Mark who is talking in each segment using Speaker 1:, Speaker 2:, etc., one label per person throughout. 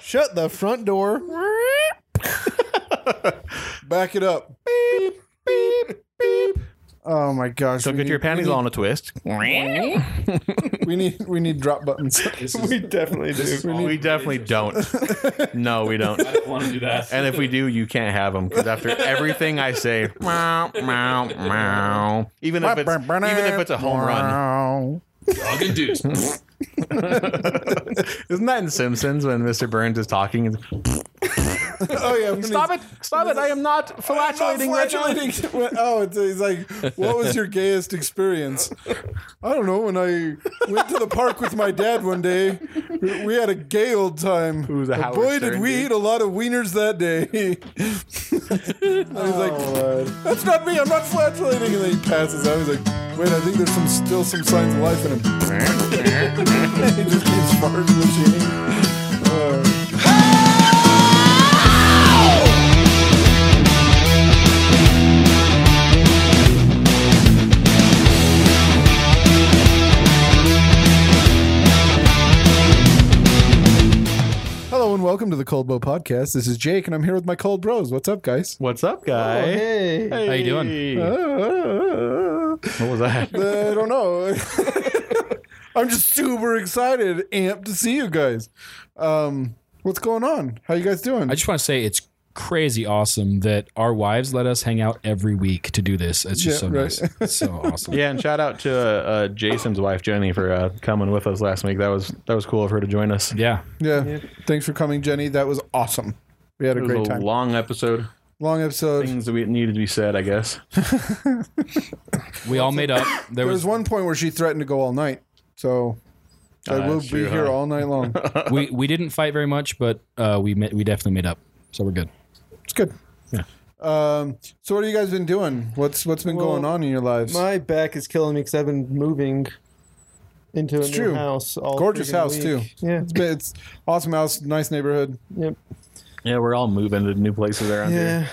Speaker 1: Shut the front door.
Speaker 2: Back it up.
Speaker 1: Oh my gosh.
Speaker 3: So
Speaker 1: we
Speaker 3: get
Speaker 1: need-
Speaker 3: your panties
Speaker 1: we need-
Speaker 3: all in a twist.
Speaker 2: We need we need drop buttons. This is-
Speaker 1: We definitely do.
Speaker 2: we
Speaker 3: We
Speaker 2: need,
Speaker 3: definitely don't. No, we don't.
Speaker 4: I don't want to do that.
Speaker 3: And if we do, you can't have them because after everything I say, meow, meow, meow. Even if it's even if it's a home run,
Speaker 4: Dog and deuce.
Speaker 3: isn't that in Simpsons when Mr. Burns is talking? It's,
Speaker 2: oh yeah. we
Speaker 3: Stop
Speaker 2: need-
Speaker 3: it! Stop it! I am not flatulating
Speaker 2: I'm
Speaker 3: right now.
Speaker 2: flatulating. When- oh, it's, it's like, what was your gayest experience? I don't know. When I went to the park with my dad one day, we had a gay old time.
Speaker 3: was a
Speaker 2: But
Speaker 3: Howard
Speaker 2: boy,
Speaker 3: Stern
Speaker 2: did we
Speaker 3: dude.
Speaker 2: eat a lot of wieners that day. and he's
Speaker 3: Oh,
Speaker 2: like, that's not me. I'm not flatulating. And then he passes out. He's like, wait, I think there's some still some signs of life in him. he just keeps farting and shit. Uh, Hello and welcome to the Cold Bow Podcast. This is Jake, and I'm here with my cold bros. What's up, guys?
Speaker 3: What's up, guy?
Speaker 1: Hey.
Speaker 3: How
Speaker 5: you doing?
Speaker 2: Uh,
Speaker 3: What was that?
Speaker 2: I don't know. I'm just super excited, amped to see you guys. Um, what's going on? How you guys doing?
Speaker 5: I just want to say it's crazy awesome that our wives let us hang out every week to do this. It's just
Speaker 2: Yeah,
Speaker 5: so
Speaker 2: right.
Speaker 5: nice. It's so awesome.
Speaker 3: Yeah, and shout out to uh, uh, Jason's wife Jenny for uh, coming with us last week. That was that was cool of her to join us.
Speaker 5: Yeah.
Speaker 2: yeah. Thanks for coming, Jenny. That was awesome. We had a
Speaker 3: It was
Speaker 2: great
Speaker 3: a
Speaker 2: time.
Speaker 3: long episode.
Speaker 2: Long episode.
Speaker 3: Things that we needed to be said, I guess.
Speaker 5: We all made up. There
Speaker 2: There was
Speaker 5: was
Speaker 2: one point where she threatened to go all night, so I
Speaker 3: Ah,
Speaker 2: will
Speaker 3: that's
Speaker 2: be
Speaker 3: true,
Speaker 2: here
Speaker 3: huh?
Speaker 2: all night long.
Speaker 5: we we didn't fight very much, but uh, we ma- we definitely made up. So we're good.
Speaker 2: It's good. Um, so what have you guys been doing? What's what's been
Speaker 1: Well,
Speaker 2: going on in your lives?
Speaker 1: My back is killing me because I've been moving into a new
Speaker 2: true.
Speaker 1: house. All
Speaker 2: Gorgeous
Speaker 1: friggin'
Speaker 2: house,
Speaker 1: week.
Speaker 2: too.
Speaker 1: Yeah.
Speaker 2: It's been- it's awesome house, nice neighborhood.
Speaker 1: Yep.
Speaker 3: Yeah, we're all moving to new places around here.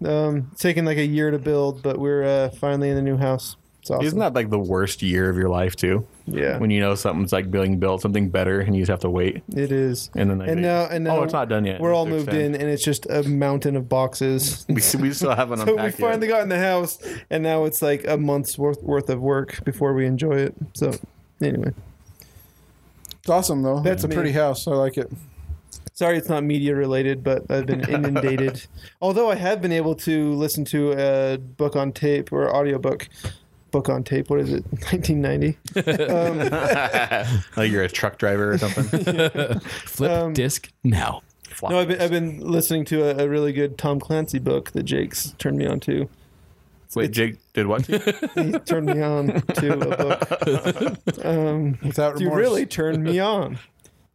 Speaker 1: Yeah. Um, it's taken like a year to build, but we're uh, finally in the new house. It's awesome.
Speaker 3: Isn't that like the worst year of your life too?
Speaker 1: Yeah.
Speaker 3: When you know something's like being built, something better, and you just have to wait.
Speaker 1: It is.
Speaker 3: And then they
Speaker 1: And
Speaker 3: make-
Speaker 1: now, and now
Speaker 3: oh, it's not done yet.
Speaker 1: We're all
Speaker 3: It's
Speaker 1: moved
Speaker 3: extended.
Speaker 1: in, and it's just a mountain of boxes.
Speaker 3: We, we still haven't
Speaker 1: so we
Speaker 3: unpacked
Speaker 1: finally
Speaker 3: yet.
Speaker 1: got in the house, and now it's like a month's worth worth of work before we enjoy it. So, anyway,
Speaker 2: It's awesome though.
Speaker 1: That's
Speaker 2: That's it's a
Speaker 1: me.
Speaker 2: pretty house. I like it.
Speaker 1: sorry it's not media related, but I've been inundated. Although I have been able to listen to a book on tape or audiobook. Book on tape. What is it? 1990.
Speaker 3: like you're a truck driver or something.
Speaker 5: Flip
Speaker 1: Um,
Speaker 5: disc now.
Speaker 1: No, I've been, I've been listening to a, a really good Tom Clancy book that Jake's turned me on to.
Speaker 3: Wait, Jake did what? to you?
Speaker 1: He turned me on to a book. Um,
Speaker 2: Without
Speaker 1: you
Speaker 2: remorse.
Speaker 1: really turned me on.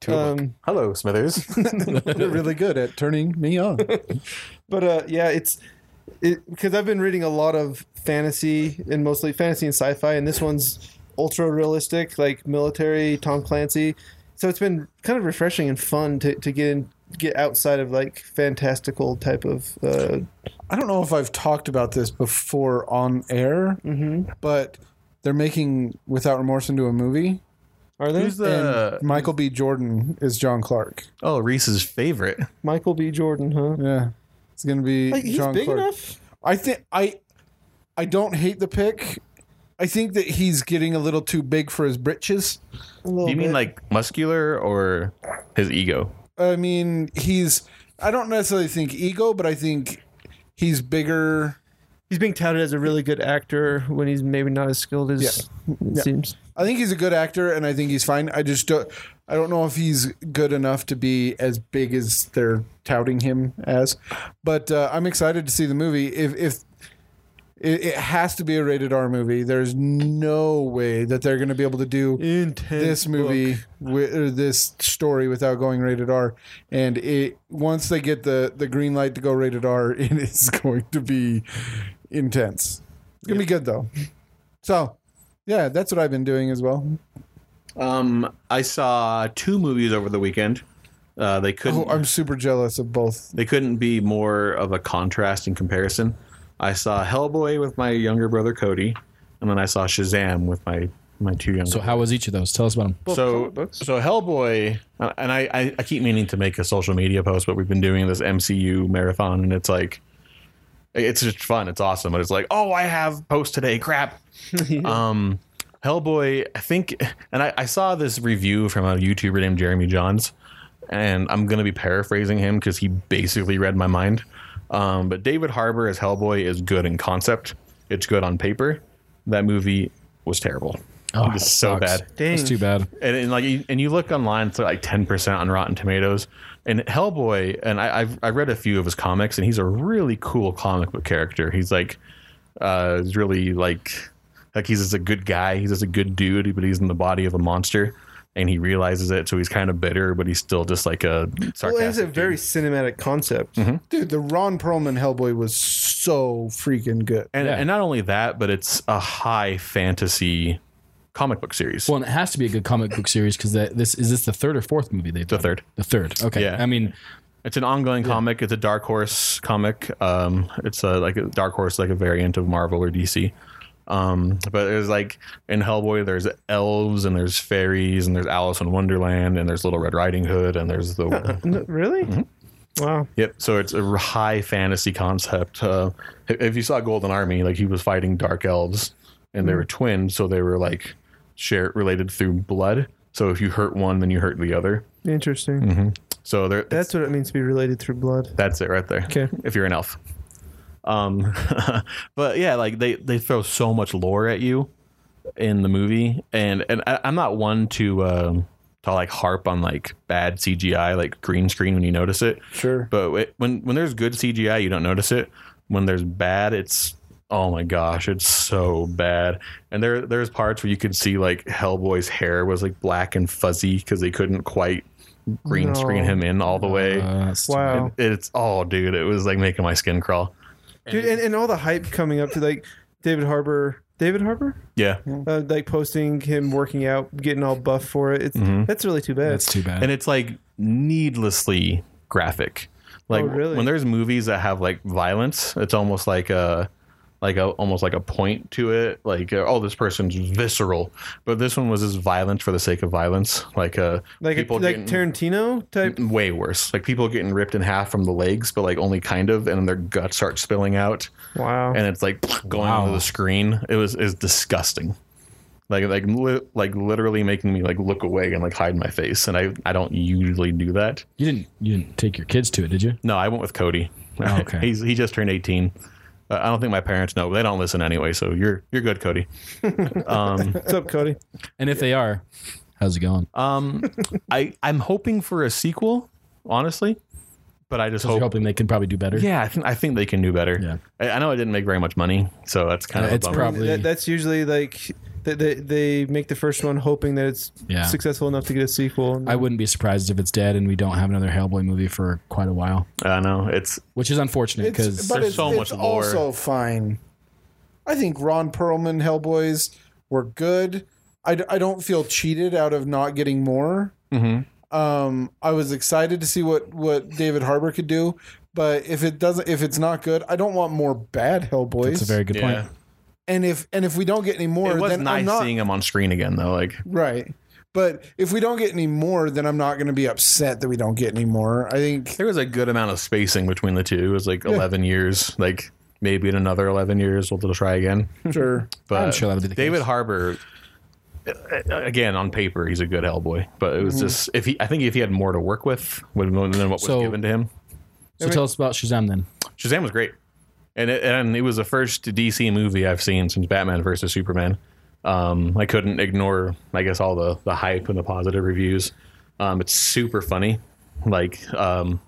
Speaker 1: Um,
Speaker 3: Hello, Smithers.
Speaker 2: You're really good at turning me on.
Speaker 1: but uh, yeah, it's because I've been reading a lot of fantasy and mostly fantasy and sci-fi, and this one's ultra realistic, like military Tom Clancy. So it's been kind of refreshing and fun to, to get in, get outside of like fantastical type of. Uh,
Speaker 2: I don't know if I've talked about this before on air,
Speaker 1: Mm-hmm.
Speaker 2: but they're making Without Remorse into a movie.
Speaker 1: are there
Speaker 3: Who's
Speaker 1: Uh,
Speaker 3: the
Speaker 2: Michael B. Jordan is John Clark.
Speaker 3: oh Reese's favorite?
Speaker 1: Michael B. Jordan? Huh?
Speaker 2: Yeah, it's gonna be
Speaker 1: Like, he's
Speaker 2: John
Speaker 1: big
Speaker 2: Clark.
Speaker 1: enough.
Speaker 2: I think I I don't hate the pick. I think that he's getting a little too big for his britches.
Speaker 1: A little
Speaker 3: Do you mean
Speaker 1: bit.
Speaker 3: like muscular or his ego?
Speaker 2: I mean, he's I don't necessarily think ego, but I think he's bigger.
Speaker 1: he's being touted as a really good actor when he's maybe not as skilled as it seems.
Speaker 2: I think he's a good actor and I think he's fine. I just don't I don't know if he's good enough to be as big as they're touting him as. But uh, I'm excited to see the movie. If if it, it has to be a rated R movie. There's no way that they're going to be able to do
Speaker 1: Intense
Speaker 2: this movie wi- or this story without going rated R. And it once they get the the green light to go rated R, it is going to be intense. It's gonna be good though. So, yeah, that's what I've been doing as well.
Speaker 3: Um, I saw two movies over the weekend. Uh, they couldn't.
Speaker 2: Oh, I'm super jealous of both.
Speaker 3: they couldn't be more of a contrast in comparison. I saw Hellboy with my younger brother Cody, and then I saw Shazam with my My two young.
Speaker 5: So how was each of those? Tell us about them.
Speaker 3: so so Hellboy, uh, and I, I I keep meaning to make a social media post, but we've been doing this MCU marathon, and it's like, it's just fun, it's awesome, but it's like, oh, I have post today, crap. um, Hellboy, I think, and I, I saw this review from a YouTuber named Jeremy Johns, and I'm gonna be paraphrasing him because he basically read my mind. Um, but David Harbour as Hellboy is good in concept. It's good on paper. That movie was terrible.
Speaker 5: Oh,
Speaker 3: it was so
Speaker 5: sucks.
Speaker 3: bad
Speaker 5: That's
Speaker 1: Dang.
Speaker 5: too bad.
Speaker 3: and, and like you- and you look online it's like 10% on rotten tomatoes and hellboy and I, I've, i read a few of his comics and he's a really cool comic book character he's like uh he's really like like he's just a good guy he's just a good dude but he's in the body of a monster and he realizes it so he's kind of bitter but he's still just like a
Speaker 1: Well, it's a
Speaker 3: sarcastic
Speaker 1: very cinematic concept.
Speaker 2: Dude, the Ron Perlman Hellboy was so freaking good.
Speaker 3: and,
Speaker 5: Yeah.
Speaker 3: and not only that but it's a high fantasy comic book series
Speaker 5: Well, and it has to be a good comic book series because this is this the third or fourth movie they've
Speaker 3: the
Speaker 5: done?
Speaker 3: third
Speaker 5: The third. Okay.
Speaker 3: Yeah.
Speaker 5: I mean,
Speaker 3: It's an ongoing comic. It's a Dark Horse comic. Um, it's a, like a Dark Horse, like a variant of Marvel or DC. Um, but there's like in Hellboy, there's elves and there's fairies and there's Alice in Wonderland and there's Little Red Riding Hood and there's the
Speaker 1: No, really? Wow.
Speaker 3: yep. So it's a r- high fantasy concept. Uh, if- if you saw Golden Army, like he was fighting dark elves and they were twins, so they were like share related through blood. So if you hurt one, then you hurt the other.
Speaker 1: Interesting.
Speaker 3: So there,
Speaker 1: That's what it means to be related through blood.
Speaker 3: That's it right there.
Speaker 1: Okay.
Speaker 3: If you're an elf. Um, but yeah, like they they throw so much lore at you in the movie, and and I, I'm not one to um to like harp on like bad CGI, like green screen when you notice it.
Speaker 2: Sure.
Speaker 3: But it, when when there's good CGI, you don't notice it. When there's bad, it's oh my gosh, it's so bad. And there there's parts where you could see like Hellboy's hair was like black and fuzzy because they couldn't quite green screen
Speaker 1: No.
Speaker 3: him in all the way.
Speaker 5: uh, that's-
Speaker 1: Wow.
Speaker 3: It's oh, dude, it was like making my skin crawl.
Speaker 1: Dude, and, and all the hype coming up to like David Harbour. David Harbour?
Speaker 3: Yeah,
Speaker 1: Uh, like posting him working out, getting all buff for it. It's, That's really too bad.
Speaker 5: Mm-hmm. that's too bad.
Speaker 3: and it's like needlessly graphic. Like
Speaker 1: Oh, really?
Speaker 3: when there's movies that have like violence, it's almost like a like a almost like a point to it. Like uh, oh, this person's visceral, but this one was just violent for the sake of violence. Like uh,
Speaker 1: like a,
Speaker 3: people getting
Speaker 1: like Tarantino type.
Speaker 3: way worse. Like people getting ripped in half from the legs, but like only kind of, and then their guts start spilling out.
Speaker 1: Wow.
Speaker 3: and it's like going onto the screen. It was is disgusting. Like like li- like literally making me like look away and like hide my face. And I I don't usually do that.
Speaker 5: you didn't you didn't take your kids to it, did you?
Speaker 3: No, I went with Cody.
Speaker 5: Oh, okay.
Speaker 3: He's he just turned eighteen. Uh, I don't think my parents know. They don't listen anyway. So you're you're good, Cody.
Speaker 1: What's up, Cody?
Speaker 5: And if they are, Uh, how's it going?
Speaker 3: I I'm hoping for a sequel, honestly. But I just
Speaker 5: You're
Speaker 3: hope.
Speaker 5: hoping they can probably do better.
Speaker 3: Yeah, I think I think they can do better.
Speaker 5: Yeah.
Speaker 3: I, I know I didn't make very much money, so that's kind of
Speaker 5: Yeah,
Speaker 3: a
Speaker 5: it's
Speaker 3: bummer.
Speaker 5: probably-
Speaker 1: That, that's usually like they, they they make the first one hoping that it's
Speaker 5: Yeah.
Speaker 1: successful enough to get a sequel. And
Speaker 5: I wouldn't be surprised if it's dead and we don't have another Hellboy movie for quite a while,
Speaker 3: I know it's
Speaker 5: which is unfortunate because
Speaker 3: there's so much lore.
Speaker 2: also fine. I think Ron Perlman Hellboys were good. I, d- I don't feel cheated out of not getting more.
Speaker 3: Mm-hmm.
Speaker 2: Um, I was excited to see what what David Harbour could do, but if it doesn't, if it's not good, I don't want more bad Hellboys.
Speaker 5: it's a very good
Speaker 3: yeah.
Speaker 5: point.
Speaker 2: and if and if we don't get any more,
Speaker 3: It was
Speaker 2: then
Speaker 3: nice
Speaker 2: I'm not
Speaker 3: seeing him on screen again though. Like
Speaker 2: right. But if we don't get any more, then I'm not going to be upset that we don't get any more. I think
Speaker 3: there was a good amount of spacing between the two. It was like eleven years. Like maybe in another eleven years we'll try again.
Speaker 2: sure.
Speaker 3: But
Speaker 5: I'm sure that'll be the
Speaker 3: David
Speaker 5: case.
Speaker 3: Harbour. Again, on paper, he's a good Hellboy, but it was just if he. I think if he had more to work with, would than what
Speaker 5: Mm-hmm. So-
Speaker 3: was given to him,
Speaker 5: So tell us about Shazam then.
Speaker 3: Shazam was great, and it, and it was the first DC movie I've seen since Batman versus Superman. Um, I couldn't ignore, I guess, all the the hype and the positive reviews. Um, it's super funny. Like, um,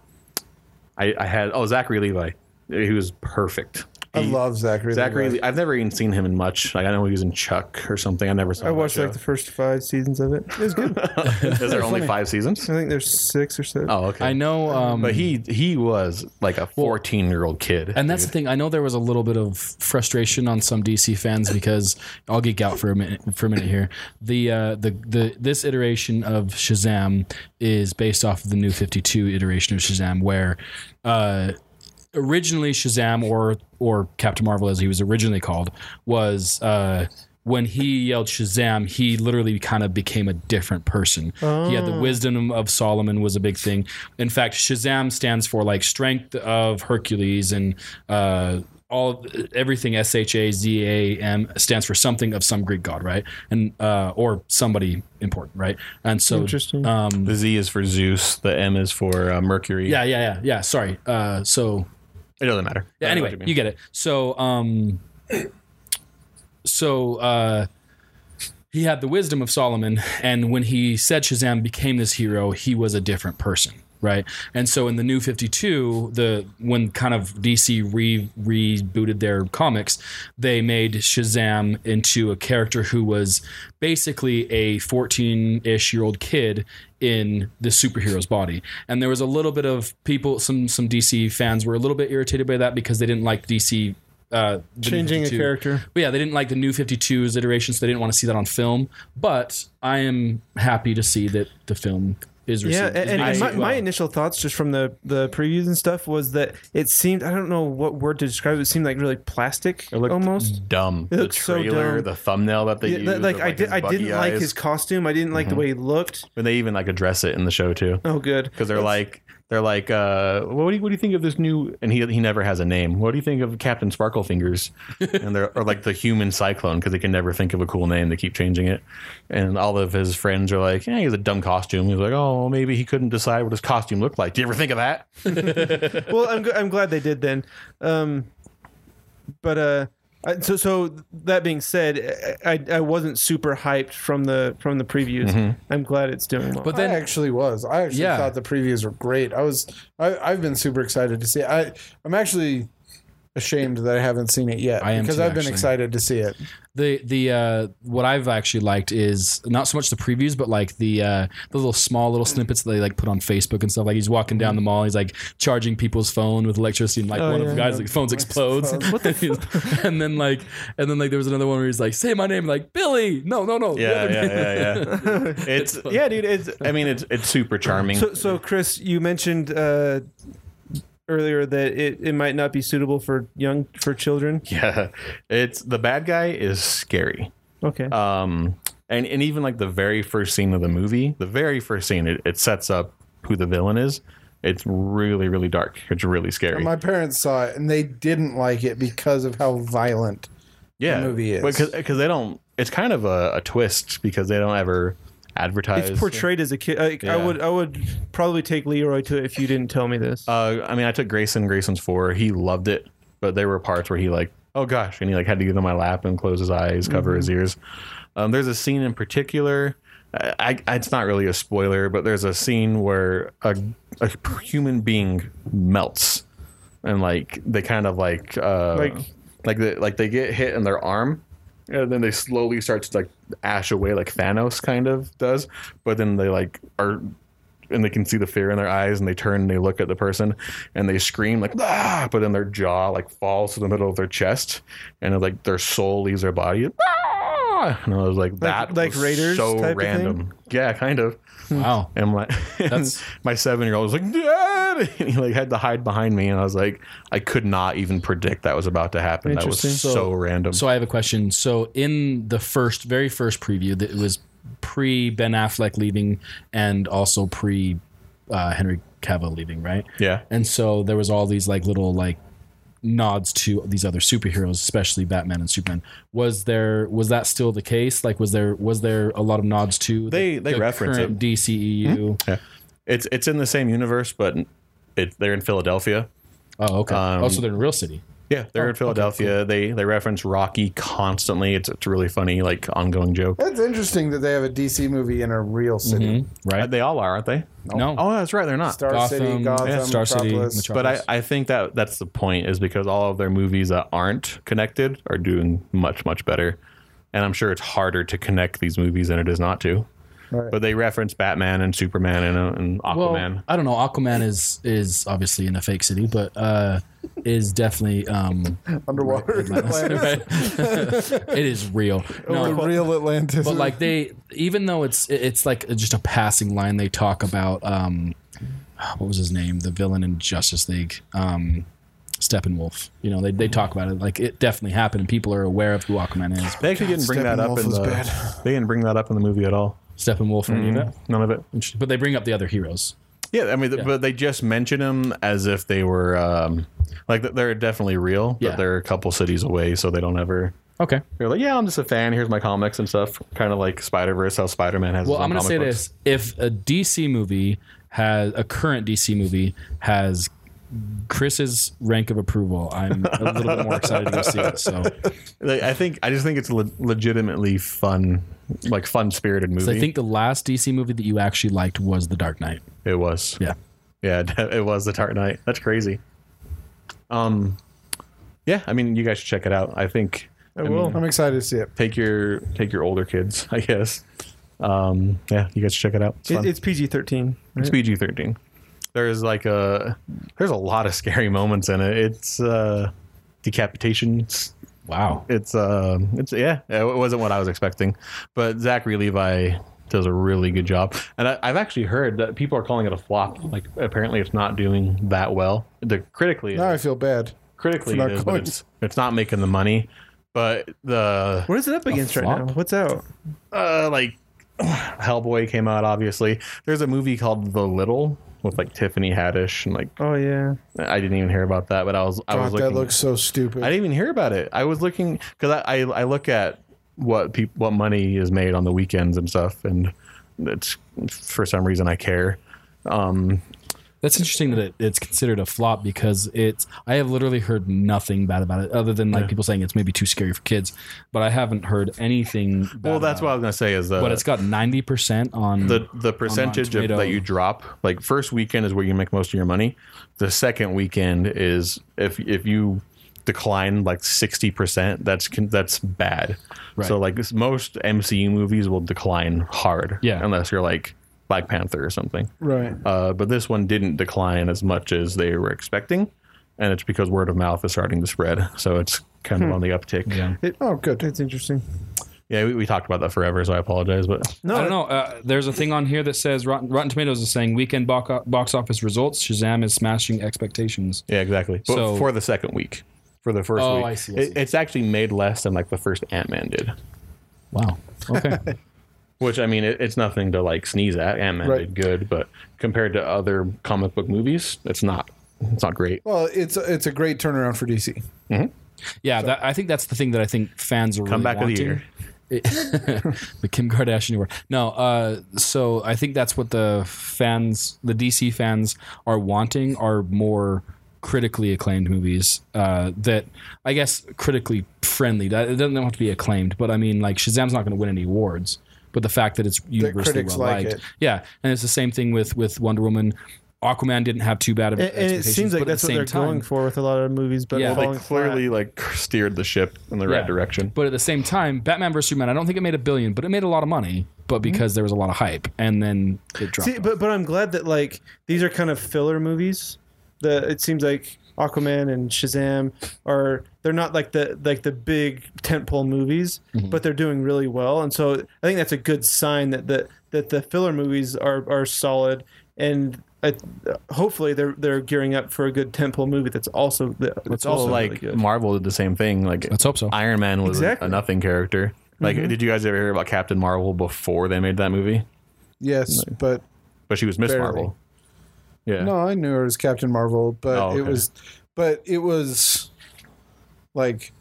Speaker 3: I, I had oh Zachary Levi, he was perfect.
Speaker 2: I
Speaker 3: He-
Speaker 2: love Zachary.
Speaker 3: Zachary.
Speaker 2: Levi.
Speaker 3: Le- I've never even seen him in much. Like I know he was in Chuck or something. I never saw.
Speaker 1: I watched like the first five seasons of it. It was good. I
Speaker 3: Is there only five seasons?
Speaker 1: think there's six or seven.
Speaker 3: Oh, okay.
Speaker 5: I know um
Speaker 3: But he he was like a fourteen year old kid.
Speaker 5: And that's the thing. I know there was a little bit of frustration on some DC fans because I'll geek out for a minute for a minute here. The uh, the the this iteration of Shazam is based off of the new Fifty Two iteration of Shazam, where uh, originally Shazam or or Captain Marvel, as he was originally called, was uh, when he yelled Shazam, he literally kind of became a different person. He had the wisdom of Solomon was a big thing. In fact, Shazam stands for like strength of Hercules and uh, all everything S H A Z A M stands for something of some Greek god, right? And uh, or somebody important, right? And so
Speaker 1: Interesting.
Speaker 5: Um,
Speaker 3: The Z is for Zeus. The M is for uh, Mercury.
Speaker 5: yeah, yeah, yeah, yeah. Sorry. Uh, so
Speaker 3: it doesn't matter. I
Speaker 5: yeah,
Speaker 3: know
Speaker 5: anyway,
Speaker 3: what
Speaker 5: you,
Speaker 3: mean.
Speaker 5: get it. So, um, so uh, he had the wisdom of Solomon, and when he said Shazam became this hero, he was a different person, right? And so in the New Fifty Two, the when kind of DC re rebooted their comics, they made Shazam into a character who was basically a fourteen ish year old kid in the superhero's body. And there was a little bit of people, some some DC fans were a little bit irritated by that because they didn't like DC uh, the New
Speaker 1: Changing a
Speaker 5: 52.
Speaker 1: character.
Speaker 5: But yeah, they didn't like the new 52's iteration, so they didn't want to see that on film. But I am happy to see that the film is
Speaker 1: Yeah,
Speaker 5: received.
Speaker 1: and,
Speaker 5: is
Speaker 1: and
Speaker 5: received
Speaker 1: my, my
Speaker 5: well.
Speaker 1: initial thoughts just from the the previews and stuff was that it seemed I don't know what word to describe it, it seemed like really plastic
Speaker 3: looked Mm.
Speaker 1: almost.
Speaker 3: Dumb.
Speaker 1: It
Speaker 3: the
Speaker 1: looks so
Speaker 3: trailer,
Speaker 1: dumb.
Speaker 3: the thumbnail that they
Speaker 1: Yeah,
Speaker 3: used.
Speaker 1: like,
Speaker 3: of,
Speaker 1: I did
Speaker 3: his
Speaker 1: I
Speaker 3: buggy
Speaker 1: didn't like
Speaker 3: eyes.
Speaker 1: his costume. I didn't like the way he looked.
Speaker 3: And they even like address it in the show too,
Speaker 1: Oh good.
Speaker 3: because they're like they're like, uh, what do you what do you think of this new? And he he never has a name. What do you think of Captain Sparklefingers? and they're or like the human cyclone because they can never think of a cool name. They keep changing it, and all of his friends are like, yeah, he has a dumb costume. He's like, oh, maybe he couldn't decide what his costume looked like. Do you ever think of that?
Speaker 1: well, I'm gl- I'm glad they did then. Um, but uh, I- so so that being said, I, I wasn't super hyped from the from the previews. I'm glad it's doing well.
Speaker 5: but
Speaker 2: I
Speaker 5: then
Speaker 2: actually was. I actually
Speaker 5: Yeah.
Speaker 2: thought the previews were great. I was. I, I've been super excited to see. It. I I'm actually ashamed that I haven't seen it yet
Speaker 5: I am
Speaker 2: because
Speaker 5: too,
Speaker 2: I've been
Speaker 5: actually.
Speaker 2: excited to see it.
Speaker 5: the the uh, what I've actually liked is not so much the previews, but like the uh, the little small little snippets that they like put on Facebook and stuff. Like he's walking down the mall, he's like charging people's phone with electricity, and like one of
Speaker 1: Oh, yeah,
Speaker 5: the guys' like, phones explodes. and then like and then like there was another one where he's like, "Say my name," like Billy. No, no, no. the
Speaker 3: Yeah,
Speaker 5: other
Speaker 3: yeah,
Speaker 5: name."
Speaker 3: yeah, yeah. it's
Speaker 1: yeah, dude. It's,
Speaker 3: I mean, it's it's super charming.
Speaker 1: so so Chris, you mentioned uh, earlier that it, it might not be suitable for young for children.
Speaker 3: yeah, it's the bad guy is scary.
Speaker 1: Okay.
Speaker 5: Uh,
Speaker 3: um and and even like the very first scene of the movie the very first scene it, it sets up who the villain is it's really really dark it's really scary
Speaker 2: My parents saw it and they didn't like it because of how violent.
Speaker 3: yeah
Speaker 2: movie is.
Speaker 3: because they don't it's kind of a, a twist because they don't ever advertise
Speaker 1: it's portrayed as a kid. I, I
Speaker 3: Yeah.
Speaker 1: would I would probably take Leroy to it if you didn't tell me this.
Speaker 3: uh i mean i took grayson grayson's four he loved it but there were parts where he like oh gosh and he like had to get on my lap and close his eyes cover his ears um there's a scene in particular I, I, it's not really a spoiler, but there's a scene where a, a human being melts, and like they kind of like uh,
Speaker 1: Like-
Speaker 3: like like they, like they get hit in their arm, and then they slowly start to like ash away, like Thanos kind of does. But then they like are, and they can see the fear in their eyes, and they turn and they look at the person, and they scream like ah, but then their jaw like falls to the middle of their chest, and like their soul leaves their body. Ah! And I was like, that
Speaker 1: like
Speaker 3: was
Speaker 1: Raiders
Speaker 3: so
Speaker 1: type of thing?
Speaker 3: random. Yeah, kind of.
Speaker 5: Wow.
Speaker 3: And my
Speaker 5: That's-
Speaker 3: my seven year old was like, Dad! And he like had to hide behind me, and I was like, I could not even predict that was about to happen. That was
Speaker 1: Interesting.
Speaker 3: so,
Speaker 5: So-
Speaker 3: random.
Speaker 5: So I have a question. So in the first, very first preview, that it was pre Ben Affleck leaving and also pre uh, Henry Cavill leaving, right?
Speaker 3: yeah,
Speaker 5: And so there was all these like little like nods to these other superheroes, especially Batman and Superman. Was there was that still the case? Like was there was there a lot of nods to the-
Speaker 3: They- they
Speaker 5: the
Speaker 3: reference
Speaker 5: current E
Speaker 3: it. Hmm?
Speaker 5: DCEU?
Speaker 3: it's it's in the same universe, but it, they're in Philadelphia. Oh,
Speaker 5: Oh, okay.
Speaker 3: Um,
Speaker 5: oh, so they're in real city.
Speaker 3: Yeah, they're in Philadelphia. They they reference Rocky constantly. It's it's a really funny, like ongoing joke.
Speaker 2: That's interesting that they have a DC movie in a real city.
Speaker 3: Uh,
Speaker 5: Right?
Speaker 3: They all are, aren't they?
Speaker 5: no.
Speaker 3: Oh, that's right. They're not.
Speaker 2: Star City,
Speaker 5: Gotham,
Speaker 2: Gotham,
Speaker 5: yeah, Star City,
Speaker 2: Metropolis.
Speaker 5: Metro-
Speaker 3: but I, I think that that's the point is because all of their movies that aren't connected are doing much much better and i'm sure it's harder to connect these movies than it is not to
Speaker 2: Right.
Speaker 3: but they reference batman and superman and, uh, and aquaman
Speaker 5: Well, I don't know. Aquaman is is obviously in a fake city, but uh, is definitely um,
Speaker 2: Underwater Atlantis.
Speaker 5: it is real.
Speaker 2: The
Speaker 5: No,
Speaker 2: real Atlantis.
Speaker 5: but like they, even though it's it- it's like just a passing line, they talk about um, what was his name, the villain in Justice League. Um, Steppenwolf. You know, they, they talk about it like it definitely happened, and people are aware of who Aquaman is.
Speaker 3: They actually didn't bring that up
Speaker 2: Steppenwolf
Speaker 3: in
Speaker 2: was
Speaker 3: the.
Speaker 2: bad.
Speaker 3: They didn't bring that up in the movie at all.
Speaker 5: Steppenwolf and any of that.
Speaker 3: None of it.
Speaker 5: But they bring up the other heroes.
Speaker 3: Yeah, I mean, th but they just mention them as if they were um, like th- they're definitely real,
Speaker 5: Yeah.
Speaker 3: but they're a couple cities away, so they don't ever.
Speaker 5: Okay.
Speaker 3: They're like, yeah, I'm just a fan. Here's my comics and stuff, kind of like Spider Verse, how Spider Man has.
Speaker 5: Well,
Speaker 3: his own
Speaker 5: I'm going to say
Speaker 3: comic books.
Speaker 5: this: if a DC movie has a current DC movie has Chris's rank of approval, I'm a little bit more excited to go see it. So
Speaker 3: Like, I think I just think it's a le- legitimately fun, like fun spirited movie.
Speaker 5: I think the last DC movie that you actually liked was The Dark Knight.
Speaker 3: it was.
Speaker 5: Yeah.
Speaker 3: Yeah, it was the Dark Knight. That's crazy. Um, yeah, I mean, you guys should check it out. I think I mean,
Speaker 2: I'm excited to see it.
Speaker 3: take your take your older kids, I guess. Um, yeah, you guys should check it out. It's,
Speaker 1: It-
Speaker 3: fun.
Speaker 1: it's PG thirteen.
Speaker 3: It's PG thirteen. There's like a there's a lot of scary moments in it. It's uh, decapitations.
Speaker 5: Wow.
Speaker 3: It's uh, it's yeah. It wasn't what I was expecting, but Zachary Levi does a really good job. And I, I've actually heard that people are calling it a flop. Like apparently, it's not doing that well. The critically,
Speaker 2: Now I feel bad.
Speaker 3: critically,
Speaker 2: for
Speaker 3: it
Speaker 2: not
Speaker 3: is, but
Speaker 2: going.
Speaker 3: it's it's not making the money. But the
Speaker 1: What is it up against right
Speaker 5: flop?
Speaker 1: now? What's out?
Speaker 3: uh, like Hellboy came out, obviously. There's a movie called The Little with like Tiffany Haddish, and like
Speaker 1: Oh yeah,
Speaker 3: I didn't even hear about that, but I was I
Speaker 2: God,
Speaker 3: was looking.
Speaker 2: that looks so stupid.
Speaker 3: I didn't even hear about it. I was looking because I, I I look at what people what money is made on the weekends and stuff, and it's for some reason I care. Um,
Speaker 5: That's interesting that it, it's considered a flop because it's. I have literally heard nothing bad about it other than like people saying it's maybe too scary for kids, but I haven't heard anything. Bad
Speaker 3: well, that's
Speaker 5: about
Speaker 3: what I was gonna say is uh,
Speaker 5: It. But it's got ninety percent on
Speaker 3: the the percentage of,
Speaker 5: Tomato.
Speaker 3: that you drop like first weekend is where you make most of your money the second weekend is if if you decline like 60% that's con- that's bad
Speaker 5: Right.
Speaker 3: so like this, most mcu movies will decline hard
Speaker 5: Yeah.
Speaker 3: unless you're like black panther or something
Speaker 2: right.
Speaker 3: uh, but this one didn't decline as much as they were expecting and it's because word of mouth is starting to spread so it's kind of on the uptick
Speaker 5: Hmm. Yeah.
Speaker 2: Oh, good.
Speaker 1: that's interesting.
Speaker 3: yeah we, we talked about that forever so i apologize but
Speaker 1: No,
Speaker 5: I don't know. Uh, there's a thing on here that says Rotten, Rotten Tomatoes is saying weekend box, box office results. Shazam is smashing expectations.
Speaker 3: Yeah, exactly. But
Speaker 5: So-
Speaker 3: for the second week, for the first
Speaker 5: Oh,
Speaker 3: week,
Speaker 5: I see, I
Speaker 3: It,
Speaker 5: see.
Speaker 3: it's actually made less than like the first Ant Man did.
Speaker 5: Wow. Okay.
Speaker 3: Which I mean, it, it's nothing to like sneeze at. Ant Man
Speaker 2: Right.
Speaker 3: did good, but compared to other comic book movies, it's not. It's not great.
Speaker 2: Well, it's it's a great turnaround for DC.
Speaker 5: yeah, that, I think that's the thing that I think fans are really
Speaker 3: Comeback of the
Speaker 5: wanting.
Speaker 3: year.
Speaker 5: the Kim Kardashian were no. Uh, so I think that's what the fans, the DC fans, are wanting are more critically acclaimed movies uh, that I guess critically friendly. That- It doesn't have to be acclaimed, but I mean, like Shazam's not going to win any awards, but the fact that it's universally
Speaker 2: critics
Speaker 5: well
Speaker 2: like
Speaker 5: liked,
Speaker 2: it.
Speaker 5: yeah, and it's the same thing with with Wonder Woman. Aquaman didn't have too bad of
Speaker 1: And, and it
Speaker 5: expectations,
Speaker 1: seems like
Speaker 5: but at
Speaker 1: that's
Speaker 5: the
Speaker 1: what
Speaker 5: same
Speaker 1: they're
Speaker 5: time,
Speaker 1: going for with a lot of movies, but
Speaker 5: Yeah. Well,
Speaker 1: yeah,
Speaker 5: they
Speaker 1: falling
Speaker 3: Clearly, like steered the ship in the right
Speaker 5: Yeah.
Speaker 3: direction.
Speaker 5: But at the same time, Batman vs Superman, I don't think it made a billion, but it made a lot of money. But because there was a lot of hype, and then it dropped.
Speaker 1: See, but but I'm glad that like these are kind of filler movies. The it seems like Aquaman and Shazam are they're not like the like the big tentpole movies, but they're doing really well. And so I think that's a good sign that the that the filler movies are are solid and. I, hopefully they're they're gearing up for a good tentpole movie that's also that's
Speaker 3: It's also
Speaker 1: also
Speaker 3: like
Speaker 1: really good.
Speaker 3: Marvel did the same thing. Like
Speaker 5: Let's hope so.
Speaker 3: Iron Man was a-
Speaker 1: Exactly.
Speaker 3: a nothing character. Like, did you guys ever hear about Captain Marvel before they made that movie?
Speaker 2: Yes, but
Speaker 3: But she was Miss
Speaker 2: Barely.
Speaker 3: Marvel. Yeah.
Speaker 2: no, I knew her as Captain Marvel, but
Speaker 3: Oh,
Speaker 2: it
Speaker 3: okay.
Speaker 2: was, but it was, like,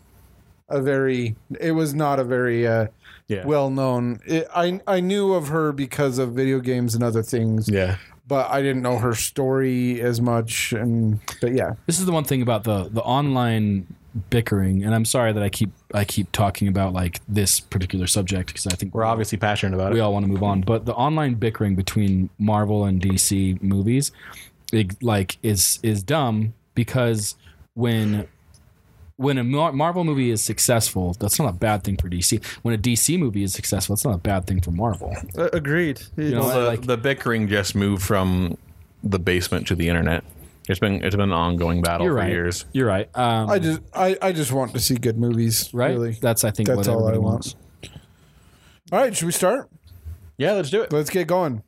Speaker 2: a very. It was not a very uh,
Speaker 3: Yeah.
Speaker 2: well known. It, I I knew of her because of video games and other things.
Speaker 3: Yeah.
Speaker 2: but I didn't know her story as much. And but yeah,
Speaker 5: This is the one thing about the the online bickering, and I'm sorry that I keep I keep talking about like this particular subject because I think
Speaker 3: We're obviously passionate about
Speaker 5: we
Speaker 3: it.
Speaker 5: all want to move on. But the online bickering between Marvel and DC movies, it, like, is is dumb because when when a Mar- Marvel movie is successful, that's not a bad thing for DC. When a DC movie is successful, that's not a bad thing for Marvel.
Speaker 1: Uh, agreed.
Speaker 5: You know,
Speaker 3: the,
Speaker 5: like
Speaker 3: the bickering just moved from the basement to the internet. It's been it's been an ongoing battle
Speaker 5: you're
Speaker 3: for
Speaker 5: right,
Speaker 3: years.
Speaker 5: you're right. Um,
Speaker 2: I just I, I just want to see good movies.
Speaker 5: right?
Speaker 2: Really.
Speaker 5: That's I think
Speaker 2: That's
Speaker 5: what
Speaker 2: all
Speaker 5: everybody
Speaker 2: I want.
Speaker 5: wants.
Speaker 2: All right, should we start?
Speaker 3: Yeah, let's do it.
Speaker 2: Let's get going.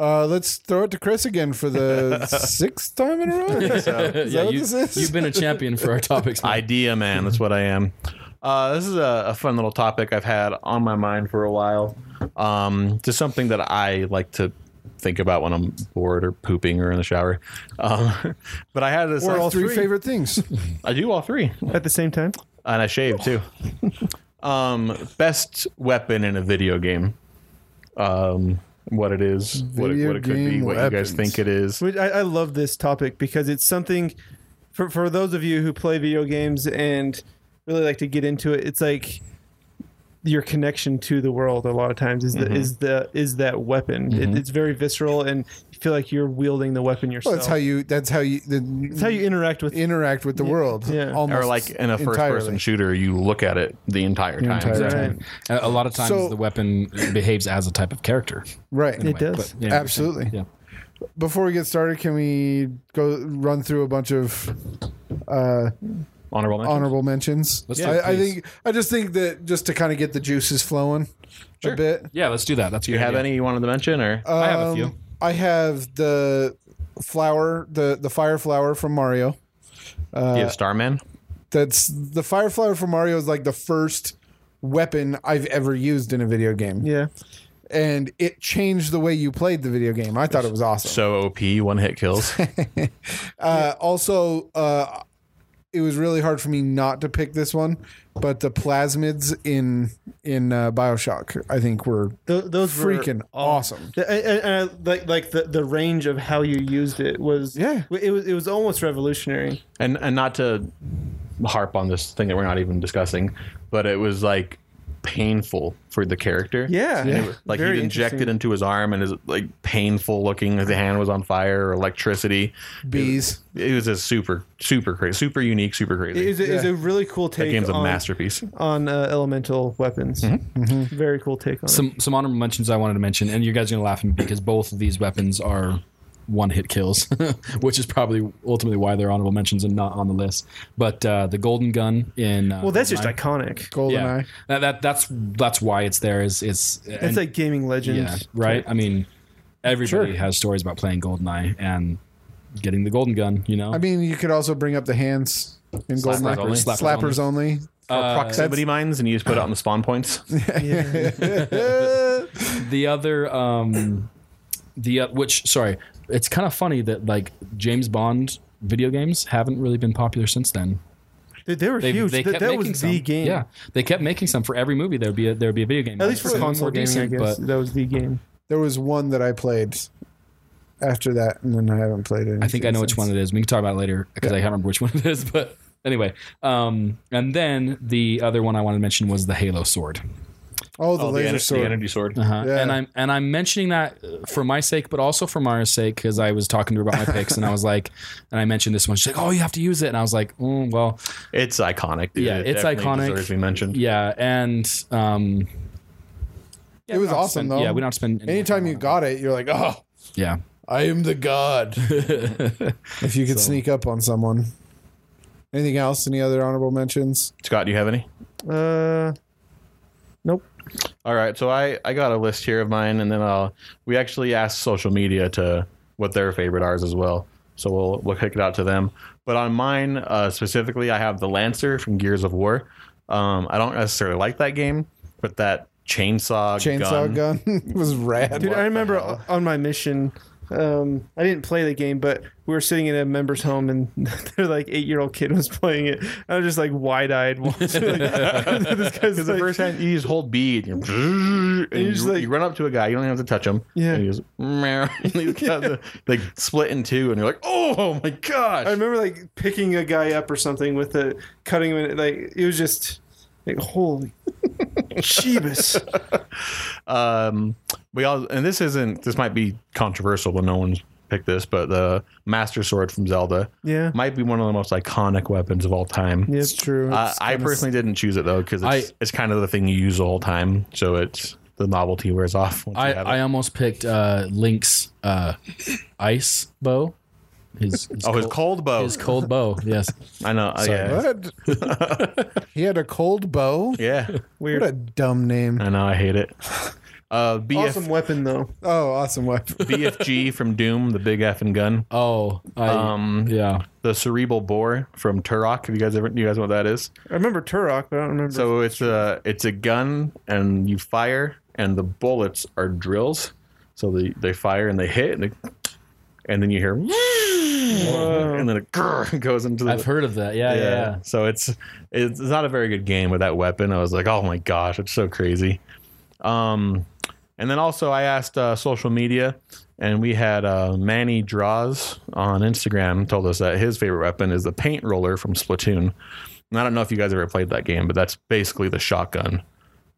Speaker 2: Uh, let's throw it to Chris again for the sixth time in a row. that
Speaker 5: yeah,
Speaker 2: what
Speaker 5: you,
Speaker 2: this is?
Speaker 5: have been a champion for our topics. man.
Speaker 3: Idea man,
Speaker 2: Mm-hmm.
Speaker 3: that's what I am. Uh, this is a, a fun little topic I've had on my mind for a while. Um, just something that I like to think about when I'm bored or pooping or in the shower. Um, but I had this.
Speaker 2: Or all three, favorite things.
Speaker 3: I do all three,
Speaker 1: at the same time.
Speaker 3: and I shave too. um, best weapon in a video game. Um, what it is, what it,
Speaker 2: Video
Speaker 3: what it could be,
Speaker 2: game
Speaker 3: what you guys
Speaker 2: weapons.
Speaker 3: think it is.
Speaker 1: Which I, I love this topic because it's something for for those of you who play video games and really like to get into it. It's like your connection to the world a lot of times is the
Speaker 3: Mm-hmm.
Speaker 1: is the is that weapon. It, it's very visceral and you feel like you're wielding the weapon yourself.
Speaker 2: Well, that's how you. That's how you. The,
Speaker 1: It's how you interact with
Speaker 2: interact with the world.
Speaker 1: Yeah.
Speaker 2: almost
Speaker 3: Or like in a first
Speaker 2: entirely.
Speaker 3: person shooter, you look at it the entire time.
Speaker 2: entire
Speaker 1: Right.
Speaker 2: time.
Speaker 5: A a lot of times
Speaker 2: So-
Speaker 5: the weapon behaves as a type of character.
Speaker 2: Right.
Speaker 1: It does.
Speaker 5: But, yeah,
Speaker 2: Absolutely.
Speaker 5: Yeah.
Speaker 2: Before we get started, can we go run through a bunch of uh,
Speaker 3: Honorable mention.
Speaker 2: honorable mentions?
Speaker 5: Let's do it,
Speaker 2: I, I
Speaker 5: please.
Speaker 2: think I just think that just to kind of get the juices flowing a bit.
Speaker 5: Yeah, let's do that. That's
Speaker 3: Do you have any you wanted to mention, or
Speaker 5: I have a few.
Speaker 2: Um, I have the flower, the the fire flower from Mario.
Speaker 3: do you have Starman?
Speaker 2: That's the fire flower from Mario is like the first weapon I've ever used in a video game,
Speaker 1: yeah.
Speaker 2: and it changed the way you played the video game. I thought it was awesome.
Speaker 3: So OP, one hit kills.
Speaker 2: Uh, also, uh, it was really hard for me not to pick this one, but the plasmids in in uh, Bioshock, I think, were
Speaker 1: Th- those were
Speaker 2: freaking
Speaker 1: all-
Speaker 2: awesome.
Speaker 1: And, and, and I- like like the, the range of how you used it was
Speaker 2: Yeah.
Speaker 1: it was it was almost revolutionary.
Speaker 3: and and not to harp on this thing that we're not even discussing, but it was like painful for the character.
Speaker 1: Yeah,
Speaker 3: Like
Speaker 1: Very
Speaker 3: he injected
Speaker 1: interesting.
Speaker 3: into his arm and his like painful looking his hand was on fire or electricity.
Speaker 2: bees.
Speaker 3: It was a super super crazy super unique, super crazy.
Speaker 1: It is, a, is
Speaker 2: Yeah.
Speaker 1: a really cool
Speaker 3: that
Speaker 1: take.
Speaker 3: game's a
Speaker 1: on,
Speaker 3: masterpiece.
Speaker 1: on uh, elemental weapons. Very cool take on it.
Speaker 5: Mm-hmm. some some honorable mentions I wanted to mention, and you guys are gonna laugh at me because both of these weapons are one hit kills, which is probably ultimately why they're honorable mentions and not on the list. But uh, the golden gun in uh,
Speaker 1: Well, that's just
Speaker 5: Goldeneye-
Speaker 1: iconic.
Speaker 2: Goldeneye.
Speaker 5: yeah, that, that that's that's why it's there. Is it's
Speaker 1: It's like gaming
Speaker 5: yeah
Speaker 1: legends.
Speaker 5: right? I mean, everybody has stories about playing Goldeneye and getting the golden gun. You know,
Speaker 2: I mean, you could also bring up the hands in Goldeneye.
Speaker 3: only.
Speaker 2: Slappers,
Speaker 5: Slappers
Speaker 2: only.
Speaker 3: Or
Speaker 5: Uh,
Speaker 3: proximity mines and you just put it on the spawn points.
Speaker 5: the other um the uh, which sorry it's kind of funny that like james bond video games haven't really been popular since then
Speaker 1: They, they were
Speaker 5: They've-
Speaker 1: huge.
Speaker 5: they
Speaker 1: That-
Speaker 5: kept
Speaker 1: that
Speaker 5: making
Speaker 1: was
Speaker 5: some.
Speaker 1: the game.
Speaker 5: yeah they kept making some for every movie there'd be a there'd be a video game
Speaker 1: At least for
Speaker 5: Some were
Speaker 1: console gaming, I guess
Speaker 5: but
Speaker 1: that was the game.
Speaker 2: There was one that I played after that, and then I haven't played it.
Speaker 5: i think i know which one it is we can talk about it later because i can't remember which one it is but anyway um and then the other one i wanted to mention was the halo sword
Speaker 2: Oh, the
Speaker 3: Oh,
Speaker 2: laser
Speaker 3: ener-
Speaker 2: sword.
Speaker 3: energy sword.
Speaker 5: Uh,
Speaker 2: Yeah.
Speaker 5: And I'm and I'm mentioning that uh, for my sake, but also for Mara's sake, because I was talking to her about my picks, and I was like, and I mentioned this one. She's like, "Oh, you have to use it," and I was like, mm, "Well,
Speaker 3: It's iconic. Dude.
Speaker 5: Yeah,
Speaker 3: It
Speaker 5: it's
Speaker 3: definitely
Speaker 5: iconic.
Speaker 3: Deserves to be mentioned.
Speaker 5: yeah." And um,
Speaker 2: It
Speaker 5: yeah, we
Speaker 2: was
Speaker 5: don't have to
Speaker 2: awesome,
Speaker 5: spend-
Speaker 2: though.
Speaker 5: Yeah, we don't have to spend any more
Speaker 2: Anytime
Speaker 5: time
Speaker 2: you
Speaker 5: on
Speaker 2: got it, you're like, oh,
Speaker 5: it. Yeah,
Speaker 2: I am the god. if you could sneak up on someone. Anything else? Any other honorable mentions?
Speaker 3: Scott, do you have any?
Speaker 1: Uh, nope.
Speaker 3: All right, so I I got a list here of mine, and then I'll we actually asked social media to what their favorite are as well. So we'll we'll kick it out to them. But on mine uh, specifically, I have the Lancer from Gears of War. Um, I don't necessarily like that game, but that chainsaw
Speaker 2: Chainsaw gun, was rad.
Speaker 1: Dude, I remember
Speaker 3: hell?
Speaker 1: on my mission. Um, I didn't play the game, but we were sitting in a member's home, and their like eight year old kid was playing it. I was just like wide eyed watching. Like, this guy's
Speaker 3: Because the
Speaker 1: like-
Speaker 3: first time you use hold B and, you're, and you,
Speaker 1: just like-
Speaker 3: you run up to a guy, you don't even have to touch him.
Speaker 1: Yeah.
Speaker 3: And you just, meow, and he's got the, like split in two, and you're like, oh my gosh.
Speaker 1: I remember like picking a guy up or something with it, cutting him. In, like it was just like holy Jeebus.
Speaker 3: um, we all and this isn't this might be controversial when no one's picked this, but the Master Sword from Zelda
Speaker 1: Yeah.
Speaker 3: might be one of the most iconic weapons of all time.
Speaker 1: Yeah.
Speaker 2: It's true.
Speaker 3: Uh,
Speaker 2: It's
Speaker 3: I
Speaker 2: kinda
Speaker 3: personally didn't choose it though because it's,
Speaker 5: I-
Speaker 3: it's kind of the thing you use the whole time, so it's the novelty wears off. Once
Speaker 5: I
Speaker 3: you have
Speaker 5: I
Speaker 3: it.
Speaker 5: almost picked uh, Link's uh, ice bow. His, his
Speaker 3: oh, his cold bow.
Speaker 5: his cold bow. Yes,
Speaker 3: I know. uh, yeah,
Speaker 2: What? he had a cold bow.
Speaker 3: yeah.
Speaker 2: What a dumb name.
Speaker 3: I know. I hate it. Uh, BF,
Speaker 1: Awesome weapon though.
Speaker 2: Oh, awesome weapon.
Speaker 3: BFG from Doom, the big F and gun.
Speaker 5: Oh, I,
Speaker 3: Um,
Speaker 5: yeah.
Speaker 3: The cerebral bore from Turok. Have you guys ever? You guys know what that is?
Speaker 1: I remember Turok, but I don't remember.
Speaker 3: So it's a it's a gun, and you fire, and the bullets are drills. So they, they fire and they hit, and, they, and then you hear, and then it grrr goes into the.
Speaker 5: I've heard of that. Yeah, yeah. yeah.
Speaker 3: So it's it's not a very good game with that weapon. I was like, oh my gosh, it's so crazy. Um, and then also I asked uh, social media, and we had uh, Manny Draws on Instagram told us that his favorite weapon is the paint roller from Splatoon. And I don't know if you guys ever played that game, but that's basically the shotgun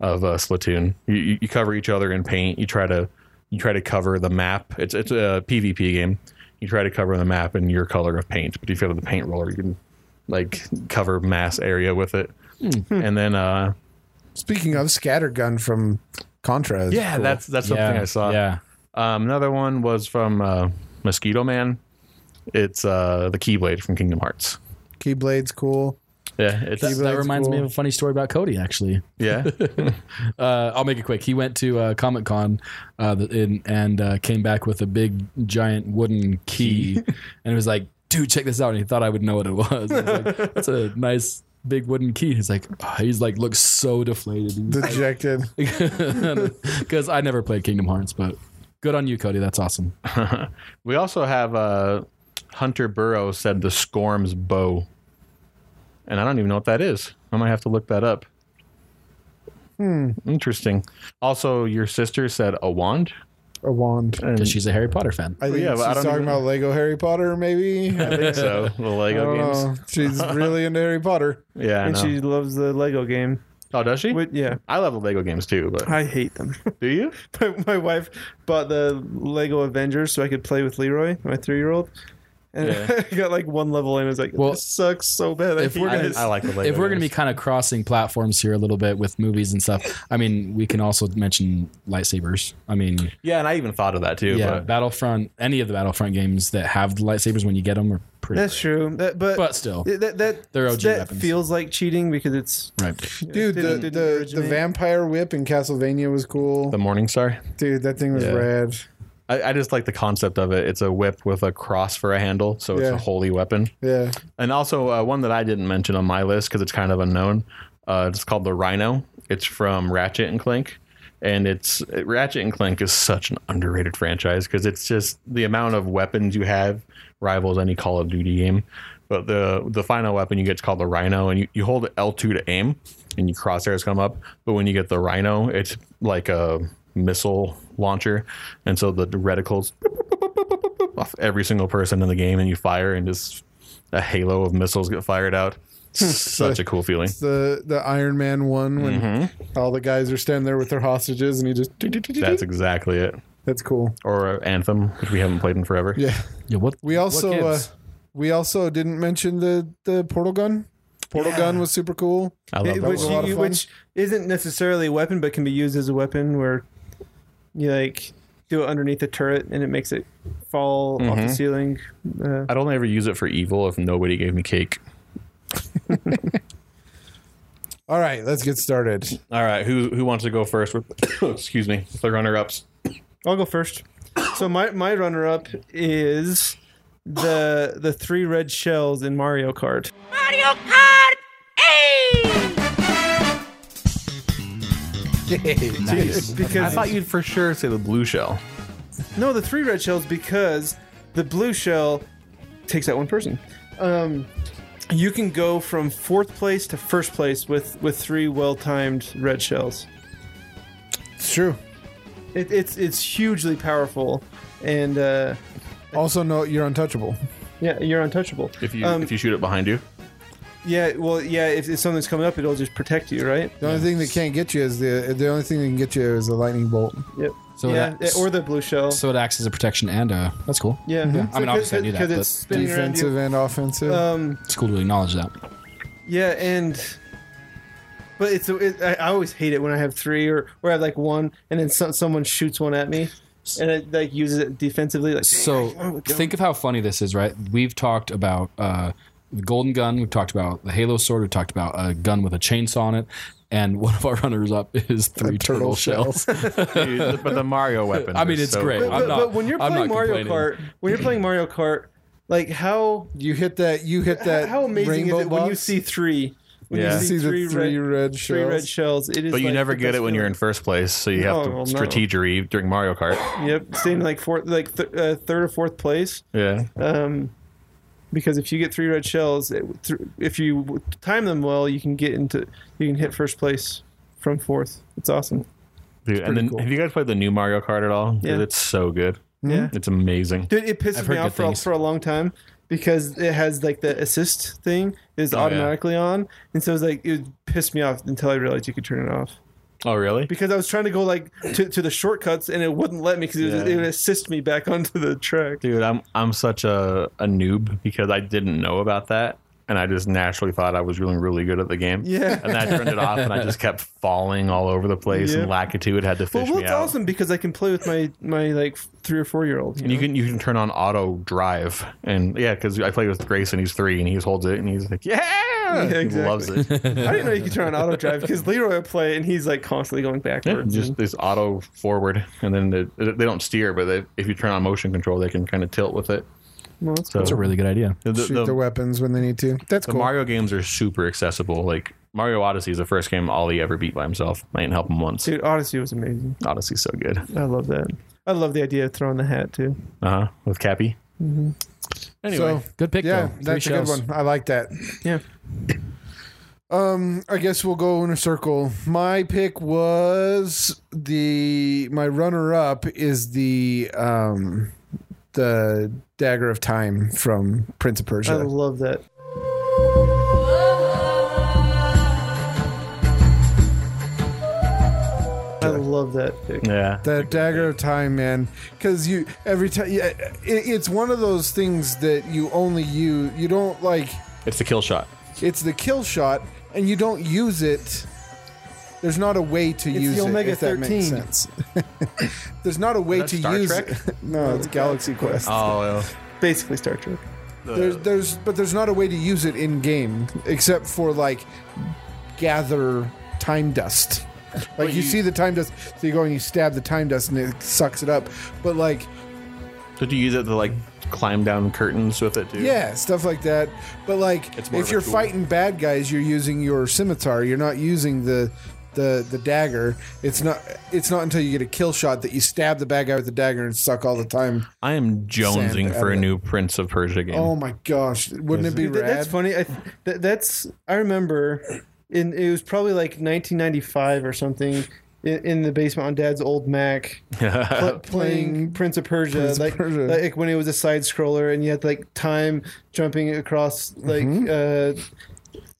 Speaker 3: of uh, Splatoon. You- You, you cover each other in paint. You try to you try to cover the map. It's it's a PvP game. You try to cover the map in your color of paint, but if you have the paint roller, you can like cover mass area with it.
Speaker 1: Hmm.
Speaker 3: And then uh
Speaker 2: Speaking of scattergun from Contra. is
Speaker 3: yeah,
Speaker 2: cool.
Speaker 3: that's that's
Speaker 5: yeah,
Speaker 3: something I saw.
Speaker 5: Yeah.
Speaker 3: Um, another one was from uh, Mosquito Man. It's uh the Keyblade from Kingdom Hearts.
Speaker 2: Keyblade's cool.
Speaker 3: Yeah, it's
Speaker 5: That, that
Speaker 2: Keyblades
Speaker 5: reminds me
Speaker 2: cool.
Speaker 5: of a funny story about Cody, actually.
Speaker 3: yeah.
Speaker 5: Uh, I'll make it quick. He went to uh, Comic Con uh, the- in- and uh, came back with a big, giant wooden key and it was like, dude, check this out. And he thought I would know what it was. I was like, That's a nice big wooden key. He's like, "Ah," he's like, looks so deflated.
Speaker 2: Dejected.
Speaker 5: Because I never played Kingdom Hearts, but good on you, Cody. That's awesome.
Speaker 3: we also have uh Hunter Burrow said the Scorm's bow. And I don't even know what that is. I might have to look that up. Hmm. Interesting. Also, your sister said a wand.
Speaker 2: A wand.
Speaker 5: Because
Speaker 3: And
Speaker 5: she's a Harry Potter fan.
Speaker 2: I think
Speaker 3: Uh, yeah, but
Speaker 2: she's
Speaker 3: I don't
Speaker 2: talking
Speaker 3: even-
Speaker 2: about Lego Harry Potter, maybe. I
Speaker 3: I think so. The Lego
Speaker 2: don't
Speaker 3: games.
Speaker 2: know. She's really into Harry Potter.
Speaker 3: Yeah. I
Speaker 1: Oh. and
Speaker 3: know.
Speaker 1: she loves the Lego game.
Speaker 3: oh, does she?
Speaker 1: But yeah,
Speaker 3: I love the Lego games too, but
Speaker 1: I hate them.
Speaker 3: do you?
Speaker 1: my, my wife bought the Lego Avengers so I could play with Leroy, my three year old. And
Speaker 3: Yeah.
Speaker 1: I got like one level and I was like,
Speaker 5: Well,
Speaker 1: this sucks so bad. I
Speaker 5: if
Speaker 1: hate
Speaker 5: we're gonna-
Speaker 1: this.
Speaker 3: I like the Lego.
Speaker 5: if we're going to be
Speaker 3: games.
Speaker 5: kind of crossing platforms here a little bit with movies and stuff, I mean, we can also mention lightsabers. I mean,
Speaker 3: yeah, and I even thought of that too.
Speaker 5: yeah,
Speaker 3: but
Speaker 5: Battlefront, any of the Battlefront games that have the lightsabers when you get them are pretty.
Speaker 1: That's true. That, but,
Speaker 5: But still,
Speaker 1: th- that, that,
Speaker 5: They're OG
Speaker 1: that
Speaker 5: weapons.
Speaker 1: feels like cheating because it's.
Speaker 5: right?
Speaker 2: Dude,
Speaker 1: didn't-
Speaker 2: the,
Speaker 1: didn't
Speaker 2: the, the
Speaker 1: originate.
Speaker 2: vampire whip in Castlevania was cool.
Speaker 3: the Morning Star.
Speaker 2: Dude, that thing was
Speaker 3: Yeah.
Speaker 2: rad.
Speaker 3: I, I just like the concept of it. It's a whip with a cross for a handle, so it's
Speaker 2: Yeah.
Speaker 3: a holy weapon.
Speaker 2: Yeah.
Speaker 3: And also uh, one that I didn't mention on my list because it's kind of unknown. Uh, it's called the Rhino. It's from Ratchet and Clank, and it's Ratchet and Clank is such an underrated franchise because it's just the amount of weapons you have rivals any Call of Duty game. But the the final weapon you get is called the Rhino, and you, you hold L two to aim, and your crosshairs come up. But when you get the Rhino, it's like a missile launcher, and so the reticles off every single person in the game, and you fire, and just a halo of missiles get fired out. Such a cool feeling.
Speaker 2: The the Iron Man one when all the guys are standing there with their hostages and he just
Speaker 3: Mm-hmm. That's exactly it.
Speaker 2: that's cool.
Speaker 3: Or uh, Anthem, which we haven't played in forever.
Speaker 2: Yeah.
Speaker 5: Yeah, what
Speaker 2: We also
Speaker 5: What
Speaker 2: uh,
Speaker 5: gives?
Speaker 2: we also didn't mention the the portal gun. Portal gun was super cool.
Speaker 3: I love
Speaker 1: It-
Speaker 3: that.
Speaker 1: which,
Speaker 2: was a lot of
Speaker 1: you-
Speaker 2: fun.
Speaker 1: which isn't necessarily a weapon, but can be used as a weapon where you like do it underneath the turret and it makes it fall off
Speaker 2: Mm-hmm.
Speaker 1: the ceiling. Uh,
Speaker 3: I'd only ever use it for evil if nobody gave me cake.
Speaker 2: All right, let's get started.
Speaker 3: All right, who who wants to go first? With, excuse me, the runner ups.
Speaker 1: I'll go first. So my, my runner up is the the three red shells in Mario Kart.
Speaker 6: Mario Kart 8!
Speaker 1: Because
Speaker 3: I thought you'd for sure say the blue shell.
Speaker 1: No, the three red shells because the blue shell takes out one person. Um, you can go from fourth place to first place with with three well timed red shells.
Speaker 2: It's true.
Speaker 1: It, it's it's hugely powerful, and uh,
Speaker 2: Also no you're untouchable.
Speaker 1: yeah, you're untouchable.
Speaker 3: If you
Speaker 1: Um,
Speaker 3: if you shoot it behind you,
Speaker 1: Yeah, well, yeah. If, if something's coming up, it'll just protect you, right?
Speaker 2: The only thing that can't get you is the the only thing that can get you is a lightning bolt.
Speaker 1: Yep.
Speaker 5: So
Speaker 1: yeah,
Speaker 5: that-
Speaker 1: or the blue shell.
Speaker 5: So it acts as a protection and uh that's cool.
Speaker 1: yeah,
Speaker 5: I mean, obviously I knew that,
Speaker 1: because
Speaker 5: but
Speaker 1: it's spinning around
Speaker 2: Defensive
Speaker 1: you.
Speaker 2: and offensive.
Speaker 1: Mm-hmm. Um,
Speaker 5: It's cool to acknowledge that.
Speaker 1: Yeah, and but it's it, I, I always hate it when I have three or or I have like one, and then some, someone shoots one at me, and it like uses it defensively. Like
Speaker 5: So think of how funny this is, right? We've talked about uh, the golden gun, we've talked about the halo sword, we've talked about a gun with a chainsaw on it, and one of our runners up is three
Speaker 2: turtle
Speaker 5: turtle, shells.
Speaker 3: Dude, but the Mario weapon.
Speaker 5: I mean,
Speaker 3: is
Speaker 5: it's great.
Speaker 3: cool.
Speaker 1: But,
Speaker 5: I'm
Speaker 1: but,
Speaker 5: not-
Speaker 1: but when you're
Speaker 5: I'm
Speaker 1: playing
Speaker 5: not
Speaker 1: Mario
Speaker 5: complaining.
Speaker 1: Kart, when you're playing Mario Kart, like how
Speaker 2: You hit that. You hit that.
Speaker 1: how amazing is
Speaker 2: rainbow
Speaker 1: it when you
Speaker 2: box.
Speaker 1: see three? When
Speaker 3: Yeah.
Speaker 1: you see, three, red,
Speaker 2: red
Speaker 1: three red shells, it is.
Speaker 3: But you
Speaker 1: like
Speaker 3: never
Speaker 1: the
Speaker 3: get
Speaker 1: best
Speaker 3: it when you're in
Speaker 1: feeling.
Speaker 3: first place, so you have
Speaker 1: Oh,
Speaker 3: to
Speaker 1: well, no.
Speaker 3: strategery during Mario Kart.
Speaker 1: Yep, staying like fourth, like th- uh, third or fourth place.
Speaker 3: Yeah.
Speaker 1: Um, because if you get three red shells, it, th- if you w- time them well, you can get into you can hit first place from fourth. It's awesome.
Speaker 3: Dude, and then
Speaker 2: cool.
Speaker 3: have you guys played the new Mario Kart at all?
Speaker 1: Yeah.
Speaker 3: Dude, it's so good.
Speaker 1: Yeah,
Speaker 3: It's amazing.
Speaker 1: dude, it pisses
Speaker 5: I've
Speaker 1: me
Speaker 5: heard
Speaker 1: off
Speaker 5: good
Speaker 1: for, a-
Speaker 5: things.
Speaker 1: for a long time because it has like the assist thing is
Speaker 3: Oh, yeah.
Speaker 1: automatically on, and so it's like it pissed me off until I realized you could turn it off
Speaker 3: Oh, really?
Speaker 1: because I was trying to go like to, to the shortcuts and it wouldn't let me because it, was
Speaker 3: Yeah.
Speaker 1: it would assist me back onto the track.
Speaker 3: Dude, I'm I'm such a, a noob because I didn't know about that, and I just naturally thought I was really really good at the game.
Speaker 1: Yeah.
Speaker 3: and then I turned it off, and I just kept falling all over the place, and
Speaker 1: Yeah.
Speaker 3: Lakitu had to
Speaker 1: Well,
Speaker 3: fish
Speaker 1: well,
Speaker 3: me
Speaker 1: it's
Speaker 3: out.
Speaker 1: awesome because I can play with my my like three or four year old.
Speaker 3: And you can you can turn on auto drive, and yeah, because I play with Grace, and he's three, and he holds it, and he's like, yeah,
Speaker 1: exactly.
Speaker 3: he loves it.
Speaker 1: I didn't know you could turn on auto drive because Leroy would play and he's like constantly going
Speaker 3: Yeah,
Speaker 1: backwards.
Speaker 3: just this auto forward, and then the, they don't steer, but they, if you turn on motion control, they can kind of tilt with it.
Speaker 1: Well, that's
Speaker 3: So
Speaker 5: That's a really good idea.
Speaker 3: the,
Speaker 2: Shoot
Speaker 3: the-
Speaker 2: their weapons when they need to. That's
Speaker 3: the
Speaker 2: cool.
Speaker 3: Mario games are super accessible. Like Mario Odyssey is the first game Ollie ever beat by himself. I didn't help him once.
Speaker 1: Dude, Odyssey was amazing.
Speaker 3: Odyssey's so good.
Speaker 1: I love that. I love the idea of throwing the hat too.
Speaker 3: Uh huh. With Cappy. Anyway,
Speaker 2: so
Speaker 5: Good pick,
Speaker 2: yeah,
Speaker 5: though. Three
Speaker 2: that's a good
Speaker 5: shells.
Speaker 2: one. I like that.
Speaker 1: Yeah.
Speaker 2: Um, I guess we'll go in a circle. My pick was the my runner up is the um the dagger of time from Prince of
Speaker 1: I
Speaker 2: Persia.
Speaker 1: love that. I love that. pick.
Speaker 3: yeah.
Speaker 2: That dagger of time, man. Because you every time, yeah, it, it's one of those things that you only use. You don't like.
Speaker 3: It's the kill shot.
Speaker 2: It's the kill shot, and you don't use it. There's not a way to use
Speaker 1: the
Speaker 2: it.
Speaker 1: Omega
Speaker 2: if that
Speaker 1: 13.
Speaker 2: makes sense. There's not a way
Speaker 3: that
Speaker 2: to
Speaker 3: Star
Speaker 2: use
Speaker 3: Trek?
Speaker 2: it. No, it's Galaxy Quest.
Speaker 3: Oh,
Speaker 1: Basically Star Trek.
Speaker 2: There's, there's, but there's not a way to use it in game except for like gather time dust. Like you,
Speaker 3: you-
Speaker 2: see the time dust, so you go and you stab the time dust, and it sucks it up. But like,
Speaker 3: did you use it to like climb down curtains with it too?
Speaker 2: yeah, stuff like that. But like,
Speaker 3: It's more of
Speaker 2: if
Speaker 3: a
Speaker 2: you're
Speaker 3: tool.
Speaker 2: fighting bad guys, you're using your scimitar. You're not using the the the dagger. It's not. It's not until you get a kill shot that you stab the bad guy with the dagger and suck all the time.
Speaker 3: I am jonesing
Speaker 2: Sand
Speaker 3: for a
Speaker 2: evident.
Speaker 3: new Prince of Persia game.
Speaker 2: Oh my gosh, wouldn't it be
Speaker 1: Dude, that-
Speaker 2: rad?
Speaker 1: that's funny. I, th- that, that's I remember, in it was probably like 1995 or something, in, in the basement on Dad's old Mac, pl- playing Prince of Persia,
Speaker 2: Prince of
Speaker 1: like,
Speaker 2: Persia.
Speaker 1: like when it was a side scroller and you had like time jumping across, like
Speaker 2: Mm-hmm.
Speaker 1: uh,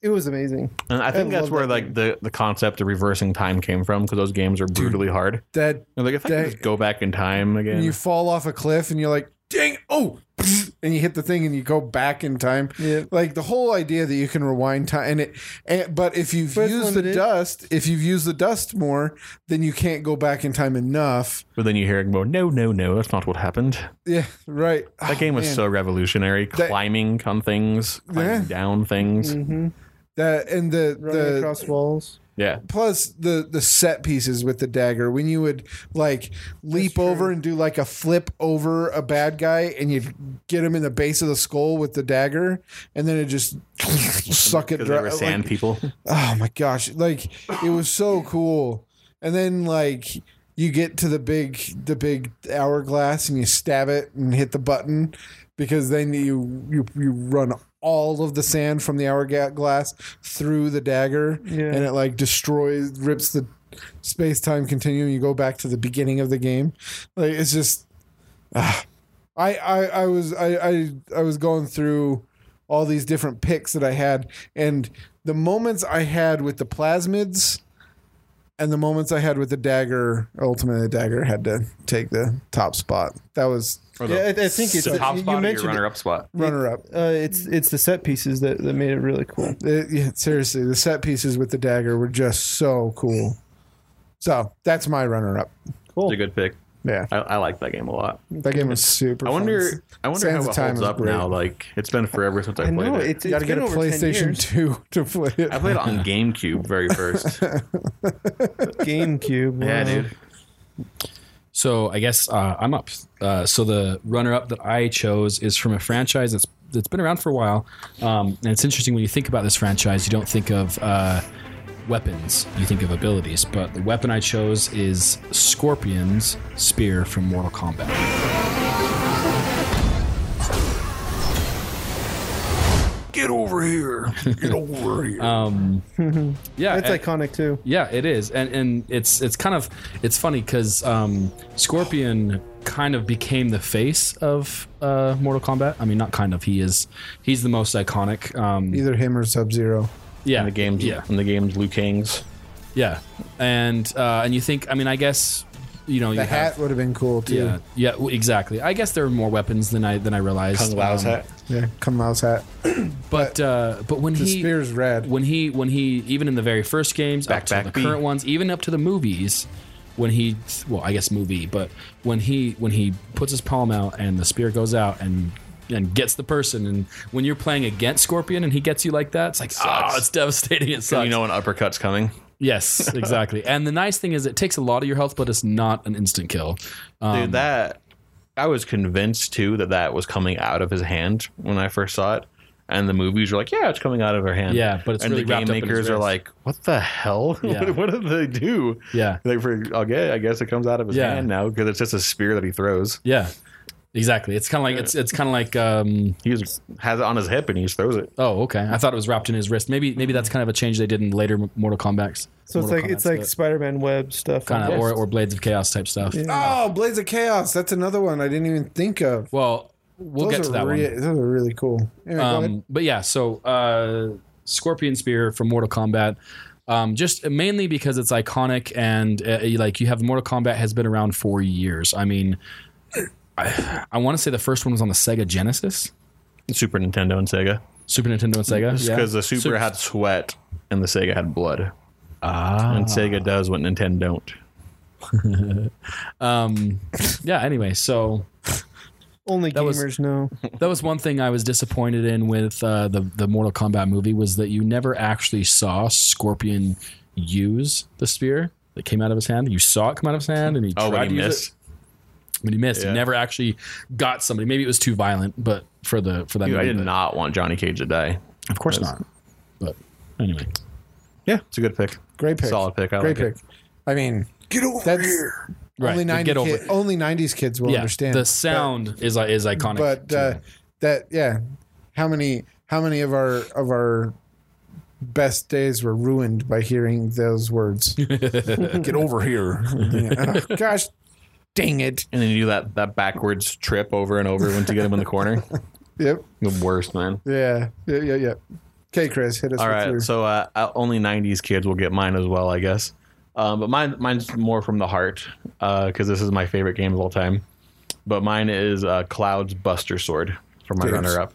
Speaker 1: it was amazing.
Speaker 3: and I think
Speaker 1: I
Speaker 3: that's
Speaker 1: love
Speaker 3: where
Speaker 1: that
Speaker 3: like
Speaker 1: game.
Speaker 3: the, the concept of reversing time came from because those games are brutally hard.
Speaker 2: That
Speaker 3: And, like if I could
Speaker 2: That-
Speaker 3: just go back in time again,
Speaker 2: and you fall off a cliff and you're like dang oh and you hit the thing and you go back in time
Speaker 1: Yeah.
Speaker 2: like the whole idea that you can rewind time and it and, but if you've
Speaker 1: But it's
Speaker 2: used the
Speaker 1: limited.
Speaker 2: dust if you've used the dust more then you can't go back in time enough
Speaker 3: but then you hear it go, no, no, no, that's not what happened.
Speaker 2: yeah right
Speaker 3: That game was so revolutionary.
Speaker 2: Ah, That-
Speaker 3: Climbing on things, climbing
Speaker 2: Yeah.
Speaker 3: down things.
Speaker 2: that and the
Speaker 1: Running
Speaker 2: the
Speaker 1: across walls.
Speaker 3: Yeah.
Speaker 2: plus the the set pieces with the dagger when you would like leap over and do like a flip over a bad guy and you'd get him in the base of the skull with the dagger and then it just suck it
Speaker 3: Because they
Speaker 2: dry
Speaker 3: were
Speaker 2: like-
Speaker 3: sand people.
Speaker 2: oh my gosh like it was so cool and then like you get to the big the big hourglass and you stab it and hit the button because then you you, you run all of the sand from the hourglass through the dagger
Speaker 1: Yeah.
Speaker 2: and it like destroys rips the space-time continuum you go back to the beginning of the game like it's just ah, I, I I was I, I I was going through all these different picks that I had, and the moments I had with the plasmids, and the moments I had with the dagger. Ultimately, the dagger had to take the top spot. That was
Speaker 1: Yeah, I, I think it's
Speaker 3: the top
Speaker 1: you,
Speaker 3: spot or
Speaker 1: you
Speaker 3: your
Speaker 1: mentioned it.
Speaker 3: runner up spot.
Speaker 2: runner up.
Speaker 1: Uh, it's it's the set pieces that, that made it really cool.
Speaker 2: It- yeah, seriously, the set pieces with the dagger were just so cool. So that's my runner up.
Speaker 3: It's a good pick.
Speaker 2: Yeah,
Speaker 3: I, I like that game a lot.
Speaker 2: that game was super.
Speaker 3: I
Speaker 2: Fun.
Speaker 3: wonder. I wonder
Speaker 2: Sands
Speaker 3: how
Speaker 2: of
Speaker 3: it
Speaker 2: Time
Speaker 3: holds
Speaker 2: is
Speaker 3: up
Speaker 2: great.
Speaker 3: now. Like it's been forever since I,
Speaker 1: I
Speaker 3: played
Speaker 1: know
Speaker 3: it.
Speaker 1: it's,
Speaker 2: You got
Speaker 1: it's
Speaker 2: to
Speaker 1: been
Speaker 2: get a
Speaker 1: over 10
Speaker 2: PlayStation
Speaker 1: years.
Speaker 2: Two to play it.
Speaker 3: I played it on GameCube very first.
Speaker 2: Uh-huh.
Speaker 1: GameCube.
Speaker 3: yeah,
Speaker 1: wow.
Speaker 3: dude.
Speaker 5: So I guess uh, I'm up. Uh, so the runner-up that I chose is from a franchise that's that's been around for a while, um, and it's interesting when you think about this franchise, you don't think of uh, weapons, you think of abilities. But the weapon I chose is Scorpion's spear from Mortal Kombat.
Speaker 3: Get over here. Get over here.
Speaker 5: Um, Yeah,
Speaker 1: That's
Speaker 3: Eh.
Speaker 5: and-
Speaker 1: iconic too.
Speaker 5: Yeah, it is, and and it's it's kind of it's funny because um, Scorpion kind of became the face of uh, Mortal Kombat. I mean, not kind of. He is he's the most iconic. Um,
Speaker 2: Either him or Sub Zero.
Speaker 5: yeah,
Speaker 3: and the games.
Speaker 5: Yeah,
Speaker 3: And the games. Liu Kang's.
Speaker 5: yeah, and uh, and you think? I mean, I guess you know you
Speaker 2: The
Speaker 5: have-
Speaker 2: hat would have been cool too.
Speaker 5: Yeah,
Speaker 2: Yeah,
Speaker 5: yeah, w- exactly. I guess there are more weapons than I than I realized.
Speaker 3: Kung Lao's
Speaker 5: um,
Speaker 3: hat.
Speaker 2: Kung Lao's hat.
Speaker 5: but uh, but when
Speaker 2: The
Speaker 5: he
Speaker 2: spear's red.
Speaker 5: when he when he even in the very first games up to
Speaker 3: back
Speaker 5: the
Speaker 3: B.
Speaker 5: current ones even up to the movies when he well i guess movie but when he when he puts his palm out and the spear goes out and and gets the person and when you're playing against scorpion and he gets you like that it's like
Speaker 3: Sucks.
Speaker 5: oh it's devastating it
Speaker 3: So
Speaker 5: sucks
Speaker 3: you know an uppercut's coming.
Speaker 5: yes exactly and the nice thing is it takes a lot of your health but it's not an instant kill um,
Speaker 3: Dude, that I was convinced too that that was coming out of his hand when I first saw it, and the movies were like, "Yeah, it's coming out of her hand."
Speaker 5: Yeah, but it's
Speaker 3: and
Speaker 5: really
Speaker 3: the
Speaker 5: wrapped
Speaker 3: game
Speaker 5: up in his
Speaker 3: makers are
Speaker 5: wrist.
Speaker 3: like, "What the hell?
Speaker 5: Yeah.
Speaker 3: what, what did they do?"
Speaker 5: Yeah.
Speaker 3: like for okay, I guess it comes out of his
Speaker 5: Yeah.
Speaker 3: hand now because it's just a spear that he throws.
Speaker 5: yeah exactly it's kind of like it's it's kind of like um
Speaker 3: He just has it on his hip and he just throws it.
Speaker 5: Oh, okay. I thought it was wrapped in his wrist. Maybe maybe that's kind of a change they did in later Mortal Kombat.
Speaker 1: Mm-hmm. So it's like it's like Spider-Man web stuff.
Speaker 5: kind of or, or Blades of Chaos type stuff.
Speaker 2: Oh, Blades of Chaos. That's another one I didn't even think of.
Speaker 5: Well, we'll get to that
Speaker 2: re-
Speaker 5: one.
Speaker 2: Those are really cool. Anyway, go ahead.
Speaker 5: Um, but yeah, so uh, Scorpion Spear from Mortal Kombat. Um, just mainly because it's iconic and uh, you- like you have Mortal Kombat has been around for years. I mean, I, I want to say the first one was on the Sega Genesis,
Speaker 3: Super Nintendo and Sega
Speaker 5: Super Nintendo and Sega. Yeah.
Speaker 3: because the Super
Speaker 5: Sup-
Speaker 3: had sweat and the Sega had blood. Ah. And Sega does what Nintendo don't.
Speaker 5: yeah. Anyway, so
Speaker 1: Only
Speaker 5: was-
Speaker 1: gamers know.
Speaker 5: that was one thing I was disappointed in with uh, the the Mortal Kombat movie was that you never actually saw Scorpion use the spear that came out of his hand. You saw it come out of his hand, and he
Speaker 3: Oh,
Speaker 5: tried
Speaker 3: when
Speaker 5: to
Speaker 3: he
Speaker 5: use
Speaker 3: missed.
Speaker 5: it, but he missed.
Speaker 3: Yeah.
Speaker 5: He never actually got somebody. Maybe it was too violent, but for the for that,
Speaker 3: Dude, I
Speaker 5: movie,
Speaker 3: did
Speaker 5: but-
Speaker 3: not want Johnny Cage to die.
Speaker 5: Of course not. But anyway,
Speaker 3: Yeah, it's a good pick.
Speaker 2: Great pick.
Speaker 3: Solid pick. I
Speaker 2: Great
Speaker 3: like it.
Speaker 2: pick. I mean, get over that's here.
Speaker 5: Right,
Speaker 2: Only
Speaker 5: the
Speaker 2: 90
Speaker 5: get over
Speaker 2: kid- only 90s kids will
Speaker 5: yeah,
Speaker 2: understand.
Speaker 5: the sound is uh, is iconic.
Speaker 2: But
Speaker 5: to
Speaker 2: uh,
Speaker 5: me.
Speaker 2: that yeah, how many how many of our of our best days were ruined by hearing those words? get over here. Yeah. Oh, gosh, dang it.
Speaker 3: And then you do that that backwards trip over and over once you get him in the corner.
Speaker 2: Yep.
Speaker 3: The worst, man.
Speaker 2: Yeah. Yeah. Yeah. Yeah. Okay, Chris, hit us
Speaker 3: All
Speaker 2: with
Speaker 3: right,
Speaker 2: your.
Speaker 3: so uh, uh, only '90s kids will get mine as well, I guess. Um, but mine, mine's more from the heart because this is my favorite game of all time. But mine is uh, Cloud's Buster Sword for my
Speaker 2: Dude.
Speaker 3: runner-up.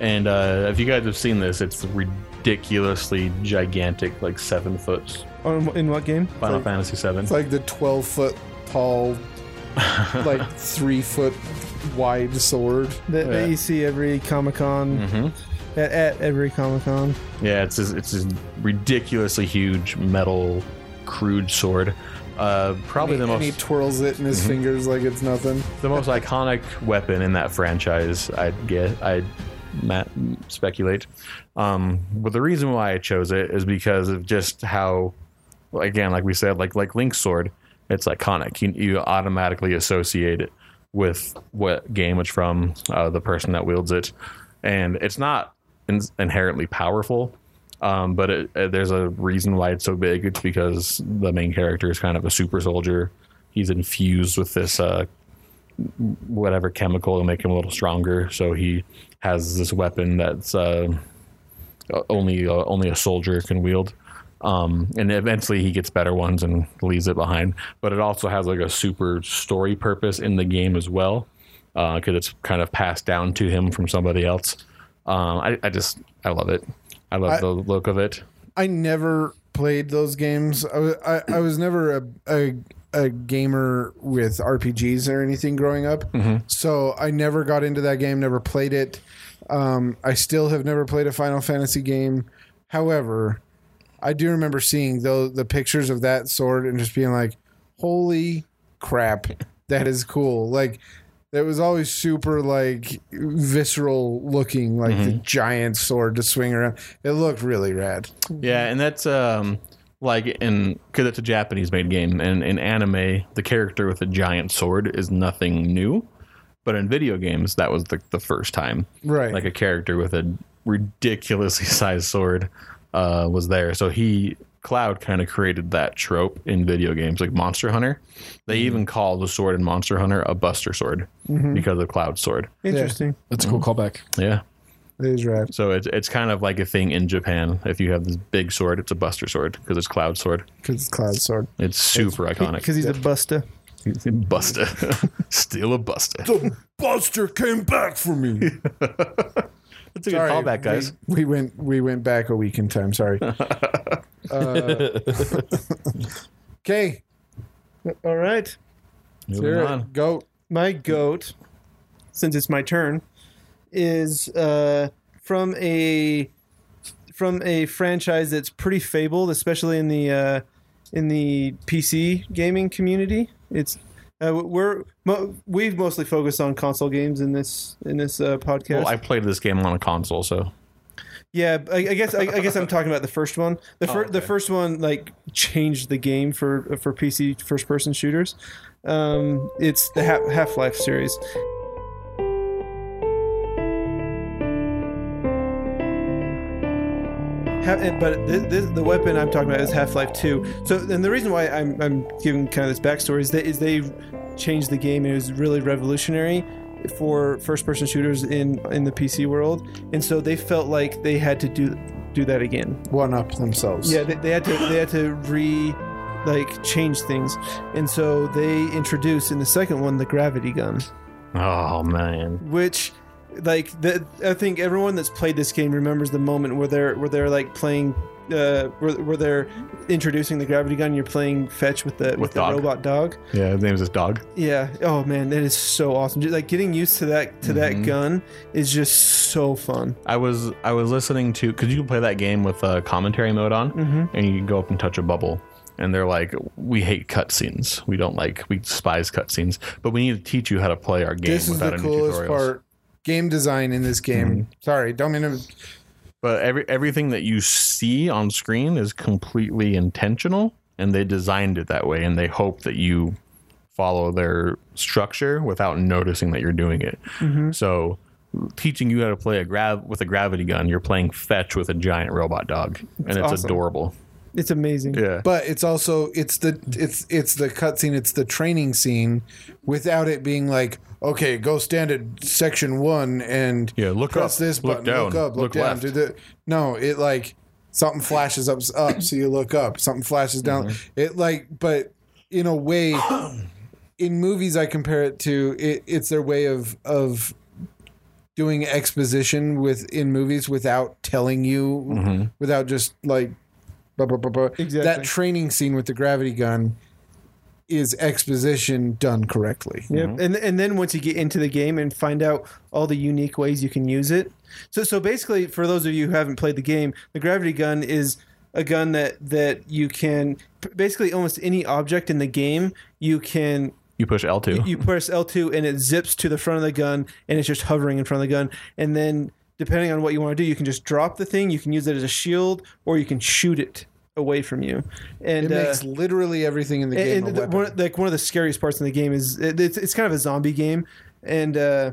Speaker 3: And uh, if you guys have seen this, it's ridiculously gigantic, like seven foot
Speaker 1: On, in what game?
Speaker 3: Final Fantasy Seven.
Speaker 2: It's like the 12 foot tall, like three foot wide sword.
Speaker 1: That, that
Speaker 3: Yeah.
Speaker 1: you see every Comic Con.
Speaker 5: Mm-hmm.
Speaker 1: At, at every Comic Con.
Speaker 3: Yeah, it's this, it's this ridiculously huge metal crude sword. Uh, probably the
Speaker 2: And he
Speaker 3: most Mm-hmm.
Speaker 2: twirls it in his fingers like it's nothing.
Speaker 3: the most iconic weapon in that franchise. I'd get I'd ma- speculate. Um, but the reason why I chose it is because of just how again, like we said, like like Link's sword, it's iconic. You, you automatically associate it with what game it's from, uh, the person that wields it, and it's not in- inherently powerful. Um, but it, uh, there's a reason why it's so big. It's because the main character is kind of a super soldier. He's infused with this uh, whatever chemical to make him a little stronger. So he has this weapon that's uh, only uh, only a soldier can wield. Um, and eventually he gets better ones and leaves it behind. But it also has like a super story purpose in the game as well, uh, because it's kind of passed down to him from somebody else. Um, I, I just I love it. I love the look of it.
Speaker 2: I never played those games. I, wa- I, I was never a, a a gamer with RPGs or anything growing up, so I never got into that game. Never played it. Um, I still have never played a Final Fantasy game. However, I do remember seeing though the pictures of that sword and just being like, "Holy crap, that is cool!" Like. It was always super like visceral looking, like the giant sword to swing around. It looked really rad.
Speaker 3: Yeah, and that's um like in because it's a Japanese made game, and in anime, the character with a giant sword is nothing new. But in video games, that was the, the first time,
Speaker 2: Right.
Speaker 3: Like a character with a ridiculously sized sword uh, was there. So he Cloud kind of created that trope in video games, like Monster Hunter. They even call the sword in Monster Hunter a Buster Sword because of Cloud's sword.
Speaker 1: Interesting.
Speaker 5: That's a cool callback.
Speaker 3: Yeah,
Speaker 2: It is rad.
Speaker 3: so it's it's kind of like a thing in Japan. If you have this big sword, it's a Buster Sword because it's Cloud sword.
Speaker 2: Because it's Cloud Sword.
Speaker 3: It's super iconic.
Speaker 1: Because he's a buster.
Speaker 3: Buster. Still a Buster.
Speaker 2: Buster came back for me.
Speaker 3: That's a good
Speaker 2: Sorry,
Speaker 3: callback, guys.
Speaker 2: We, we went we went back a week in time. Sorry. Uh, Okay,
Speaker 1: All right.
Speaker 3: Moving on.
Speaker 2: go.
Speaker 1: my goat, since it's my turn, is uh, from a from a franchise that's pretty fabled, especially in the uh, in the PC gaming community. It's uh, we're mo- we've mostly focused on console games in this in this uh, podcast.
Speaker 3: Well, I played this game on a console, so
Speaker 1: Yeah, I, I guess I, I guess I'm talking about the first one. The
Speaker 3: Oh,
Speaker 1: fir- the first one like changed the game for for PC first person shooters. Um, it's the ha- Half Life series. Ha- and- But thi- thi- the weapon I'm talking about is Half Life Two. So, and the reason why I'm, I'm giving kind of this backstory is that is they changed the game. It was really revolutionary for first-person shooters in in the PC world, and so they felt like they had to do do that again.
Speaker 2: One up themselves.
Speaker 1: Yeah, they, they had to they had to re like change things, and so they introduced in the second one the gravity gun,
Speaker 3: Oh man.
Speaker 1: which like the, I think everyone that's played this game remembers the moment where they're where they're like playing. Uh, where, where they're introducing the gravity gun, you're playing fetch with the with, the
Speaker 3: dog.
Speaker 1: robot dog.
Speaker 3: Yeah, his name's his dog.
Speaker 1: Yeah. Oh man, that is so awesome. Just, like getting used to that to that gun is just so fun.
Speaker 3: I was I was listening to because you can play that game with uh, commentary mode on,
Speaker 2: Mm-hmm.
Speaker 3: and you can go up and touch a bubble, and they're like, "We hate cutscenes. We don't like. We despise cutscenes. But we need to teach you how to play our game
Speaker 2: This is
Speaker 3: without
Speaker 2: the
Speaker 3: any
Speaker 2: coolest
Speaker 3: tutorials."
Speaker 2: part. Game design in this game. Sorry, don't mean to.
Speaker 3: But every everything that you see on screen is completely intentional, and they designed it that way, and they hope that you follow their structure without noticing that you're doing it. So, teaching you how to play a grav with a gravity gun, you're playing fetch with a giant robot dog, and it's
Speaker 1: awesome.
Speaker 3: adorable.
Speaker 1: It's amazing.
Speaker 3: Yeah,
Speaker 2: But it's also it's the it's it's the cutscene. It's the training scene, without it being like okay, go stand at section one and
Speaker 3: Yeah, look
Speaker 2: press
Speaker 3: up,
Speaker 2: this
Speaker 3: look
Speaker 2: button,
Speaker 3: down,
Speaker 2: look up, look,
Speaker 3: look
Speaker 2: down.
Speaker 3: left.
Speaker 2: Do the no, it like something flashes up up, so you look up. Something flashes down.
Speaker 3: Mm-hmm.
Speaker 2: It like, but in a way, in movies I compare it to it, it's their way of of doing exposition with in movies without telling you,
Speaker 3: Mm-hmm.
Speaker 2: without just like blah, blah, blah, blah.
Speaker 1: Exactly.
Speaker 2: that training scene with the gravity gun is exposition done correctly.
Speaker 1: Yep. And and then once you get into the game and find out all the unique ways you can use it. So so basically for those of you who haven't played the game, the gravity gun is a gun that that you can basically almost any object in the game you can
Speaker 3: you push L two.
Speaker 1: you press L2 and it zips to the front of the gun and it's just hovering in front of the gun. And then, depending on what you want to do, you can just drop the thing, you can use it as a shield, or you can shoot it away from you. And
Speaker 2: It
Speaker 1: uh,
Speaker 2: makes literally everything in the game.
Speaker 1: and,
Speaker 2: a
Speaker 1: and
Speaker 2: weapon.
Speaker 1: one, like one of the scariest parts in the game is it, it's, it's kind of a zombie game, and uh,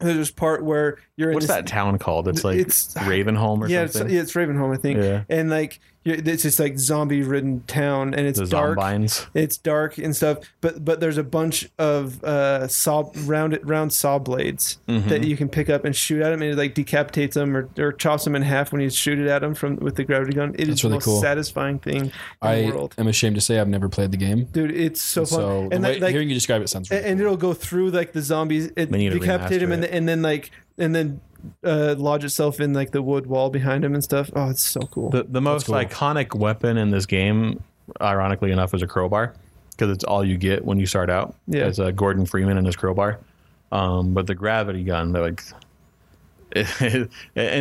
Speaker 1: there's this part where you're in
Speaker 3: What's
Speaker 1: this,
Speaker 3: that town called? It's like
Speaker 1: It's-
Speaker 3: Ravenholm or
Speaker 1: Yeah, it's,
Speaker 3: something.
Speaker 1: yeah, it's Ravenholm, I think.
Speaker 3: Yeah.
Speaker 1: And like you're, it's just like zombie-ridden town, and it's
Speaker 3: the
Speaker 1: dark
Speaker 3: Zombines.
Speaker 1: it's dark and stuff but but there's a bunch of uh saw round round saw blades that you can pick up and shoot at them and it like decapitates them or, or chops them in half when you shoot it at them from with the gravity gun It is the
Speaker 5: really
Speaker 1: most
Speaker 5: cool.
Speaker 1: satisfying thing in the
Speaker 5: I
Speaker 1: world
Speaker 5: am ashamed to say I've never played the game.
Speaker 1: dude it's so fun
Speaker 5: So the
Speaker 1: and
Speaker 5: way,
Speaker 1: like, like
Speaker 5: hearing you describe it sounds really
Speaker 1: and it'll go through like the zombies it
Speaker 3: They need to
Speaker 1: decapitate
Speaker 3: remaster
Speaker 1: them and,
Speaker 3: it.
Speaker 1: and then like and then uh, lodge itself in like the wood wall behind him and stuff. Oh, it's so cool.
Speaker 3: The, the most iconic weapon in this game, ironically enough, is a crowbar because it's all you get when you start out.
Speaker 1: Yeah.
Speaker 3: It's uh, Gordon Freeman and his crowbar. Um, but the gravity gun, they're like, and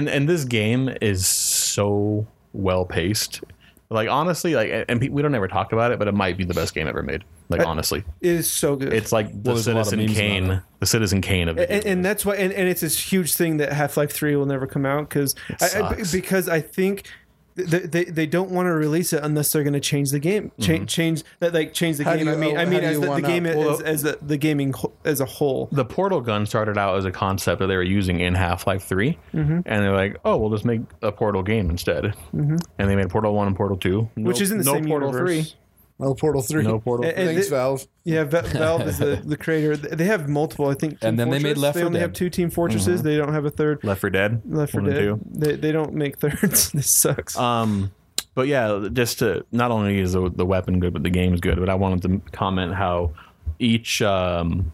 Speaker 3: and this game is so well paced. Like honestly, like and pe- we don't ever talk about it, but it might be the best game ever made. Like honestly,
Speaker 1: it is so good.
Speaker 3: it's like the
Speaker 5: there's a lot of
Speaker 3: Citizen
Speaker 5: memes about
Speaker 3: Kane,
Speaker 5: it.
Speaker 3: the Citizen Kane of the
Speaker 1: and,
Speaker 3: game.
Speaker 1: and that's why and, and it's this huge thing that half-life 3 will never come out because I, I-
Speaker 3: sucks.
Speaker 1: because i think th- they, they don't want to release it unless they're going to change the game Cha-
Speaker 5: Mm-hmm.
Speaker 1: change that like change the
Speaker 2: How do
Speaker 1: game i
Speaker 2: you-
Speaker 1: mean i
Speaker 2: how
Speaker 1: mean
Speaker 2: do
Speaker 1: as
Speaker 2: you
Speaker 1: the, the
Speaker 2: wanna-
Speaker 1: game
Speaker 3: Well,
Speaker 1: as, as the, the gaming wh- as a whole
Speaker 3: the portal gun started out as a concept that they were using in Half Life 3.
Speaker 1: Mm-hmm.
Speaker 3: And they're like, oh, we'll just make a portal game instead. And they made Portal 1 and Portal 2. No-
Speaker 1: Which is in the
Speaker 3: no
Speaker 1: same
Speaker 3: Portal
Speaker 1: universe.
Speaker 2: No Portal Three.
Speaker 3: No Portal
Speaker 1: And-
Speaker 3: 3.
Speaker 1: and
Speaker 2: Thanks,
Speaker 1: thi-
Speaker 2: Valve.
Speaker 1: yeah Va- valve is the, the creator Th- they have multiple i think Team
Speaker 5: And then they made
Speaker 1: Fortress.
Speaker 5: Left
Speaker 1: they
Speaker 5: 4
Speaker 1: only
Speaker 5: Dead. Mm-hmm.
Speaker 1: have two team fortresses they don't have a third
Speaker 3: Left 4 Dead.
Speaker 1: left 4
Speaker 3: one and
Speaker 1: dead they, they don't make thirds this sucks
Speaker 3: Um, but yeah, just to not only is the, the weapon good, but the game is good. But I wanted to comment how each um,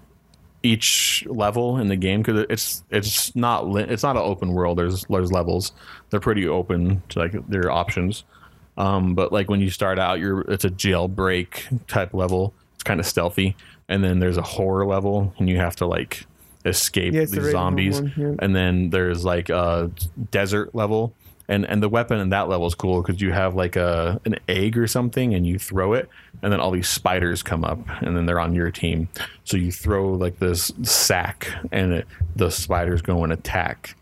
Speaker 3: each level in the game because it's it's not li- it's not an open world. There's there's levels. They're pretty open to like their options. Um, but like when you start out, you're it's a jailbreak type level. It's kind of stealthy, and then there's a horror level, and you have to like escape
Speaker 1: Yeah, it's the
Speaker 3: these
Speaker 1: rated R
Speaker 3: zombies.
Speaker 1: one, yeah.
Speaker 3: And then there's like a desert level, and and the weapon in that level is cool because you have like a an egg or something, and you throw it, and then all these spiders come up, and then they're on your team. So you throw like this sack, and it, the spiders go and attack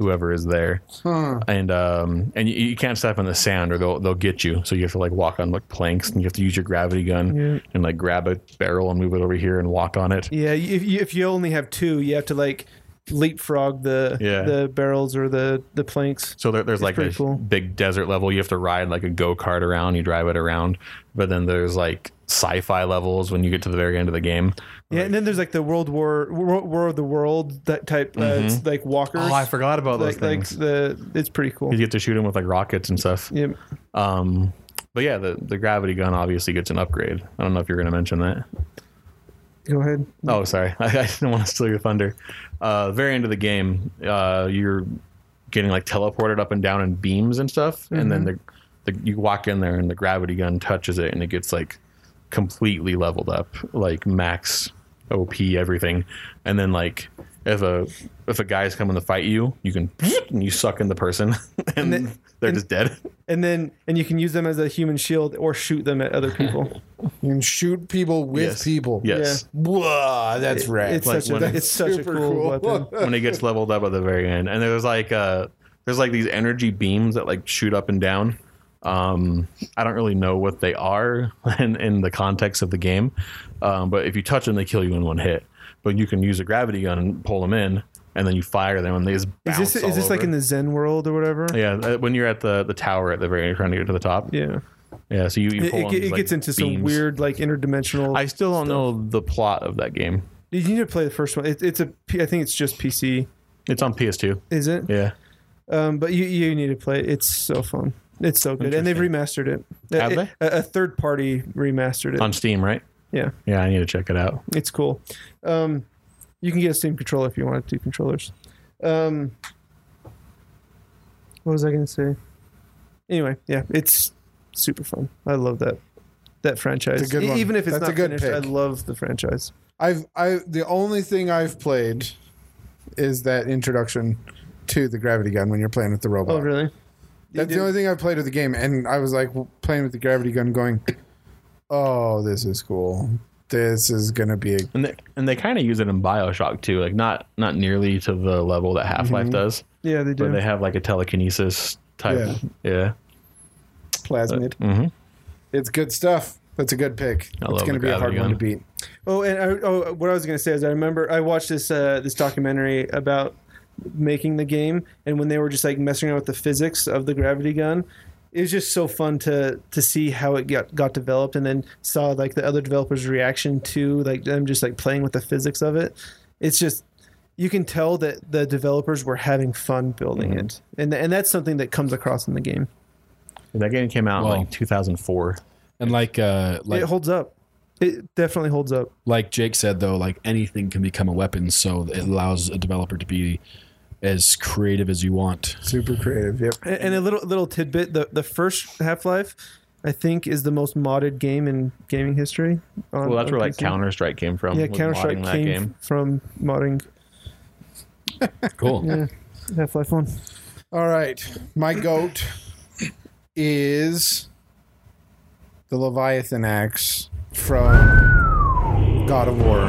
Speaker 3: whoever is there and um and you, you can't step in the sand or they'll they'll get you so you have to like walk on like planks and you have to use your gravity gun and like grab a barrel and move it over here and walk on it
Speaker 1: Yeah, if you, if you only have two, you have to like leapfrog the
Speaker 3: Yeah.
Speaker 1: the barrels or the the planks.
Speaker 3: so there, there's like a
Speaker 1: pretty cool.
Speaker 3: big desert level you have to ride like a go-kart around you drive it around but then there's like sci-fi levels when you get to the very end of the game
Speaker 1: Yeah, and then there's like the World War War, War of the World that type uh,
Speaker 3: Mm-hmm.
Speaker 1: it's like walkers.
Speaker 3: oh i forgot about those
Speaker 1: Like, like
Speaker 3: things
Speaker 1: the it's pretty cool.
Speaker 3: you get to shoot them with like rockets and stuff
Speaker 1: Yep.
Speaker 3: um but yeah the, the gravity gun obviously gets an upgrade i don't know if you're going to mention that
Speaker 1: Go ahead.
Speaker 3: Oh, sorry. I, I didn't want to steal your thunder. Uh, very end of the game, uh, you're getting like teleported up and down in beams and stuff, and then the, the you walk in there and the gravity gun touches it and it gets like completely leveled up, like max OP everything, and then like if a if a guy's coming to fight you, you can and you suck in the person and,
Speaker 1: then-
Speaker 3: they're
Speaker 1: and-
Speaker 3: just dead.
Speaker 1: And then and you can use them as a human shield or shoot them at other people.
Speaker 2: You can shoot people with
Speaker 3: Yes.
Speaker 2: people.
Speaker 3: Yes.
Speaker 2: Whoa, that's rad.
Speaker 1: It's
Speaker 3: Like
Speaker 1: such
Speaker 3: when-
Speaker 1: a it's such a
Speaker 2: super
Speaker 1: cool,
Speaker 2: cool.
Speaker 1: weapon.
Speaker 3: when it gets leveled up at the very end. And there's like uh there's like these energy beams that like shoot up and down. Um, I don't really know what they are in, in the context of the game, um, but if you touch them, they kill you in one hit. But you can use a gravity gun and pull them in, and then you fire them, and they just
Speaker 1: Is
Speaker 3: bounce
Speaker 1: this
Speaker 3: all
Speaker 1: is this like
Speaker 3: over.
Speaker 1: in the Zen world or whatever?
Speaker 3: yeah uh, when you're at the the tower at the very end, trying to get to the top.
Speaker 1: Yeah.
Speaker 3: yeah. So you, you
Speaker 1: It,
Speaker 3: pull
Speaker 1: it,
Speaker 3: on
Speaker 1: ge-
Speaker 3: these,
Speaker 1: it
Speaker 3: like,
Speaker 1: gets into some
Speaker 3: beams.
Speaker 1: weird like interdimensional.
Speaker 3: I still don't know the plot of that game.
Speaker 1: you need to play the first one. It, it's a P- I think it's just PC.
Speaker 3: It's on PS2.
Speaker 1: Is it?
Speaker 3: Yeah.
Speaker 1: Um, but you you need to play. it. It's so fun. It's so good, and they've remastered it. A-
Speaker 3: Have
Speaker 1: a,
Speaker 3: they?
Speaker 1: A, a third party remastered it.
Speaker 3: On Steam, right?
Speaker 1: yeah,
Speaker 3: Yeah, I need to check it out.
Speaker 1: it's cool. Um, you can get a Steam controller if you want two controllers. Um, what was I going to say? Anyway, yeah, it's super fun. I love that that franchise.
Speaker 2: It's a good
Speaker 1: E-
Speaker 2: one.
Speaker 1: Even if it's
Speaker 2: That's a
Speaker 1: not
Speaker 2: good
Speaker 1: finished,
Speaker 2: pick.
Speaker 1: I love the franchise.
Speaker 2: I've I the only thing I've played is that introduction to the gravity gun when you're playing with the robot.
Speaker 1: Oh, really?
Speaker 2: That's
Speaker 1: You
Speaker 2: the only thing I've played with the game, and I was like w- playing with the gravity gun, going, "Oh, this is cool. This is gonna be." A-
Speaker 3: and they, and they kind of use it in Bioshock too, like not not nearly to the level that Half Life does,
Speaker 1: Yeah, they
Speaker 3: but
Speaker 1: do.
Speaker 3: they have like a telekinesis type. Yeah,
Speaker 2: plasmid.
Speaker 3: Mhm.
Speaker 2: It's good stuff. That's a good pick.
Speaker 3: I
Speaker 2: it's
Speaker 3: love
Speaker 2: going to
Speaker 3: the
Speaker 2: be a hard
Speaker 3: gravity
Speaker 2: one to
Speaker 3: gun.
Speaker 2: beat.
Speaker 1: Oh, and I, oh, what I was gonna say is I remember I watched this uh, this documentary about making the game, and when they were just like messing around with the physics of the gravity gun, it was just so fun to to see how it got got developed, and then saw like the other developers' reaction to like them just like playing with the physics of it. It's just you can tell that the developers were having fun building it, and and that's something that comes across in the game.
Speaker 3: that game came out in
Speaker 5: Wow.
Speaker 3: like 2004.
Speaker 5: And like uh, like
Speaker 1: it holds up. It definitely holds up.
Speaker 5: like Jake said though, like anything can become a weapon, so it allows a developer to be as creative as you want.
Speaker 2: Super creative. Yep.
Speaker 1: And, and a little little tidbit: the the first Half Life, I think, is the most modded game in gaming history. on-
Speaker 3: Well, that's
Speaker 1: on
Speaker 3: where like
Speaker 1: PC.
Speaker 3: Counter Strike came from.
Speaker 1: Yeah,
Speaker 3: was
Speaker 1: Counter Strike
Speaker 3: modding
Speaker 1: came from modding
Speaker 5: Cool.
Speaker 1: Half Life One.
Speaker 2: All right. My goat is the Leviathan axe from God of War.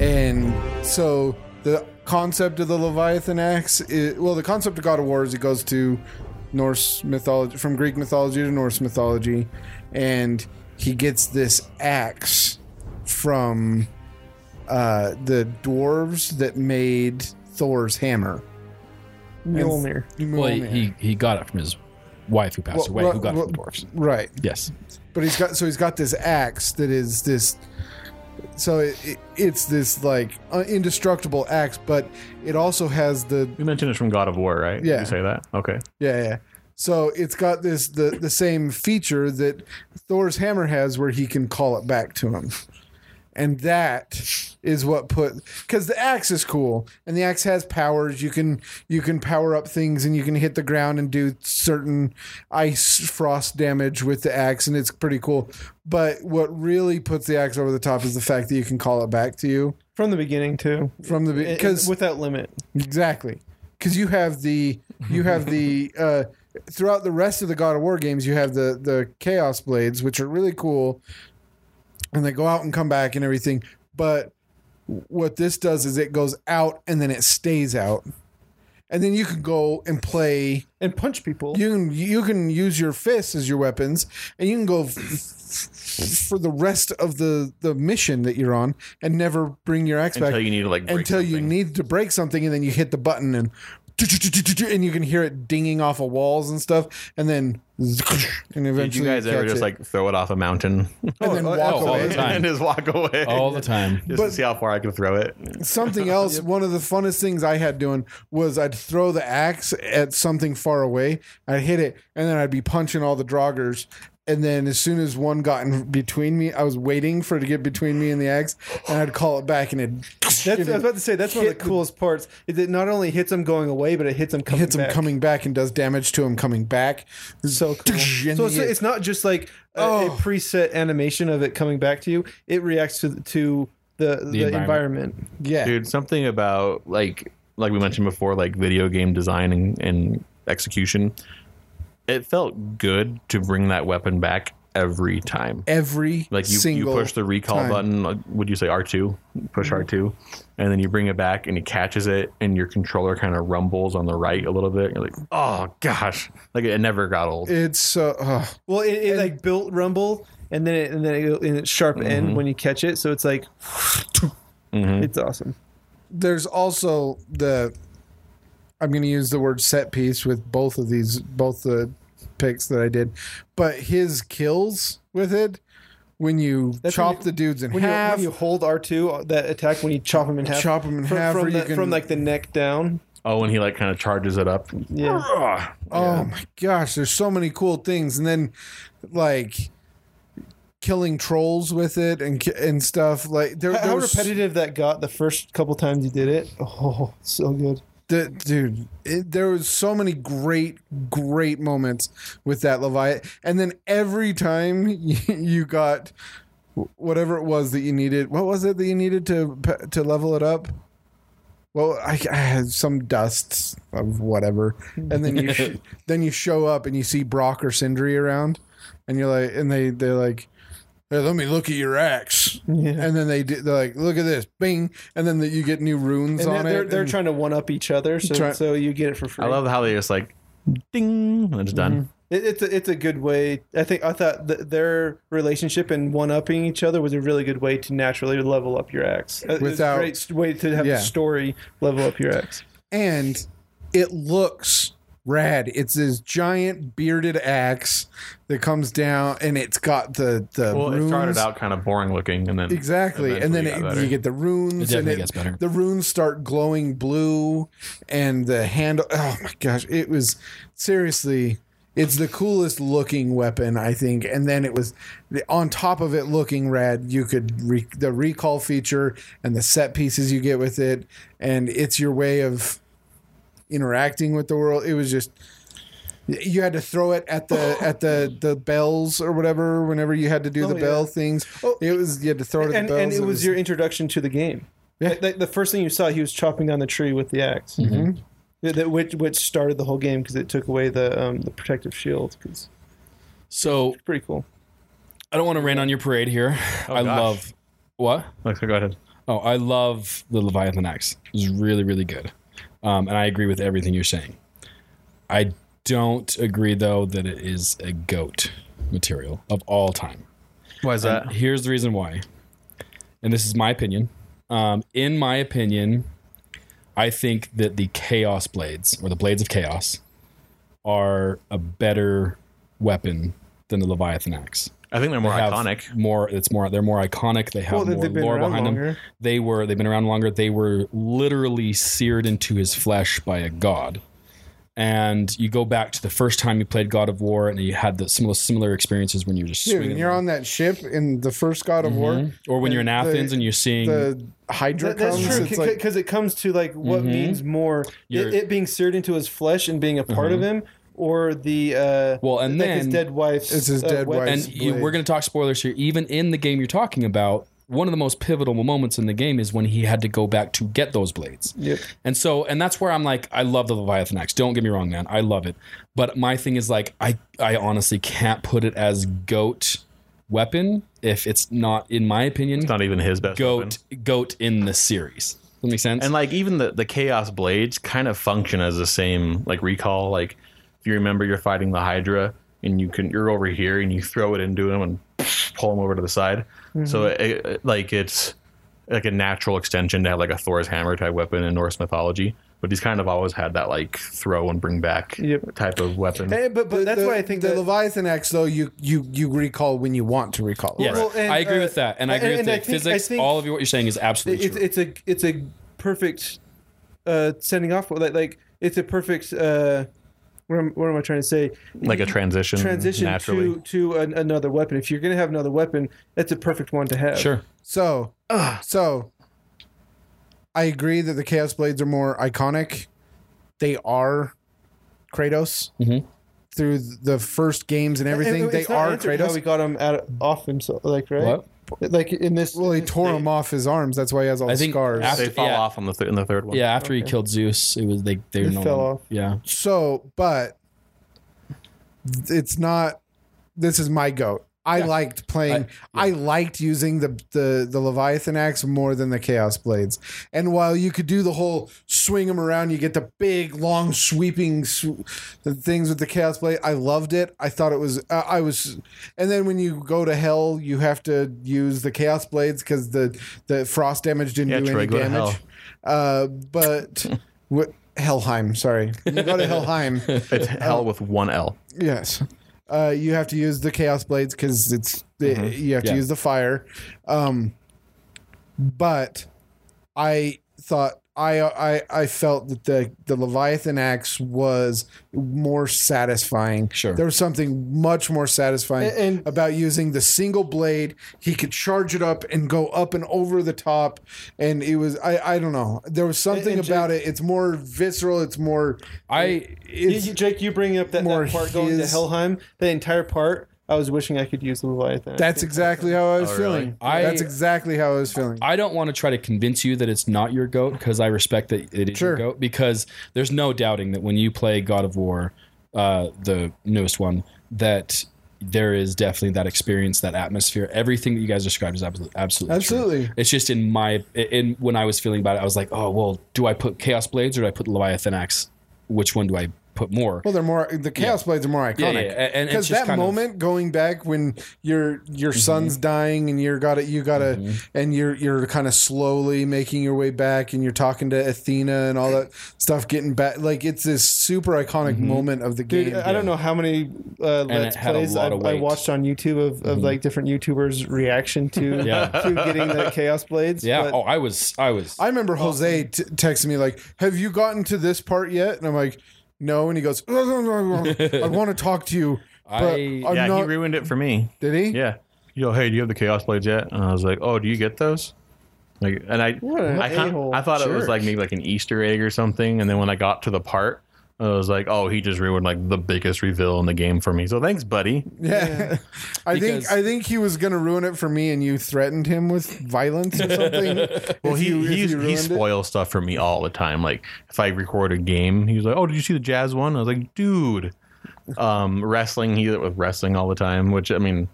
Speaker 2: And so the concept of the Leviathan axe is well, the concept of God of War is it goes to Norse mythology, from Greek mythology to Norse mythology, and he gets this axe from uh, the dwarves that made Thor's hammer.
Speaker 1: Mjolnir.
Speaker 5: Well, he, he he got it from his wife who passed
Speaker 2: Well,
Speaker 5: away.
Speaker 2: well,
Speaker 5: who got
Speaker 2: well-
Speaker 5: it from the dwarves?
Speaker 2: Right.
Speaker 5: Yes.
Speaker 2: but he's got so he's got this axe that is this so it, it, it's this like uh, indestructible axe but it also has the
Speaker 3: You mentioned it's from God of War, right? Did
Speaker 2: Yeah.
Speaker 3: You say that? Okay.
Speaker 2: yeah yeah so it's got this the the same feature that thor's hammer has where he can call it back to him and that is what put because the axe is cool and the axe has powers you can you can power up things and you can hit the ground and do certain ice frost damage with the axe and it's pretty cool but what really puts the axe over the top is the fact that you can call it back to you
Speaker 1: From the beginning too,
Speaker 2: from the
Speaker 1: because
Speaker 2: because
Speaker 1: without limit.
Speaker 2: Exactly, because you have the you have the uh, throughout the rest of the God of War games, you have the the Chaos Blades, which are really cool, and they go out and come back and everything. But what this does is it goes out and then it stays out, and then you can go and play.
Speaker 1: and punch people.
Speaker 2: You can you can use your fists as your weapons, and you can go. F- f- for the rest of the the mission that you're on, and never bring your axe back
Speaker 3: Until you need to like break
Speaker 2: until you
Speaker 3: something.
Speaker 2: need to break something and then you hit the button and and you can hear it dinging off of walls and stuff and then and eventually
Speaker 3: Did you guys ever
Speaker 2: catch
Speaker 3: just
Speaker 2: it.
Speaker 3: like throw it off a mountain
Speaker 2: and then
Speaker 5: oh,
Speaker 2: walk
Speaker 5: oh, all the
Speaker 2: away
Speaker 5: time.
Speaker 3: and just walk away?
Speaker 5: All the time.
Speaker 3: just to see how far I can throw it.
Speaker 2: something else one of the funnest things i had doing was i'd throw the axe at something far away i'd hit it and then i'd be punching all the droggers and then as soon as one got in between me i was waiting for it to get between me and the axe and i'd call it back and it
Speaker 1: That's, I was about to say that's one of the coolest parts. Is it not only hits them going away, but it hits them coming.
Speaker 2: hits him
Speaker 1: back.
Speaker 2: coming back and does damage to him coming back
Speaker 1: So cool.
Speaker 2: And
Speaker 1: so it's,
Speaker 2: the-
Speaker 1: it's not just like a, a
Speaker 2: Oh.
Speaker 1: preset animation of it coming back to you. It reacts to to the the, environment.
Speaker 5: environment.
Speaker 2: yeah
Speaker 3: Dude, something about like like we mentioned before, like video game design and, and execution. It felt good to bring that weapon back every time.
Speaker 2: every
Speaker 3: Like you, you
Speaker 2: single
Speaker 3: push the recall
Speaker 2: time. Mm-hmm.
Speaker 3: button, like, would you say R two? Push R two, and then you bring it back, and it catches it, and your controller kind of rumbles on the right a little bit. You're like, oh gosh, like it never got old.
Speaker 2: It's so uh,
Speaker 1: Well, it, it like built rumble, and then it, and then it, and it's sharp
Speaker 2: Mm-hmm.
Speaker 1: end when you catch it. So it's like it's awesome.
Speaker 2: there's also the I'm going to use the word set piece with both of these both the picks that I did, but his kills with it when you
Speaker 1: That's when
Speaker 2: chop
Speaker 1: you-
Speaker 2: the dudes in
Speaker 1: When you,
Speaker 2: half.
Speaker 1: when you hold R two uh, that attack when you chop them in half,
Speaker 2: Chop 'em in
Speaker 1: from,
Speaker 2: half,
Speaker 1: from,
Speaker 2: or
Speaker 1: the,
Speaker 2: you can-
Speaker 1: from like the neck down.
Speaker 3: Oh, and he like kind of charges it up.
Speaker 1: Yeah.
Speaker 2: oh my gosh, there's so many cool things, and then like killing trolls with it and ki- and stuff like there,
Speaker 1: How,
Speaker 2: there
Speaker 1: how
Speaker 2: was-
Speaker 1: repetitive that got the first couple times you did it. Oh, so good.
Speaker 2: The, dude, it, there was so many great, great moments with that Leviathan, and then every time you, you got whatever it was that you needed, what was it that you needed to pe- to level it up? Well, I, I had some dust of whatever, and then you sh- then you show up and you see Brock or Sindri around, and you're like, and they they're like, hey, let me look at your axe, and then they do, they're like, look at this, bing, and then the, you get new runes
Speaker 1: And
Speaker 2: on
Speaker 1: they're, they're,
Speaker 2: it.
Speaker 1: they're
Speaker 2: and-
Speaker 1: trying to one up each other, so
Speaker 2: Try-
Speaker 1: so you get it for free.
Speaker 3: I love how they just like ding and it's done.
Speaker 1: it, it's a, it's a good way. I think I thought th- their relationship and one upping each other was a really good way to naturally level up your axe. Uh,
Speaker 2: Without-
Speaker 1: it's a great way to have
Speaker 2: Yeah.
Speaker 1: the story level up your axe.
Speaker 2: and it looks rad. It's this giant bearded axe that comes down, and it's got the the
Speaker 3: Well,
Speaker 2: runes.
Speaker 3: it started out kind of boring looking, and then
Speaker 2: exactly, and then
Speaker 3: eventually
Speaker 2: it,
Speaker 3: got better.
Speaker 2: you get the runes.
Speaker 5: It
Speaker 2: and
Speaker 5: definitely gets better.
Speaker 2: The runes start glowing blue, and the handle. Oh my gosh, it was seriously. It's the coolest looking weapon, I think. And then it was the- on top of it looking rad. You could re, the recall feature and the set pieces you get with it, and it's your way of interacting with the world. It was just you had to throw it at the at the the bells or whatever whenever you had to do
Speaker 1: Oh,
Speaker 2: the
Speaker 1: yeah.
Speaker 2: bell things.
Speaker 1: Oh.
Speaker 2: it was you had to throw it at
Speaker 1: and,
Speaker 2: the bells.
Speaker 1: and it was your introduction to the game. Like, like, the first thing you saw, he was chopping down the tree with the ax
Speaker 2: Mm-hmm.
Speaker 1: That, which which started the whole game because it took away the um, the protective shield. 'cause
Speaker 5: So
Speaker 1: it's pretty cool.
Speaker 5: I don't want to rain on your parade here.
Speaker 2: Oh,
Speaker 5: I
Speaker 3: gosh.
Speaker 5: love what?
Speaker 3: Okay, go ahead.
Speaker 5: Oh, I love the Leviathan X. It's really, really good. Um, and I agree with everything you're saying. I don't agree though that it is a goat material of all time.
Speaker 3: Why is that?
Speaker 5: Here's the reason why, and this is my opinion. Um, in my opinion, I think that the Chaos Blades or the Blades of Chaos are a better weapon than the Leviathan Axe.
Speaker 3: I think they're more
Speaker 5: They have
Speaker 3: iconic.
Speaker 5: More, it's more. They're more iconic. They have
Speaker 1: Well, they-
Speaker 5: more
Speaker 1: they've been
Speaker 5: lore
Speaker 1: around
Speaker 5: behind them.
Speaker 1: longer.
Speaker 5: They were. They've been around longer. They were literally seared into his flesh by a god. And you go back to the first time you played God of War, and you had the similar similar experiences when you were just
Speaker 2: Dude,
Speaker 5: swinging
Speaker 2: and you're on that ship in the first God of War,
Speaker 5: or when you're in
Speaker 2: the-
Speaker 5: Athens and you're seeing
Speaker 2: the Hydra
Speaker 1: That- that's
Speaker 2: comes.
Speaker 1: true
Speaker 2: It's
Speaker 1: because
Speaker 2: like,
Speaker 1: it comes to like what
Speaker 5: Mm-hmm.
Speaker 1: means more
Speaker 5: Your-
Speaker 1: it, it being seared into his flesh and being a part of him, or the uh,
Speaker 5: Mm-hmm. Well, and
Speaker 1: like his
Speaker 5: then-
Speaker 1: dead wife's
Speaker 2: It's his
Speaker 1: uh,
Speaker 2: dead
Speaker 1: weapon.
Speaker 2: wife's-
Speaker 5: and you,
Speaker 2: blade.
Speaker 5: we're going to talk spoilers here. Even in the game you're talking about, one of the most pivotal moments in the game is when he had to go back to get those blades.
Speaker 1: Yep.
Speaker 5: And so, and that's where I'm like, I love the Leviathan Axe. Don't get me wrong, man. I love it. But my thing is like, I, I honestly can't put it as goat weapon if it's not, in my opinion,
Speaker 3: It's not even his best weapon.
Speaker 5: goat goat in the series. Does that make sense?
Speaker 3: And like even the the chaos blades kind of function as the same like recall. Like if you remember, you're fighting the Hydra, and you can you're over here, and you throw it into him and pull him over to the side. So
Speaker 1: Mm-hmm.
Speaker 3: it, it- like it's like a natural extension to have like a Thor's hammer type weapon in Norse mythology. But he's kind of always had that like throw and bring back
Speaker 1: Yep.
Speaker 3: type of weapon.
Speaker 1: Hey, but but
Speaker 2: the-
Speaker 1: that's
Speaker 2: the-
Speaker 1: why I think
Speaker 2: the
Speaker 1: that,
Speaker 2: Leviathan axe though you you you recall when you want to recall. it.
Speaker 5: yes,
Speaker 1: well, and,
Speaker 5: I agree
Speaker 1: uh,
Speaker 5: with that. And I agree
Speaker 1: and-
Speaker 5: with
Speaker 1: and I
Speaker 5: the
Speaker 1: think- I
Speaker 5: physics.
Speaker 1: think-
Speaker 5: all of you, what you're saying is absolutely
Speaker 1: it's
Speaker 5: true.
Speaker 1: it's a it's a perfect uh sending off like like it's a perfect uh what am, what am I trying to say?
Speaker 3: like a transition,
Speaker 1: Transition
Speaker 3: naturally.
Speaker 1: to to an, another weapon. If you're gonna have another weapon, that's a perfect one to have.
Speaker 5: sure.
Speaker 2: So so I agree that the Chaos Blades are more iconic. They are Kratos. Through the first games and everything,
Speaker 1: And
Speaker 2: they
Speaker 1: Mm-hmm. it's not
Speaker 2: are
Speaker 1: answered
Speaker 2: Kratos.
Speaker 1: How we got him out off himself, like right?
Speaker 5: What?
Speaker 1: Like in this.
Speaker 2: Well, he tore him off his arms. That's why he has all
Speaker 5: I
Speaker 2: the
Speaker 5: think
Speaker 2: scars.
Speaker 5: after-
Speaker 3: they fall
Speaker 5: yeah.
Speaker 3: off on the th- in the third one.
Speaker 5: Yeah, after he killed Zeus, it was they they were no
Speaker 1: fell
Speaker 5: longer-
Speaker 1: off.
Speaker 5: Yeah,
Speaker 2: so, but it's not. This is my goat. I liked playing. I, liked using the, the the Leviathan axe more than the Chaos blades. And while you could do the whole swing them around, you get the big long sweeping sw- the things with the Chaos blade. I loved it. I thought it was. Uh, I was. And then when you go to hell, you have to use the Chaos blades because the the frost damage didn't
Speaker 3: Yeah,
Speaker 2: do
Speaker 3: Troy,
Speaker 2: any
Speaker 3: go to
Speaker 2: damage.
Speaker 3: hell.
Speaker 2: Uh, but what Helheim, sorry. You go to Helheim.
Speaker 3: it's hell with one L.
Speaker 2: yes. Uh, you have to use the chaos blades because it's you have
Speaker 5: Mm-hmm. Yeah.
Speaker 2: to use the fire. Um, but I thought I I I felt that the the Leviathan axe was more satisfying.
Speaker 5: Sure.
Speaker 2: there was something much more satisfying
Speaker 1: And- and-
Speaker 2: about using the single blade. He could charge it up and go up and over the top, and it was I I don't know. There was something
Speaker 1: And- and
Speaker 2: about it. It's more visceral. It's more
Speaker 5: I
Speaker 1: You-
Speaker 2: it's
Speaker 1: you- Jake, you bring up that,
Speaker 2: more
Speaker 1: that part going to
Speaker 2: his-
Speaker 1: Helheim. That entire part, I was wishing I could use the Leviathan.
Speaker 2: That's exactly how I was
Speaker 3: Oh, really?
Speaker 2: feeling.
Speaker 5: I-
Speaker 2: That's exactly how I was feeling.
Speaker 5: I don't want to try to convince you that it's not your goat because I respect that it is
Speaker 2: Sure.
Speaker 5: your goat because there's no doubting that when you play God of War, uh, the newest one, that there is definitely that experience, that atmosphere, everything that you guys described is absolutely absolutely true.
Speaker 2: Absolutely.
Speaker 5: It's just in my in when I was feeling about it, I was like, oh well, do I put Chaos Blades or do I put Leviathan Axe? Which one do I put more?
Speaker 2: well, they're more the chaos blades are more iconic.
Speaker 5: Yeah, yeah, a- and it's
Speaker 2: because
Speaker 5: just
Speaker 2: that
Speaker 5: kind of-
Speaker 2: moment going back when your your
Speaker 5: Mm-hmm.
Speaker 2: son's dying and you're got to you got to and you're you're kind of slowly making your way back and you're talking to Athena and all that stuff getting back like it's this super iconic
Speaker 5: Mm-hmm.
Speaker 2: moment of the game.
Speaker 1: Dude, I don't know how many uh, let's
Speaker 5: it had a
Speaker 1: plays I,
Speaker 5: lot of
Speaker 1: I
Speaker 5: weight.
Speaker 1: watched on YouTube of, of like different YouTubers' reaction to
Speaker 5: Yeah.
Speaker 1: to getting the Chaos Blades.
Speaker 5: yeah.
Speaker 1: but-
Speaker 5: oh, I was I was Oh.
Speaker 2: I remember Jose t- texting me like, "Have you gotten to this part yet?" And I'm like, no, and he goes, I want to talk to you. But
Speaker 5: I-
Speaker 2: I'm
Speaker 3: yeah,
Speaker 2: not,
Speaker 3: he ruined it for me.
Speaker 2: did he?
Speaker 3: Yeah. Yo, hey, do you have the Chaos Blades yet? And I was like, oh, do you get those? Like, and I,
Speaker 1: an
Speaker 3: I, kind
Speaker 1: a-hole
Speaker 3: I thought it was
Speaker 1: jerk.
Speaker 3: like maybe like an Easter egg or something. And then when I got to the part, I was like, oh, he just ruined like the biggest reveal in the game for me. So thanks, buddy.
Speaker 2: Yeah. I think
Speaker 5: Because-
Speaker 2: I think he was gonna ruin it for me, and you threatened him with violence or something.
Speaker 3: Well,
Speaker 2: if
Speaker 3: he
Speaker 2: you- if
Speaker 3: he's,
Speaker 2: you
Speaker 3: he
Speaker 2: ruined it.
Speaker 3: spoils stuff for me all the time. Like if I record a game, he's like, "Oh, did you see the jazz one?" I was like, "Dude, um, wrestling." He with wrestling all the time, which I mean,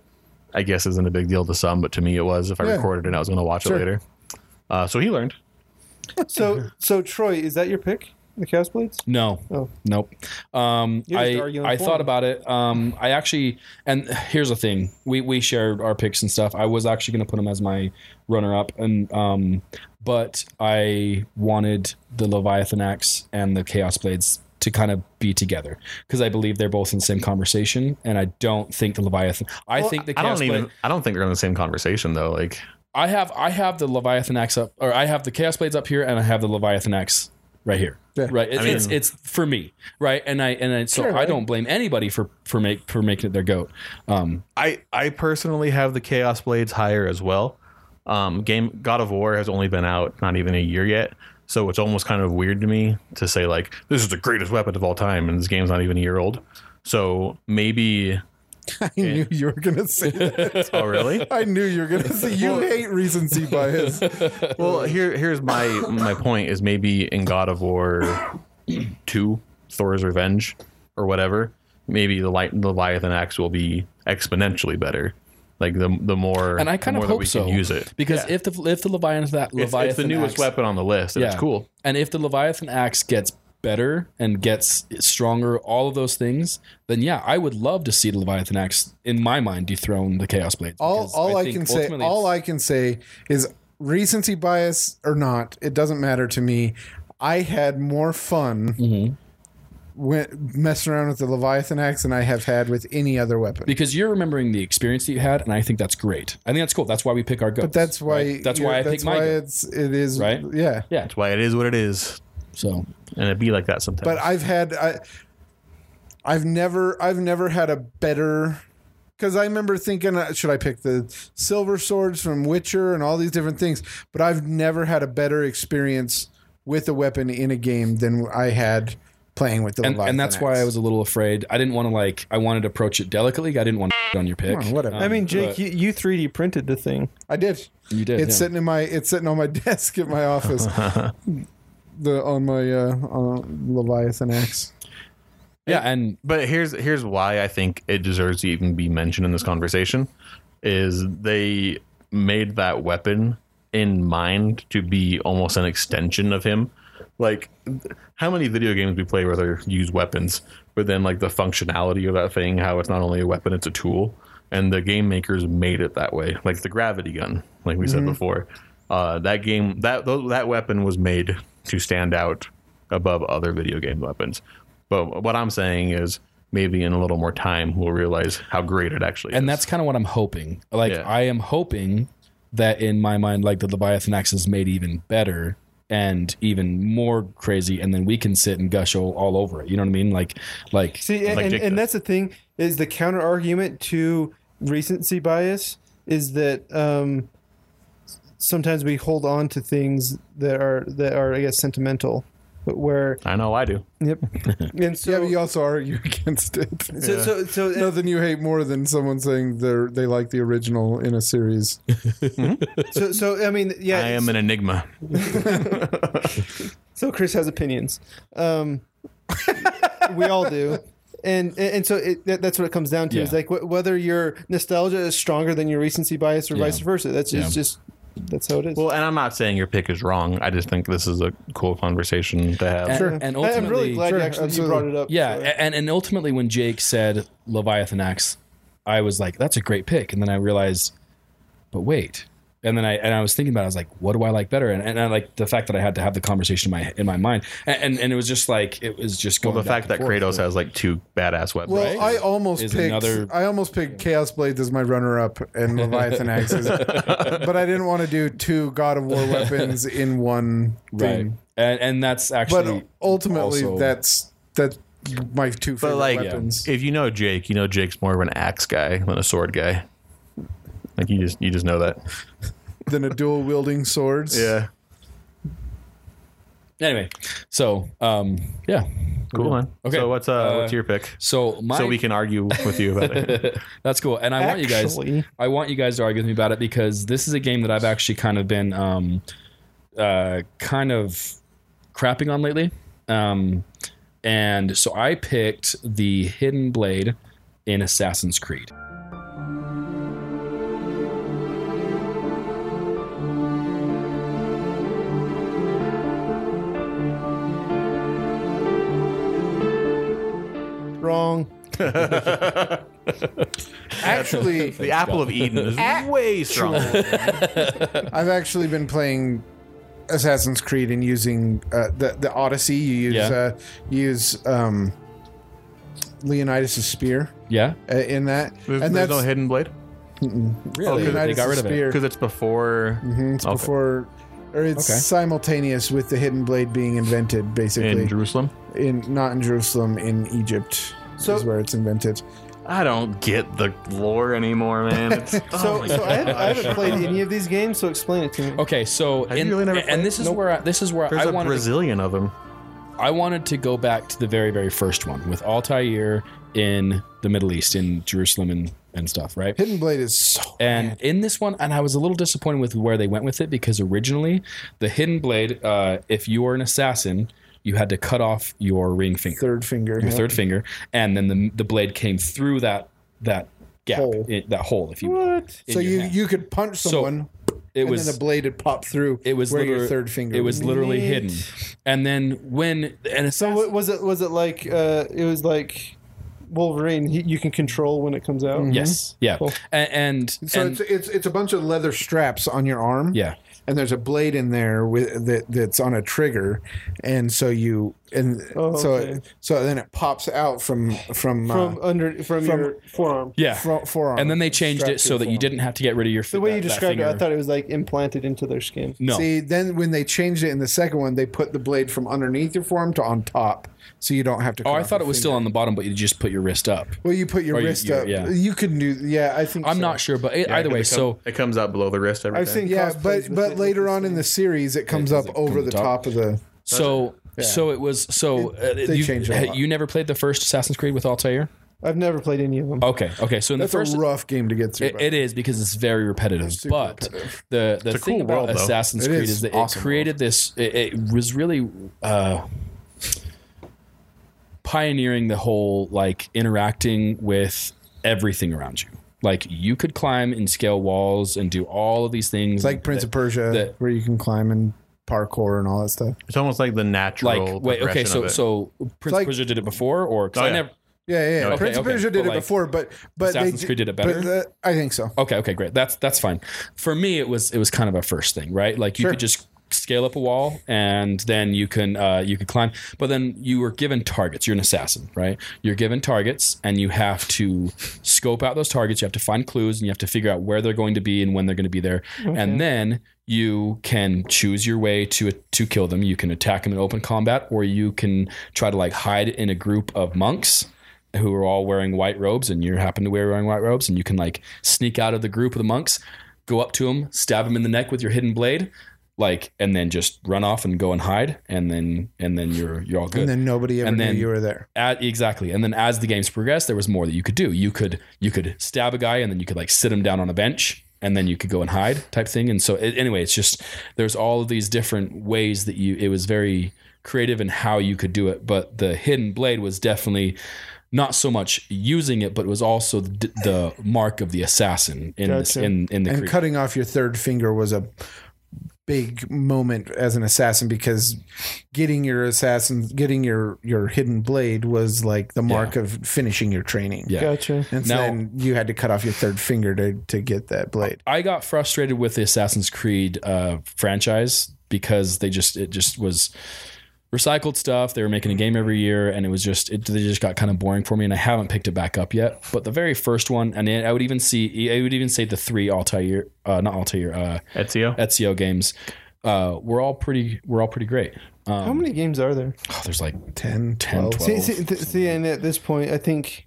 Speaker 3: I guess isn't a big deal to some, but to me it was. If I
Speaker 2: Yeah.
Speaker 3: recorded it, and I was going to watch
Speaker 2: Sure.
Speaker 3: it later. Uh, so he learned.
Speaker 1: So, so Troy, is that your pick? The Chaos Blades?
Speaker 5: No.
Speaker 1: Oh.
Speaker 5: Nope. Um,
Speaker 1: You're just
Speaker 5: I
Speaker 1: arguing
Speaker 5: I
Speaker 1: for
Speaker 5: thought
Speaker 1: him.
Speaker 5: about it. Um, I actually, and here's the thing: we we shared our picks and stuff. I was actually going to put him as my runner up, and um, but I wanted the Leviathan Axe and the Chaos Blades to kind of be together because I believe they're both in the same conversation, and I don't think the Leviathan. I think the
Speaker 3: I
Speaker 5: Chaos
Speaker 3: don't
Speaker 5: Blade.
Speaker 3: even. I don't think they're in the same conversation though. Like,
Speaker 5: I have I have the Leviathan axe up, or I have the Chaos Blades up here, and I have the Leviathan axe right here.
Speaker 2: Yeah.
Speaker 5: Right, it's,
Speaker 3: I mean-
Speaker 5: it's it's for me, right? And I and I, so
Speaker 1: Sure,
Speaker 5: I
Speaker 1: right.
Speaker 5: don't blame anybody for for make for making it their goat. Um,
Speaker 3: I I personally have the Chaos Blades higher as well. Um, game God of War has only been out not even a year yet, so it's almost kind of weird to me to say like this is the greatest weapon of all time, and this game's not even a year old. So maybe.
Speaker 2: I knew you were gonna say that.
Speaker 3: Oh really?
Speaker 2: I knew you were gonna say you hate recency bias.
Speaker 3: well, here here's my my point is maybe in God of War two, Thor's Revenge, or whatever. Maybe the light the Leviathan axe will be exponentially better. Like the the more
Speaker 5: and I
Speaker 3: the
Speaker 5: kind of
Speaker 3: more that
Speaker 5: hope
Speaker 3: we
Speaker 5: so
Speaker 3: can use it.
Speaker 5: because if the if the Leviathan that
Speaker 3: It's,
Speaker 5: Leviathan
Speaker 3: it's the newest
Speaker 5: axe-
Speaker 3: weapon on the list, and it's cool.
Speaker 5: And if the Leviathan axe gets better and gets stronger, all of those things, then yeah, I would love to see the Leviathan axe in my mind dethrone the Chaos Blades.
Speaker 2: All
Speaker 5: because
Speaker 2: all I,
Speaker 5: think
Speaker 2: can say
Speaker 5: ultimately
Speaker 2: all I can say is recency bias or not, it doesn't matter to me. I had more fun
Speaker 5: Mm-hmm.
Speaker 2: when, messing around with the Leviathan axe than I have had with any other weapon.
Speaker 5: because you're remembering the experience that you had, and I think that's great. I think that's cool. That's why we pick our goats.
Speaker 2: But that's why
Speaker 5: right? that's why I
Speaker 2: that's
Speaker 5: pick my
Speaker 2: why
Speaker 5: goat.
Speaker 2: it's it is
Speaker 5: Right?
Speaker 2: Yeah.
Speaker 5: yeah.
Speaker 3: That's why it is what it is,
Speaker 5: So
Speaker 3: and it be like that sometimes.
Speaker 2: But I've had I, I've never I've never had a better because I remember thinking uh, should I pick the silver swords from Witcher and all these different things, but I've never had a better experience with a weapon in a game than I had playing with the
Speaker 5: and,
Speaker 2: Leviathan
Speaker 5: and that's why
Speaker 2: axe.
Speaker 5: I was a little afraid. I didn't want to like. I wanted to approach it delicately. I didn't want to on your pick.
Speaker 2: on, whatever.
Speaker 1: I mean, Jake,
Speaker 5: but-
Speaker 1: you, you 3D printed the thing.
Speaker 2: I did.
Speaker 5: You did.
Speaker 2: It's
Speaker 5: yeah.
Speaker 2: sitting in my it's sitting on my desk at my office. the on my uh, uh, Leviathan axe.
Speaker 5: yeah, and
Speaker 3: but here's here's why I think it deserves to even be mentioned in this conversation is they made that weapon in mind to be almost an extension of him. Like how many video games we play where they use weapons, but then like the functionality of that thing, how it's not only a weapon, it's a tool. And the game makers made it that way. Like the gravity gun, like we said before. Uh, that game that tho- that weapon was made to stand out above other video game weapons. But what I'm saying is maybe in a little more time we'll realize how great it actually is.
Speaker 5: and that's kind of what I'm hoping. Like
Speaker 3: Yeah.
Speaker 5: I am hoping that in my mind, like the Leviathan Axe is made even better and even more crazy, and then we can sit and gush all, all over it. You know what I mean? Like, like
Speaker 1: See, and,
Speaker 3: Like
Speaker 1: and,
Speaker 3: Jake
Speaker 1: and
Speaker 3: does.
Speaker 1: that's the thing is the counter argument to recency bias is that um, sometimes we hold on to things that are that are I guess sentimental, but where
Speaker 3: I know I do.
Speaker 1: yep, and so
Speaker 2: Yeah, but you also argue against it.
Speaker 1: so, so so
Speaker 2: Nothing you hate more than someone saying they are they like the original in a series.
Speaker 1: so so I mean yeah,
Speaker 3: I am an enigma.
Speaker 1: So Chris has opinions. Um, we all do. And, and and so it, that, that's what it comes down to is
Speaker 5: Yeah.
Speaker 1: like wh- whether your nostalgia is stronger than your recency bias or vice
Speaker 5: Yeah.
Speaker 1: versa. That's it's
Speaker 5: Yeah.
Speaker 1: just that's how it is.
Speaker 3: Well, and I'm not saying your pick is wrong. I just think this is a cool conversation to have.
Speaker 5: and,
Speaker 1: Yeah.
Speaker 5: and
Speaker 1: I-
Speaker 5: ultimately,
Speaker 1: I'm really glad
Speaker 2: Sure,
Speaker 1: you actually you
Speaker 2: absolutely.
Speaker 1: brought it up.
Speaker 5: Yeah,
Speaker 1: So-
Speaker 5: a- and and ultimately when Jake said Leviathan Axe, I was like, that's a great pick, and then I realized, but wait, and then I and I was thinking about, it, I was like, what do I like better? And, and I like the fact that I had to have the conversation in my in my mind, and and, and it was just like it was just going
Speaker 3: Well, the
Speaker 5: back
Speaker 3: fact
Speaker 5: and
Speaker 3: that
Speaker 5: forth.
Speaker 3: Kratos has like two badass weapons.
Speaker 2: Well, I almost
Speaker 5: Is
Speaker 2: picked
Speaker 5: another-
Speaker 2: I almost picked Chaos Blades as my runner up and Leviathan Axes, but I didn't want to do two God of War weapons in one
Speaker 5: right,
Speaker 2: thing.
Speaker 5: and and that's
Speaker 2: But
Speaker 3: oh,
Speaker 5: actually
Speaker 2: ultimately,
Speaker 5: also-
Speaker 2: that's that my two favorite
Speaker 3: But like,
Speaker 2: weapons.
Speaker 3: if you know Jake, you know Jake's more of an axe guy than a sword guy. Like you just you just know that.
Speaker 2: Than a dual wielding swords.
Speaker 5: Anyway, so um, yeah.
Speaker 3: cool man.
Speaker 5: Okay.
Speaker 3: So what's uh, what's your pick?
Speaker 5: So my
Speaker 3: So we can argue with you about it.
Speaker 5: That's cool. And I want you
Speaker 1: Actually-
Speaker 5: guys I want you guys to argue with me about it because this is a game that I've actually kind of been um uh kind of crapping on lately. Um and so I picked the Hidden Blade in Assassin's Creed.
Speaker 1: Wrong.
Speaker 2: Actually,
Speaker 3: The apple of Eden is way stronger.
Speaker 2: I've actually been playing Assassin's Creed and using uh, the the Odyssey. You use
Speaker 5: Yeah.
Speaker 2: uh, you use um, Leonidas' spear
Speaker 5: Yeah?
Speaker 2: uh, in that,
Speaker 3: There's,
Speaker 2: and
Speaker 3: there's
Speaker 2: that's
Speaker 3: no hidden blade
Speaker 5: Really? they
Speaker 2: Leonidas'
Speaker 5: got rid of it.
Speaker 2: spear.
Speaker 3: because it's before
Speaker 2: It's
Speaker 3: Okay.
Speaker 2: before, or it's
Speaker 5: Okay.
Speaker 2: simultaneous with the hidden blade being invented, basically
Speaker 3: in
Speaker 2: in,
Speaker 3: Jerusalem.
Speaker 2: not in Jerusalem, in Egypt.
Speaker 1: So-
Speaker 2: is where it's invented.
Speaker 3: I don't get the lore anymore, man. It's, oh
Speaker 1: So, so I, haven't, I haven't played any of these games, so explain it to me.
Speaker 5: Okay, so
Speaker 3: you
Speaker 5: in,
Speaker 3: really never
Speaker 5: and this is where I, this is where
Speaker 3: there's
Speaker 5: I
Speaker 3: a
Speaker 5: wanted to
Speaker 3: Brazilian of them.
Speaker 5: I wanted to go back to the very, very first one with Altair in the Middle East, in Jerusalem and, and stuff, right?
Speaker 2: Hidden blade is so.
Speaker 5: And in this one, and I was a little disappointed with where they went with it because originally, the Hidden Blade, uh, if you were an assassin, you had to cut off your ring finger,
Speaker 2: Third finger.
Speaker 5: your third finger, and then the, the blade came through that that gap,
Speaker 2: Hole.
Speaker 5: i- that hole, if you will.
Speaker 1: What?
Speaker 5: in
Speaker 2: So
Speaker 5: your
Speaker 2: you
Speaker 5: hand.
Speaker 2: you could punch someone,
Speaker 5: it
Speaker 2: and then the blade would pop through.
Speaker 5: it was
Speaker 2: where your
Speaker 5: literally-
Speaker 2: third finger.
Speaker 5: It was
Speaker 2: would be.
Speaker 5: literally hidden, and then when an assassin.
Speaker 1: What, was it? Was it like? Uh, it was like Wolverine. He, you can control when it comes out.
Speaker 5: Yes. Yeah.
Speaker 1: Cool.
Speaker 5: A- And, and,
Speaker 2: Hmm? So it's, it's it's a bunch of leather straps on your arm.
Speaker 5: yeah.
Speaker 2: And there's a blade in there with that that's on a trigger, and so you and
Speaker 1: Oh,
Speaker 2: so
Speaker 1: okay.
Speaker 2: so then it pops out from from
Speaker 1: From
Speaker 2: uh,
Speaker 1: under from,
Speaker 2: From-
Speaker 1: your forearm.
Speaker 5: Yeah.
Speaker 2: fro- forearm.
Speaker 5: and then they changed
Speaker 2: strapped
Speaker 5: it
Speaker 2: to
Speaker 5: so
Speaker 2: your
Speaker 5: that you
Speaker 2: forearm.
Speaker 5: didn't have to get rid of your
Speaker 1: The way you described it, I thought it was like implanted into their skin.
Speaker 5: no.
Speaker 2: See, then when they changed it in the second one, they put the blade from underneath your forearm to on top, so you don't have to.
Speaker 5: oh,
Speaker 2: cut
Speaker 5: I
Speaker 2: off
Speaker 5: thought
Speaker 2: your
Speaker 5: it was
Speaker 2: finger.
Speaker 5: still on the bottom, but you just put your wrist up.
Speaker 2: Well, you put your
Speaker 5: Or you-
Speaker 2: wrist
Speaker 5: you-
Speaker 2: up.
Speaker 5: yeah.
Speaker 2: You can do. Yeah, I think.
Speaker 5: I'm
Speaker 2: so.
Speaker 5: not sure, but it, either way, so
Speaker 3: it comes out below the wrist. Every
Speaker 1: I've
Speaker 3: time.
Speaker 1: seen.
Speaker 2: Yeah,
Speaker 1: cosplays
Speaker 2: but
Speaker 1: with it,
Speaker 2: but
Speaker 1: with
Speaker 2: later
Speaker 1: this
Speaker 2: on in
Speaker 1: thing.
Speaker 2: the series, it comes
Speaker 5: does
Speaker 2: up
Speaker 5: it come
Speaker 2: over the
Speaker 5: top?
Speaker 2: top of the.
Speaker 5: so so it was so uh,
Speaker 2: They
Speaker 5: you,
Speaker 2: changed it a lot.
Speaker 5: you never played the first Assassin's Creed with Altair?
Speaker 1: I've never played any of them.
Speaker 5: Okay, okay. So in
Speaker 2: That's
Speaker 5: the first
Speaker 2: a rough game to get through.
Speaker 5: It-
Speaker 2: by
Speaker 5: it is because it's very repetitive. but the the
Speaker 3: It's a
Speaker 5: thing
Speaker 3: cool
Speaker 5: about
Speaker 3: world, though.
Speaker 5: Assassin's
Speaker 2: It
Speaker 5: Creed
Speaker 2: is
Speaker 5: is that
Speaker 2: awesome
Speaker 5: it created this. It, it was really uh, pioneering the whole like interacting with everything around you. Like you could climb and scale walls and do all of these things.
Speaker 2: It's like Prince of Persia,
Speaker 5: that-
Speaker 2: where you can climb and parkour and all that stuff.
Speaker 3: It's almost like the natural.
Speaker 5: like wait okay
Speaker 3: progression
Speaker 5: so
Speaker 3: of it.
Speaker 5: so Prince
Speaker 2: like-
Speaker 5: Persia did it before or 'cause
Speaker 3: Oh,
Speaker 5: I
Speaker 3: yeah.
Speaker 5: never
Speaker 2: Yeah, yeah. yeah.
Speaker 3: Okay,
Speaker 2: Prince of
Speaker 5: okay.
Speaker 2: Persia did
Speaker 5: But,
Speaker 2: it
Speaker 5: like,
Speaker 2: before, but but
Speaker 5: Assassin's
Speaker 2: they,
Speaker 5: Creed did it
Speaker 2: but
Speaker 5: better? Oh,
Speaker 2: the- I think so.
Speaker 5: Okay, okay, great. That's that's fine. For me, it was it was kind of a first thing, right? Like you
Speaker 2: Sure.
Speaker 5: could just scale up a wall and then you can uh, you could climb, but then you were given targets. You're an assassin, right? You're given targets, and you have to scope out those targets. You have to find clues, and you have to figure out where they're going to be and when they're going to be there, and then you can choose your way to to kill them. You can attack them in open combat, or you can try to like hide in a group of monks who are all wearing white robes and you happen to wear wearing white robes and you can like sneak out of the group of the monks go up to them stab them in the neck with your hidden blade like and then just run off and go and hide and then and then you're you're all good
Speaker 2: And then nobody ever
Speaker 5: And then-
Speaker 2: knew you were there.
Speaker 5: at, exactly and then as the games progressed there was more that you could do you could you could stab a guy and then you could like sit him down on a bench and then you could go and hide type thing and so it, anyway it's just there's all of these different ways that you it was very creative in how you could do it but the hidden blade was definitely not so much using it but it was also the, the mark of the assassin in this
Speaker 1: Gotcha.
Speaker 5: in in the
Speaker 2: And
Speaker 5: creed.
Speaker 2: cutting off your third finger was a big moment as an assassin because getting your assassin, getting your your hidden blade was like the mark of finishing your training.
Speaker 5: Yeah.
Speaker 1: Gotcha.
Speaker 2: And so
Speaker 5: Now-
Speaker 2: then you had to cut off your third finger to, to get that blade.
Speaker 5: I got frustrated with the Assassin's Creed uh, franchise because they just it just was recycled stuff. They were making a game every year, and it was just it they just got kind of boring for me, and I haven't picked it back up yet. But the very first one, and I would even see e, I would even say the three Altair, uh, not Altair, uh,
Speaker 3: Ezio.
Speaker 5: Ezio games, uh, were all pretty were all pretty great.
Speaker 1: How many games are there?
Speaker 5: Oh, there's like
Speaker 1: 10,
Speaker 5: 10,
Speaker 1: 12. See,
Speaker 5: 12.
Speaker 1: see, th- see, and at this point, I think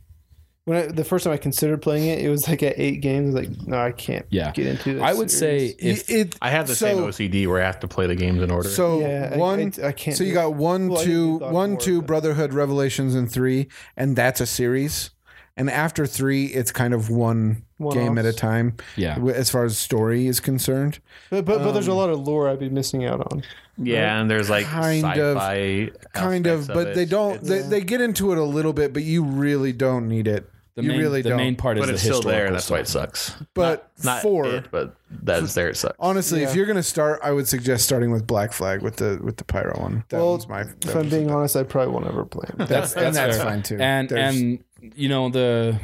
Speaker 1: when I, the first time I considered playing it, it was like at eight games. Like, no, I can't
Speaker 5: yeah.
Speaker 1: get into this.
Speaker 5: I would
Speaker 1: series.
Speaker 5: say if
Speaker 2: it,
Speaker 3: I have the
Speaker 2: so,
Speaker 3: same OCD where I have to play the games in order.
Speaker 2: So
Speaker 1: Yeah, I-
Speaker 2: one,
Speaker 1: I- I can't
Speaker 2: So you
Speaker 1: do-
Speaker 2: got one,
Speaker 1: Well, I can
Speaker 2: two,
Speaker 1: do God of
Speaker 2: one,
Speaker 1: War,
Speaker 2: two,
Speaker 1: but-
Speaker 2: Brotherhood, Revelations, and three, and that's a series. And after three, it's kind of one game at a
Speaker 1: One-offs.
Speaker 2: time.
Speaker 5: Yeah.
Speaker 2: w- As far as story is concerned,
Speaker 1: But, but, but there's a lot of lore I'd be missing out on.
Speaker 3: yeah, and there's like
Speaker 2: Kind of-
Speaker 3: sci-fi
Speaker 2: kind
Speaker 3: aspects
Speaker 2: of, but
Speaker 3: it.
Speaker 2: they don't.
Speaker 3: It's-
Speaker 2: They, they get into it a little bit, but you really don't need it.
Speaker 5: the
Speaker 2: you
Speaker 5: main,
Speaker 2: really
Speaker 5: the
Speaker 2: don't.
Speaker 5: main part
Speaker 3: but
Speaker 5: is
Speaker 3: it's
Speaker 5: the
Speaker 3: still there, and
Speaker 5: historical
Speaker 3: that's why it sucks.
Speaker 2: but
Speaker 3: Not
Speaker 2: four.
Speaker 3: it, but that is there. It sucks.
Speaker 2: Honestly, if you're gonna start, I would suggest starting with Black Flag with the with the pyro one. That
Speaker 1: Well,
Speaker 2: one's my. that
Speaker 1: If I'm
Speaker 2: one's-
Speaker 1: being honest, I probably won't ever play it.
Speaker 2: that's, and that's fine too.
Speaker 5: and
Speaker 2: There's-
Speaker 5: and you know the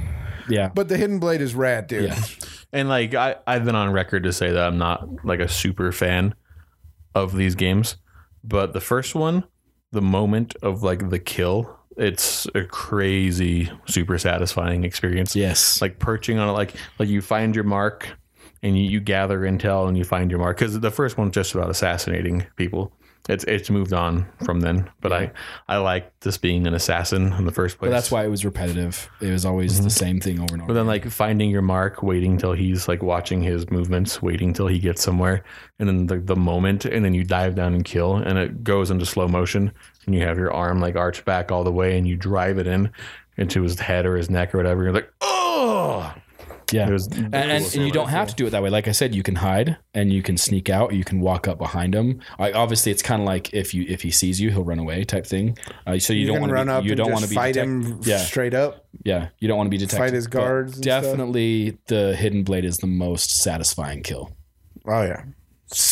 Speaker 5: yeah
Speaker 2: but the hidden blade is rad, dude.
Speaker 5: yeah
Speaker 3: And like I, I've been on record to say that I'm not like a super fan of these games, but the first one, the moment of like the kill, it's a crazy, super satisfying experience.
Speaker 5: yes
Speaker 3: It's like perching on it, like like you find your mark, and you, you gather intel and you find your mark. Because the first one's just about assassinating people. It's it's moved on from then, but I I like this being an assassin in the first place.
Speaker 5: but that's why it was repetitive. It was always
Speaker 3: Mm-hmm.
Speaker 5: the same thing over and
Speaker 3: But
Speaker 5: over.
Speaker 3: then, like finding your mark, waiting till he's like watching his movements, waiting till he gets somewhere, and then the, the moment, and then you dive down and kill, and it goes into slow motion, and you have your arm like arched back all the way, and you drive it in into his head or his neck or whatever. You're like, oh,
Speaker 5: Yeah,
Speaker 3: It was
Speaker 5: and, and, and you don't have to do it that way. Like I said, you can hide and you can sneak out. You can walk up behind him. I, obviously, it's kind of like if you if he sees you, he'll run away type thing. Uh, so you,
Speaker 2: you,
Speaker 5: don't
Speaker 2: can
Speaker 5: want
Speaker 2: run
Speaker 5: to
Speaker 2: up
Speaker 5: you
Speaker 2: and
Speaker 5: don't want
Speaker 2: just
Speaker 5: to be
Speaker 2: fight
Speaker 5: detec-
Speaker 2: him
Speaker 5: Yeah.
Speaker 2: straight up,
Speaker 5: Yeah, you don't want to be detected.
Speaker 2: fight his
Speaker 5: but
Speaker 2: guards. and stuff.
Speaker 5: Definitely, the hidden blade is the most satisfying kill.
Speaker 2: Oh yeah,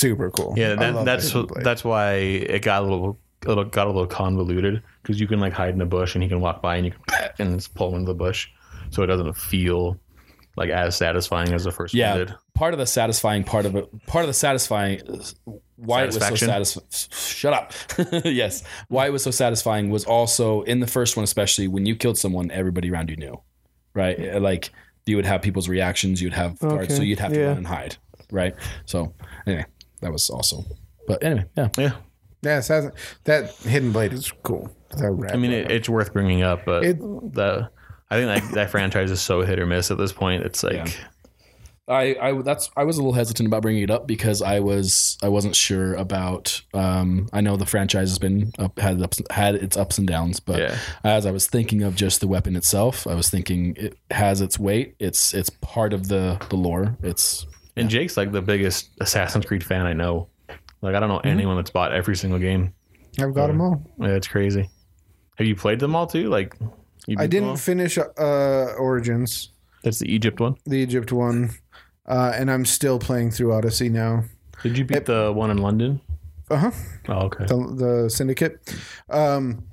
Speaker 2: super cool.
Speaker 3: Yeah,
Speaker 2: I
Speaker 3: that,
Speaker 2: love
Speaker 3: that's
Speaker 2: Hidden Blade.
Speaker 3: that's why it got a little, a little got a little convoluted because you can like hide in a bush and he can walk by and you can and just pull him into the bush, so it doesn't feel like as satisfying as the first
Speaker 5: Yeah,
Speaker 3: one did.
Speaker 5: part of the satisfying part of it. Part of the satisfying why it was so
Speaker 3: Satisfaction?
Speaker 5: satisfying. Shut up. yes, why it was so satisfying was also in the first one, especially when you killed someone, everybody around you knew, right? Uh, Like you would have people's reactions, you'd have parts,
Speaker 1: Okay,
Speaker 5: so you'd have to
Speaker 1: yeah.
Speaker 5: run and hide, right? So anyway, that was also. But anyway, yeah,
Speaker 3: Yeah,
Speaker 2: yeah, it has- that Hidden Blade is cool. That rad
Speaker 3: I mean, it, it's worth bringing up, but
Speaker 2: It-
Speaker 3: the I think that, that franchise is so hit or miss at this point. It's like
Speaker 5: I, I that's I was a little hesitant about bringing it up because I was I wasn't sure about um I know the franchise has been up, had ups, had its ups and downs but
Speaker 3: Yeah.
Speaker 5: as I was thinking of just the weapon itself I was thinking it has its weight it's it's part of the the lore it's
Speaker 3: and Jake's like the biggest Assassin's Creed fan I know. Like I don't
Speaker 2: Mm-hmm.
Speaker 3: know anyone that's bought every single game.
Speaker 2: I've got them all.
Speaker 3: Yeah, it's crazy. Have you played them all too? Like
Speaker 2: I
Speaker 3: you beat them
Speaker 2: didn't
Speaker 3: all?
Speaker 2: finish uh, Origins,
Speaker 3: That's the Egypt one.
Speaker 2: the Egypt one, uh, and I'm still playing through Odyssey now.
Speaker 3: Did you beat the one in London?
Speaker 2: Uh huh.
Speaker 3: Oh, okay.
Speaker 2: the, the syndicate. Um,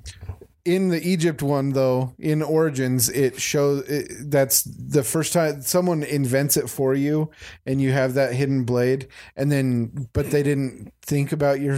Speaker 2: in the Egypt one, though, in Origins, it shows it, that's the first time someone invents it for you, and you have that hidden blade, and then but they didn't think about your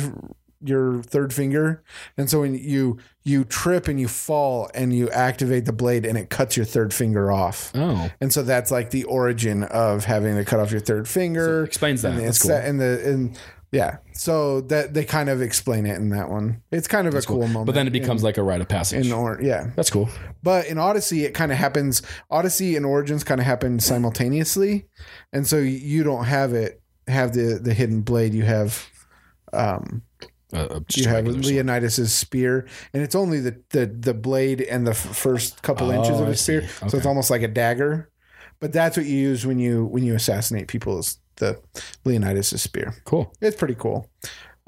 Speaker 2: your third finger, and so when you you trip and you fall and you activate the blade and it cuts your third finger off.
Speaker 5: oh
Speaker 2: And so that's like the origin of having to cut off your third finger.
Speaker 5: explains that
Speaker 2: And,
Speaker 5: that's
Speaker 2: it's
Speaker 5: cool
Speaker 2: that- and the and yeah, so that they kind of explain it in that one. It's kind of a cool, moment.
Speaker 5: but then it becomes like a rite of passage
Speaker 2: in or yeah,
Speaker 5: that's cool
Speaker 2: but in Odyssey it kind of happens. Odyssey and Origins kind of happen simultaneously, and so you don't have it have the the hidden blade. You have um
Speaker 5: uh, uh, just
Speaker 2: you have
Speaker 5: regular-
Speaker 2: Leonidas's spear, and it's only the the, the blade and the f- first couple
Speaker 5: Oh,
Speaker 2: inches of
Speaker 5: I
Speaker 2: his spear,
Speaker 5: see.
Speaker 2: so it's
Speaker 5: Okay.
Speaker 2: almost like a dagger. But that's what you use when you when you assassinate people is the Leonidas's spear.
Speaker 5: cool
Speaker 2: It's pretty cool.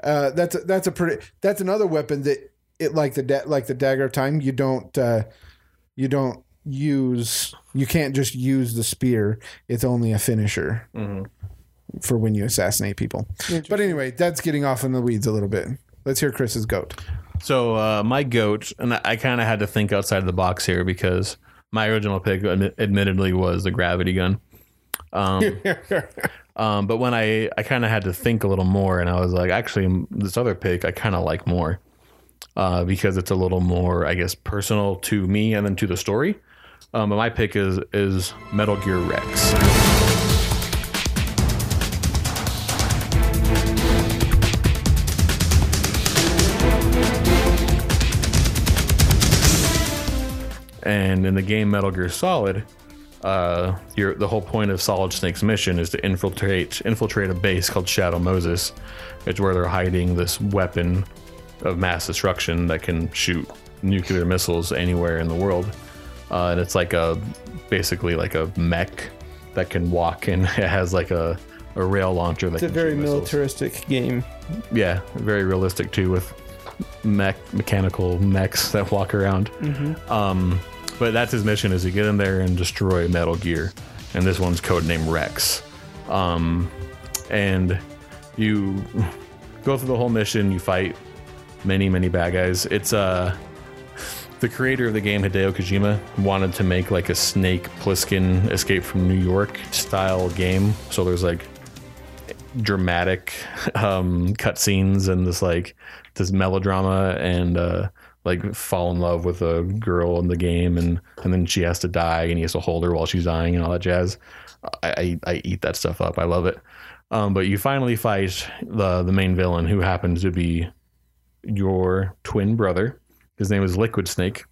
Speaker 2: Uh, that's a, that's a pretty that's another weapon that it like the da- like the dagger of time. You don't uh, you don't use you can't just use the spear. It's only a finisher for when you assassinate people. But anyway, that's getting off in the weeds a little bit. Let's hear Chris's goat.
Speaker 3: So uh, my goat, and I, I kind of had to think outside the box here because my original pick, admi- admittedly, was the gravity gun. Um, um, but when I, I kind of had to think a little more, and I was like, actually, m- this other pick I kind of like more uh, because it's a little more, I guess, personal to me and then to the story. Um, but my pick is is Metal Gear Rex. And in the game Metal Gear Solid, uh, your the whole point of Solid Snake's mission is to infiltrate infiltrate a base called Shadow Moses. It's where they're hiding this weapon of mass destruction that can shoot nuclear missiles anywhere in the world. Uh, and it's like a basically like a mech that can walk and it has like a, a rail launcher that
Speaker 1: It's a
Speaker 3: can
Speaker 1: very
Speaker 3: shoot missiles
Speaker 1: militaristic game.
Speaker 3: yeah, very realistic too with mech mechanical mechs that walk around. Um, but that's his mission: is to get in there and destroy Metal Gear. And this one's codenamed Rex. Um, and you go through the whole mission. You fight many, many bad guys. It's uh the creator of the game, Hideo Kojima, wanted to make like a Snake Plissken Escape from New York style game. So there's like dramatic um cutscenes and this like this melodrama and uh like fall in love with a girl in the game and and then she has to die and he has to hold her while she's dying and all that jazz i i, I eat that stuff up i love it um but you finally fight the the main villain who happens to be your twin brother his name is liquid snake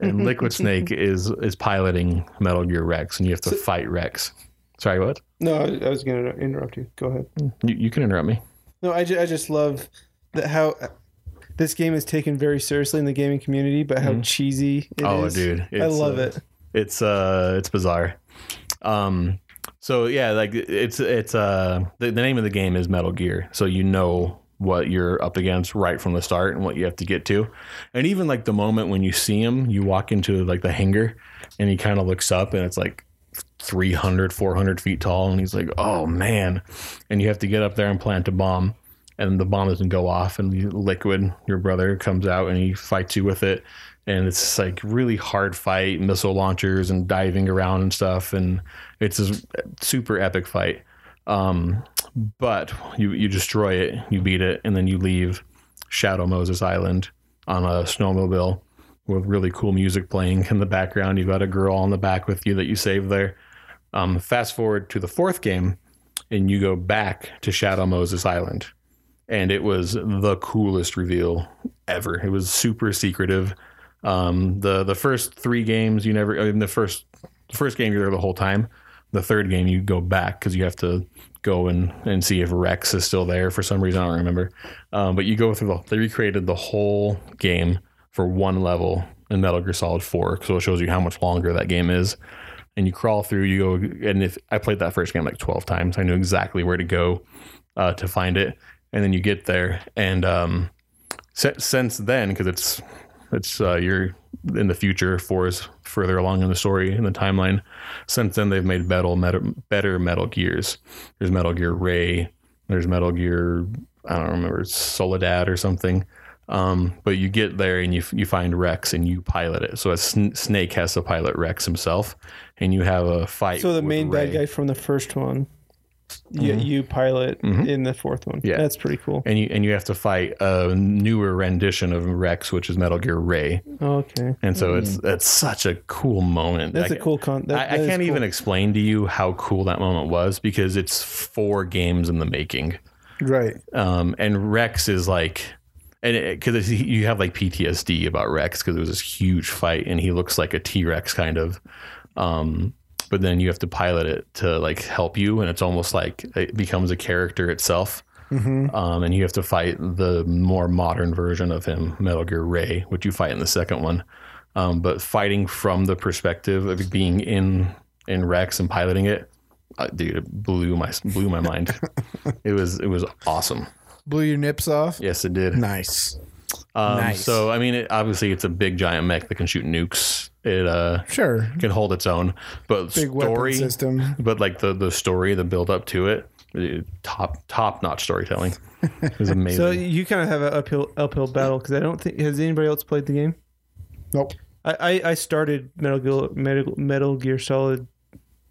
Speaker 3: and liquid snake is is piloting metal gear rex and you have to fight rex sorry what
Speaker 1: No, I I was going to interrupt you. Go ahead.
Speaker 3: you, you can interrupt me
Speaker 1: No, I, ju- I just love that how uh, this game is taken very seriously in the gaming community, but how cheesy it is.
Speaker 3: Oh, dude,
Speaker 1: I
Speaker 3: it's,
Speaker 1: love
Speaker 3: uh,
Speaker 1: it.
Speaker 3: it's uh it's bizarre um so yeah like it's it's uh the, the name of the game is metal gear so you know what you're up against right from the start and what you have to get to and even like the moment when you see him you walk into like the hangar and he kind of looks up and it's like 300 400 feet tall and he's like oh man and you have to get up there and plant a bomb and the bomb doesn't go off and the liquid your brother comes out and he fights you with it and it's just, like really hard fight missile launchers and diving around and stuff and it's a super epic fight um, but you, you destroy it you beat it and then you leave shadow moses island on a snowmobile with really cool music playing in the background you've got a girl on the back with you that you saved there um, fast forward to the fourth game and you go back to shadow moses island and it was the coolest reveal ever it was super secretive um, the the first three games you never in the first the first game you're there the whole time. The third game you go back because you have to go and and see if Rex is still there for some reason I don't remember. Um, but you go through the they recreated the whole game for one level in Metal Gear Solid Four, so it shows you how much longer that game is. And you crawl through, you go, and if I played that first game like twelve times, I knew exactly where to go uh, to find it. And then you get there, and um, si- since then, because it's it's uh, you're in the future four is further along in the story in the timeline since then they've made metal, metal better metal gears there's metal gear ray there's metal gear i don't remember soledad or something um, but you get there and you you find rex and you pilot it so a sn- snake has to pilot rex himself and you have a fight
Speaker 1: So the
Speaker 3: with
Speaker 1: main
Speaker 3: Ray.
Speaker 1: bad guy from the first one, you, you pilot in the fourth one.
Speaker 3: Mm-hmm. Yeah.
Speaker 1: that's pretty cool.
Speaker 3: and you and you have to fight a newer rendition of rex which is metal gear ray
Speaker 1: Okay,
Speaker 3: and so it's it's such a cool moment
Speaker 1: that's
Speaker 3: a
Speaker 1: a cool con. That,
Speaker 3: I, I
Speaker 1: that is
Speaker 3: can't even
Speaker 1: cool.
Speaker 3: explain to you how cool that moment was because it's four games in the making.
Speaker 2: Right.
Speaker 3: Um, and Rex is like, and because you have like PTSD about Rex because it was this huge fight and he looks like a T Rex kind of. Um, but then you have to pilot it to like help you, and it's almost like it becomes a character itself.
Speaker 1: Mm-hmm.
Speaker 3: Um, and you have to fight the more modern version of him, Metal Gear Ray, which you fight in the second one. Um, but fighting from the perspective of being in in Rex and piloting it, uh, dude, it blew my blew my mind. it was it was awesome.
Speaker 2: Blew your nips off.
Speaker 3: Yes, it did.
Speaker 2: Nice.
Speaker 3: Um,
Speaker 2: nice.
Speaker 3: So I mean, it, obviously, it's a big giant mech that can shoot nukes. It uh,
Speaker 2: Sure.
Speaker 3: can hold its own, but
Speaker 2: Big
Speaker 3: story,
Speaker 2: weapon system.
Speaker 3: but like the the story, the build up to it, it- top top notch storytelling. It was amazing.
Speaker 1: So you kind of have an uphill uphill battle because I don't think has anybody else played the game.
Speaker 2: Nope.
Speaker 1: I, I, I started Metal Gear Metal, Metal Gear Solid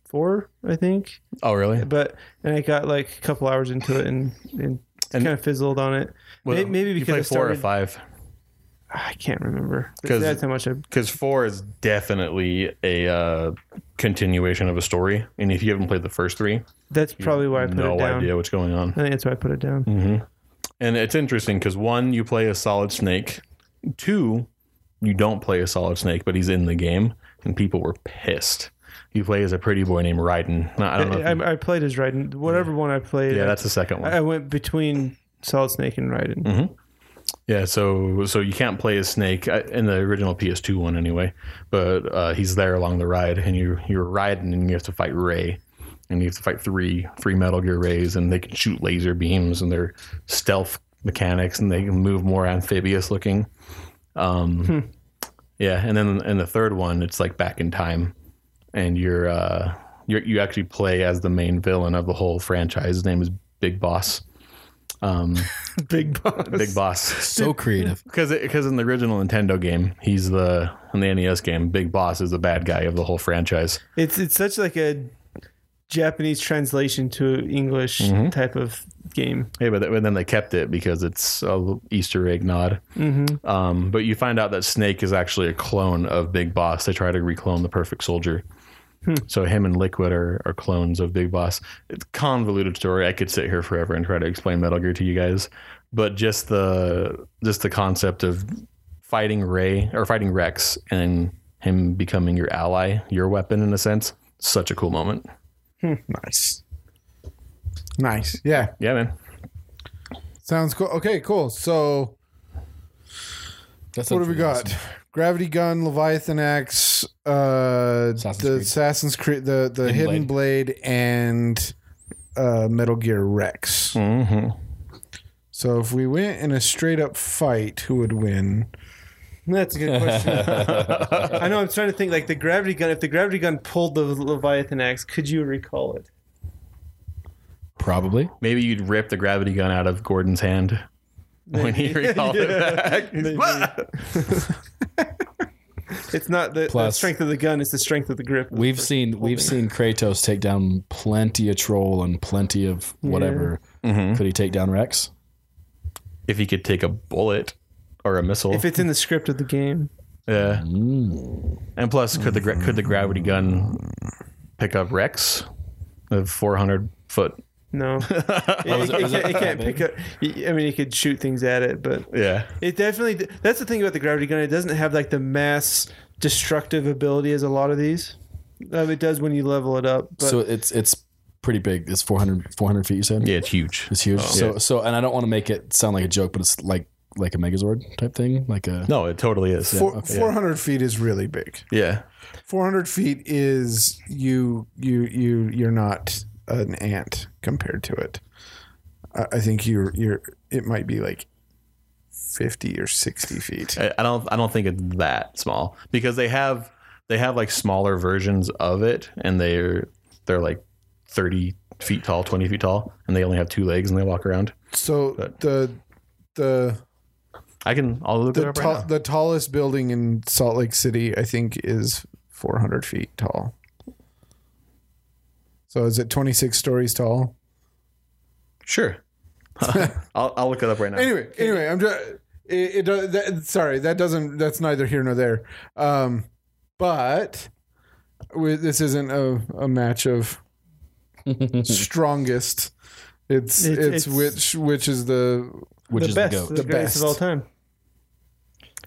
Speaker 1: Four, I think,
Speaker 3: oh really?
Speaker 1: but and I got like a couple hours into it and and,
Speaker 3: And-
Speaker 1: kind of fizzled on it.
Speaker 3: Well,
Speaker 1: May- maybe
Speaker 3: you
Speaker 1: because
Speaker 3: play
Speaker 1: I
Speaker 3: four or
Speaker 1: started-
Speaker 3: five.
Speaker 1: I can't remember
Speaker 3: 'Cause-
Speaker 1: that's how much I
Speaker 3: because four is definitely a uh, continuation of a story, and if you haven't played the first three,
Speaker 1: That's probably why I put
Speaker 3: no
Speaker 1: it down.
Speaker 3: idea what's going
Speaker 1: I
Speaker 3: on.
Speaker 1: think that's why I put it down.
Speaker 3: And it's interesting because one, you play a solid snake. Two, you don't play as Solid Snake, but he's in the game, and people were pissed. You play as a pretty boy named Raiden. No, I don't know. if you-
Speaker 1: I, I played as Raiden. Whatever one I played,
Speaker 3: yeah, that's the second one. Mm.
Speaker 1: I, I went between Solid Snake and Raiden.
Speaker 3: Yeah, so so you can't play as Snake uh, in the original PS2 one anyway, but uh, he's there along the ride, and you you're riding, and you have to fight Ray, and you have to fight three three Metal Gear Rays, and they can shoot laser beams, and they're stealth mechanics, and they can move more amphibious looking. Um, Yeah, and then in the third one, it's like back in time, and you're uh, you you actually play as the main villain of the whole franchise. His name is Big Boss. Um,
Speaker 1: Big boss.
Speaker 3: Big Boss.
Speaker 5: So creative.
Speaker 3: Because because in the original Nintendo game, he's the in the NES game, Big Boss is the bad guy of the whole franchise.
Speaker 1: It's it's such like a Japanese translation to English
Speaker 3: Mm-hmm.
Speaker 1: type of game.
Speaker 3: Hey, but, th- but then they kept it because it's a little Easter egg nod. Mm-hmm. Um, but you find out that Snake is actually a clone of Big Boss. They try to reclone the Perfect Soldier. So him and Liquid are, are clones of Big Boss. It's a convoluted story. I could sit here forever and try to explain Metal Gear to you guys, but just the just the concept of fighting Ray or fighting Rex and him becoming your ally, your weapon in a sense. Such a cool moment.
Speaker 2: Nice. Nice. Yeah.
Speaker 3: Yeah, man.
Speaker 2: Sounds cool. Okay, cool. So
Speaker 5: That's
Speaker 2: what have we got? Gravity Gun, Leviathan Axe, uh,
Speaker 5: Assassin's
Speaker 2: the
Speaker 5: Creed.
Speaker 2: Assassin's Creed, the, the Hidden, Blade. and uh, Metal Gear Rex.
Speaker 3: Mm-hmm.
Speaker 2: So if we went in a straight up fight, who would win?
Speaker 1: That's a good question. I know. I'm trying to think. Like the gravity gun. If the gravity gun pulled the Leviathan axe, could you recall it?
Speaker 5: Probably.
Speaker 3: Maybe you'd rip the gravity gun out of Gordon's hand when he recalled it back.
Speaker 1: It's not the, the
Speaker 5: Plus-
Speaker 1: strength of the gun. It's the strength of the grip.
Speaker 5: We've seen we've seen Kratos take down plenty of troll and plenty of whatever. Could he take down Rex?
Speaker 3: if he could take a bullet or a missile.
Speaker 1: If it's in the script of the game,
Speaker 3: yeah. And plus, could the gra- could the gravity gun pick up Rex, the 400 foot?
Speaker 1: no. It- it, it can't, it can't pick up. I mean, you could shoot things at it, but
Speaker 3: Yeah.
Speaker 1: It definitely. That's the thing about the gravity gun. It doesn't have like the mass destructive ability as a lot of these. Um, it does when you level it up. But
Speaker 5: so it's it's pretty big. It's 400, 400 feet. You said
Speaker 3: Yeah, it's huge.
Speaker 5: it's huge. so so and I don't want to make it sound like a joke, but it's like like a Megazord type thing, like a
Speaker 3: No, it totally is.
Speaker 2: Four, 400 feet is really big.
Speaker 3: Yeah.
Speaker 2: 400 feet is you you you you're not an ant compared to it i, I think you're you're it might be like 50 or 60 feet
Speaker 3: I, I don't I don't think it's that small because they have they have like smaller versions of it and they're they're like 30 feet tall, 20 feet tall, and they only have two legs and they walk around.
Speaker 2: so the the
Speaker 3: I can I'll look it
Speaker 2: the,
Speaker 3: up
Speaker 2: tall-
Speaker 3: right now.
Speaker 2: the tallest building in salt lake city i think is 400 feet tall so is it 26 stories tall
Speaker 3: Sure. I'll, I'll look it up right now.
Speaker 2: anyway, anyway, I'm just it, it does- that, sorry, that doesn't that's neither here nor there. Um, but we, this isn't a, a match of strongest. It's,
Speaker 1: It's-
Speaker 2: it's
Speaker 1: it's-
Speaker 2: which which is the
Speaker 5: which
Speaker 1: the
Speaker 5: is
Speaker 1: best,
Speaker 5: the goat.
Speaker 1: the,
Speaker 2: The
Speaker 1: greatest
Speaker 2: best.
Speaker 1: of all time.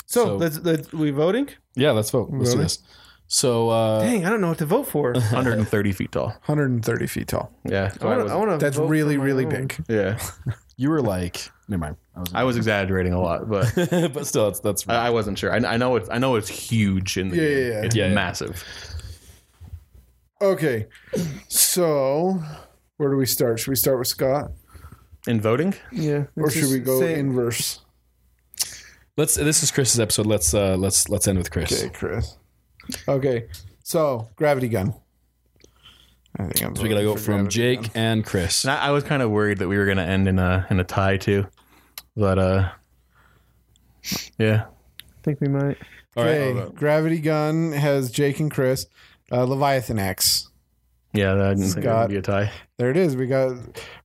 Speaker 1: So,
Speaker 5: So-
Speaker 1: let's, let's we voting.
Speaker 5: Yeah, let's vote. Let's do
Speaker 2: Really?
Speaker 5: this. So uh,
Speaker 1: Dang, I don't know what to vote for.
Speaker 3: 130 feet tall.
Speaker 2: 130 feet tall.
Speaker 3: Yeah. so I
Speaker 1: I
Speaker 3: was-
Speaker 1: want to.
Speaker 2: That's really really big.
Speaker 3: yeah.
Speaker 5: you were like, never mind. I was,
Speaker 3: I was exaggerating a lot, but
Speaker 5: but still, that's that's
Speaker 3: I, I wasn't sure. I, I know it's I know it's huge in the
Speaker 2: Yeah, yeah,
Speaker 3: game.
Speaker 2: yeah.
Speaker 3: It's
Speaker 5: Yeah, yeah.
Speaker 3: massive.
Speaker 2: Okay, so where do we start? Should we start with Scott,
Speaker 3: In voting,
Speaker 1: Yeah.
Speaker 2: or should we go inverse?
Speaker 5: Let's. This is Chris's episode. Let's uh let's let's end with Chris.
Speaker 2: Okay, Chris. Okay, so gravity gun. I think I'm
Speaker 5: So we gotta
Speaker 2: voting
Speaker 5: go
Speaker 2: for
Speaker 5: from
Speaker 2: gravity
Speaker 5: Jake
Speaker 2: gun.
Speaker 5: and Chris.
Speaker 3: And I, I was kind of worried that we were going to end in a in a tie too, but uh, yeah,
Speaker 1: I think we might.
Speaker 5: All right.
Speaker 2: Okay, Gravity Gun has Jake and Chris. Uh, Leviathan X.
Speaker 3: yeah, that I didn't think it
Speaker 2: Scott.
Speaker 3: would be a tie.
Speaker 2: There it is. We got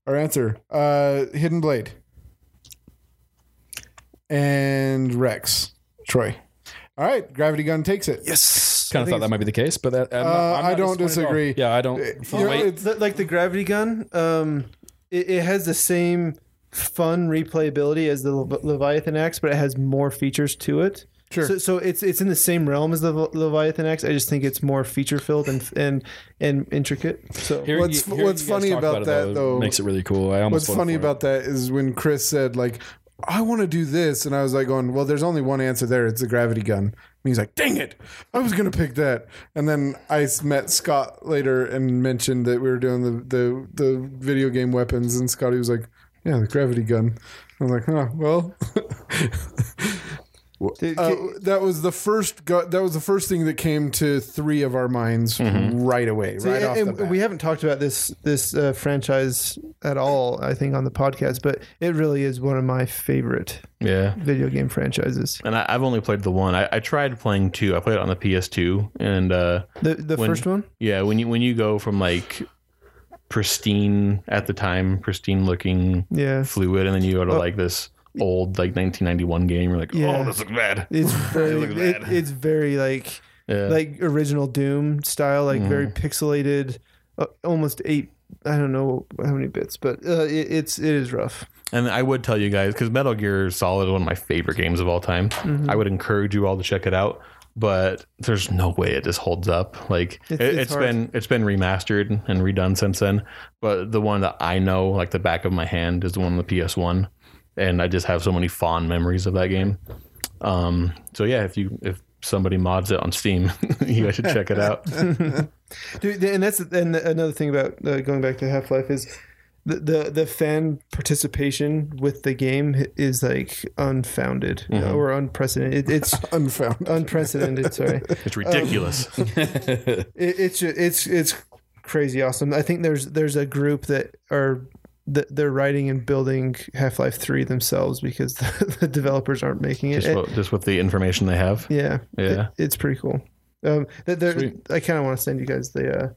Speaker 2: our answer. Uh, Hidden Blade. And Rex. Troy. All right, Gravity Gun takes it. Yes.
Speaker 5: kind of thought that might be the case, but that, I'm not-
Speaker 2: Uh,
Speaker 5: I'm
Speaker 2: I
Speaker 5: not
Speaker 2: don't
Speaker 5: disappointed at all.
Speaker 2: disagree.
Speaker 5: Yeah, I don't. Wait,
Speaker 1: like the gravity gun. Um, it, it has the same fun replayability as the Le- Leviathan axe, but it has more features to it.
Speaker 2: Sure.
Speaker 1: So, so it's it's in the same realm as the Lev- Leviathan X. I just think it's more feature filled and and and intricate. So
Speaker 5: Hearing
Speaker 2: What's-
Speaker 5: you- hearing
Speaker 2: what's
Speaker 5: you guys
Speaker 2: funny
Speaker 5: talk
Speaker 2: about
Speaker 5: it,
Speaker 2: that, though-
Speaker 5: makes it really cool. I almost
Speaker 2: What's
Speaker 5: wanna
Speaker 2: funny
Speaker 5: pour it.
Speaker 2: about that is when Chris said like, "I want to do this," and I was like, "Going well." There's only one answer there. It's the gravity gun. And he's like, "Dang it! I was gonna pick that." And then I s- met Scott later and mentioned that we were doing the the, the video game weapons, and Scotty was like, "Yeah, the gravity gun." I was like, "Huh? Well." Uh, that was the first. Go- that was the first thing that came to three of our minds right away, right
Speaker 1: Mm-hmm. and,
Speaker 2: off the
Speaker 1: and
Speaker 2: bat.
Speaker 1: we haven't talked about this this uh, franchise at all. I think on the podcast, but it really is one of my favorite
Speaker 3: Yeah.
Speaker 1: video game franchises.
Speaker 3: And I, I've only played the one. I, I tried playing two. I played it on the PS2, and uh,
Speaker 1: The the
Speaker 3: When-
Speaker 1: first one.
Speaker 3: yeah, when you when you go from like pristine at the time, pristine looking
Speaker 1: Yeah.
Speaker 3: fluid, and then you go to like this old like 1991 game, you're like,
Speaker 1: Yeah.
Speaker 3: oh, this looks bad.
Speaker 1: It's very,
Speaker 3: Look at
Speaker 1: it,
Speaker 3: that.
Speaker 1: it's very like
Speaker 3: Yeah.
Speaker 1: like original Doom style, like very
Speaker 2: Mm-hmm.
Speaker 1: pixelated, uh, almost eight. I don't know how many bits, but uh, it, it's it is rough.
Speaker 3: And I would tell you guys because Metal Gear Solid is one of my favorite games of all time.
Speaker 1: Mm-hmm.
Speaker 3: I would encourage you all to check it out, but there's no way it just holds up. Like
Speaker 1: It's-
Speaker 3: it,
Speaker 1: it's
Speaker 3: it's
Speaker 1: hard.
Speaker 3: been it's been remastered and redone since then. But the one that I know, like the back of my hand, is the one on the PS1, and I just have so many fond memories of that game. Um, so yeah, if you if somebody mods it on Steam, you guys should check it out.
Speaker 1: Dude, and that's and another thing about uh, going back to Half Life is the, the the fan participation with the game is like unfounded
Speaker 3: Mm-hmm.
Speaker 1: or unprecedented. It, it's
Speaker 2: Unfound.
Speaker 1: unprecedented. Sorry,
Speaker 3: It's ridiculous.
Speaker 1: it, it's ju- it's it's crazy awesome. I think there's there's a group that are that they're writing and building Half Life Three themselves because the, the developers aren't making it.
Speaker 3: just, what, just with the information they have.
Speaker 1: yeah,
Speaker 3: Yeah.
Speaker 1: It- it's pretty cool. Um, th- there,
Speaker 3: Sweet.
Speaker 1: I kind of want to send you guys the uh,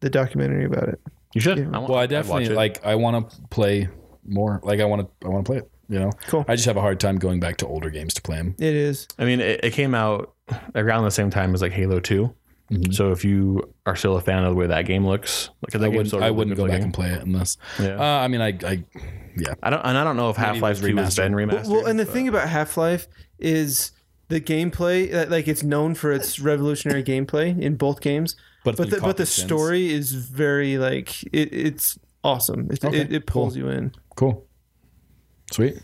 Speaker 1: the documentary about it.
Speaker 3: You should. I want-
Speaker 5: Well, I
Speaker 3: I'd watch
Speaker 5: definitely
Speaker 3: it.
Speaker 5: like. I want to play more. Like I want to. I want to play it. You know.
Speaker 1: Cool.
Speaker 5: I just have a hard time going back to older games to play them.
Speaker 1: It is.
Speaker 3: I mean, it, it came out around the same time as like Halo 2 So if you are still a fan of the way that game looks, like that
Speaker 5: Mm-hmm. I
Speaker 3: game's
Speaker 5: wouldn't.
Speaker 3: still a
Speaker 5: I
Speaker 3: really
Speaker 5: wouldn't
Speaker 3: good
Speaker 5: go back
Speaker 3: looking
Speaker 5: and play it unless.
Speaker 3: game. Yeah.
Speaker 5: Uh, I mean, I. I
Speaker 3: I don't, and I don't know if Half Life
Speaker 5: maybe it
Speaker 3: Two
Speaker 5: was
Speaker 3: has been remastered.
Speaker 1: Well, and the thing about Half Life is the gameplay. uh, Like it's known for its revolutionary gameplay in both games,
Speaker 5: But
Speaker 1: but
Speaker 5: you
Speaker 1: the, but
Speaker 5: copy
Speaker 1: the
Speaker 5: things.
Speaker 1: story is very like it, it's awesome. It,
Speaker 5: Okay,
Speaker 1: it, it pulls you in.
Speaker 5: cool. Sweet.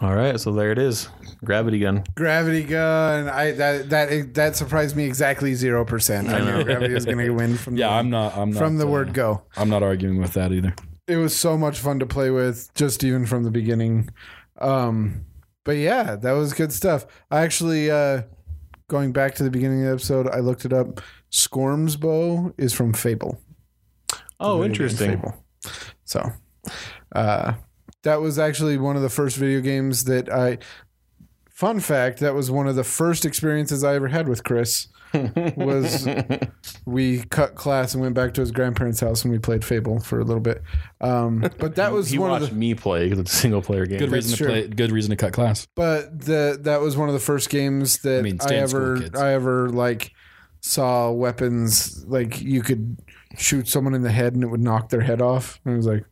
Speaker 3: all right, so there it is, Gravity Gun.
Speaker 2: Gravity gun. I that that that surprised me exactly zero percent. I knew gravity was going to win from
Speaker 5: Yeah,
Speaker 2: the,
Speaker 5: I'm not. I'm not
Speaker 2: from the
Speaker 5: uh,
Speaker 2: word go.
Speaker 5: I'm not arguing with that either.
Speaker 2: It was so much fun to play with, just even from the beginning. Um, but yeah, that was good stuff. I actually uh, going back to the beginning of the episode, I looked it up. Scorm's bow is from Fable.
Speaker 3: Oh,
Speaker 2: video game
Speaker 3: interesting.
Speaker 2: Fable. So, uh, that was actually one of the first video games that I. Fun fact: that was one of the first experiences I ever had with Chris. Was we cut class and went back to his grandparents' house and we played Fable for a little bit. Um, but that was
Speaker 3: He
Speaker 2: one of
Speaker 3: watched
Speaker 2: the
Speaker 3: me play because it's a single player game.
Speaker 5: Good reason to
Speaker 2: true.
Speaker 5: play. Good reason to cut class.
Speaker 2: but the that was one of the first games that I,
Speaker 5: I mean, stay in school,
Speaker 2: ever
Speaker 5: kids.
Speaker 2: I ever like saw weapons like you could shoot someone in the head and it would knock their head off. And I was like,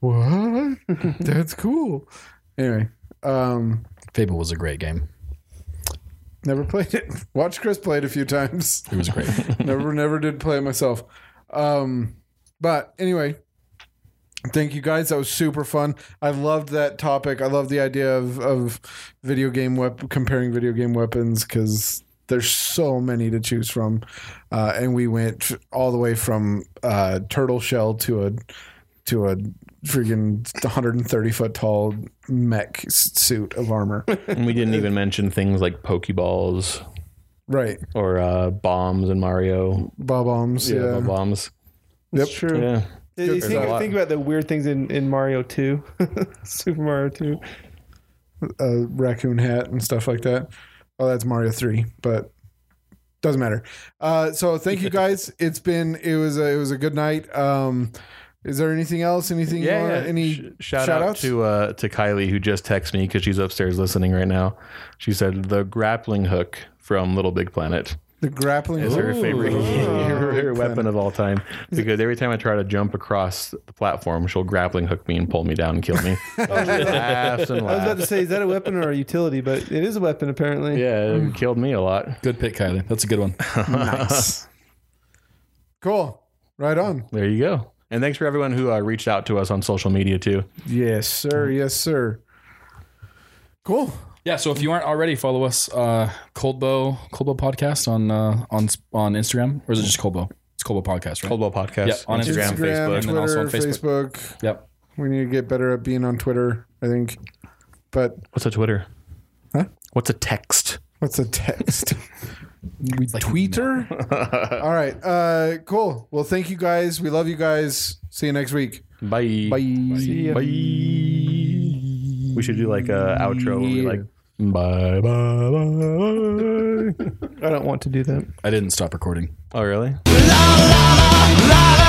Speaker 2: "What? That's cool." Anyway, um,
Speaker 5: Fable was a great game.
Speaker 2: never played it. Watched Chris play it a few times.
Speaker 5: It was great.
Speaker 2: never never did play it myself. Um, but anyway, thank you guys. That was super fun. I loved that topic. I love the idea of of video game wep- comparing video game weapons because there's so many to choose from, uh, and we went all the way from uh, turtle shell to a to a freaking 130 foot tall mech s- suit of armor.
Speaker 3: and we didn't even mention things like Pokeballs
Speaker 2: right,
Speaker 3: or uh, bombs in Mario.
Speaker 2: bob bombs.
Speaker 3: Yeah,
Speaker 2: Yeah,
Speaker 3: bob bombs.
Speaker 1: It's
Speaker 2: Yep.
Speaker 1: true.
Speaker 3: Yeah,
Speaker 1: You
Speaker 2: for
Speaker 1: think,
Speaker 3: that.
Speaker 1: think about the weird things in, in Mario Two, Super Mario Two.
Speaker 2: a raccoon hat and stuff like that. Oh, that's Mario three, but doesn't matter. Uh, so thank you guys. It's been it was a, it was a good night. Um, is there anything else? Anything? you wanna- Any
Speaker 3: Sh- shout, out
Speaker 2: shout-outs?
Speaker 3: to uh, to Kylie who just texted me because she's upstairs listening right now. She said the grappling hook from Little Big Planet.
Speaker 2: The grappling
Speaker 3: is her favorite her weapon of all time because every time I try to jump across the platform, she'll grappling hook me and pull me down and kill me. laughs and
Speaker 1: I was about to
Speaker 3: laughs.
Speaker 1: say, is that a weapon or a utility? But it is a weapon, apparently.
Speaker 3: Yeah, it killed me a lot.
Speaker 5: Good pick, Kylie. That's a good one.
Speaker 2: Cool. Right on.
Speaker 3: There you go. And thanks for everyone who uh, reached out to us on social media too.
Speaker 2: Yes, sir. Yes, sir. Mm-hmm. Cool.
Speaker 5: Yeah, so if you aren't already, follow us, uh, Coldbow Coldbow Podcast on uh, on on Instagram, or is it just Coldbow? It's Coldbow Podcast, right?
Speaker 3: Coldwell Podcast
Speaker 5: Yep, on Instagram,
Speaker 2: Instagram,
Speaker 5: and
Speaker 3: Facebook.
Speaker 5: then also
Speaker 2: Twitter,
Speaker 5: on
Speaker 2: Facebook.
Speaker 5: Facebook. Yep.
Speaker 2: We need to get better at being on Twitter, I think. But
Speaker 3: What's a Twitter?
Speaker 2: Huh?
Speaker 3: What's a text?
Speaker 2: what's a text? we Twitter? All right. Uh, cool. Well, thank you guys. We love you guys. See you next week.
Speaker 3: Bye.
Speaker 2: Bye.
Speaker 3: Bye. We should do like a outro where we like bye bye bye.
Speaker 1: I don't want to do that.
Speaker 5: I didn't stop recording.
Speaker 3: oh really?
Speaker 6: la la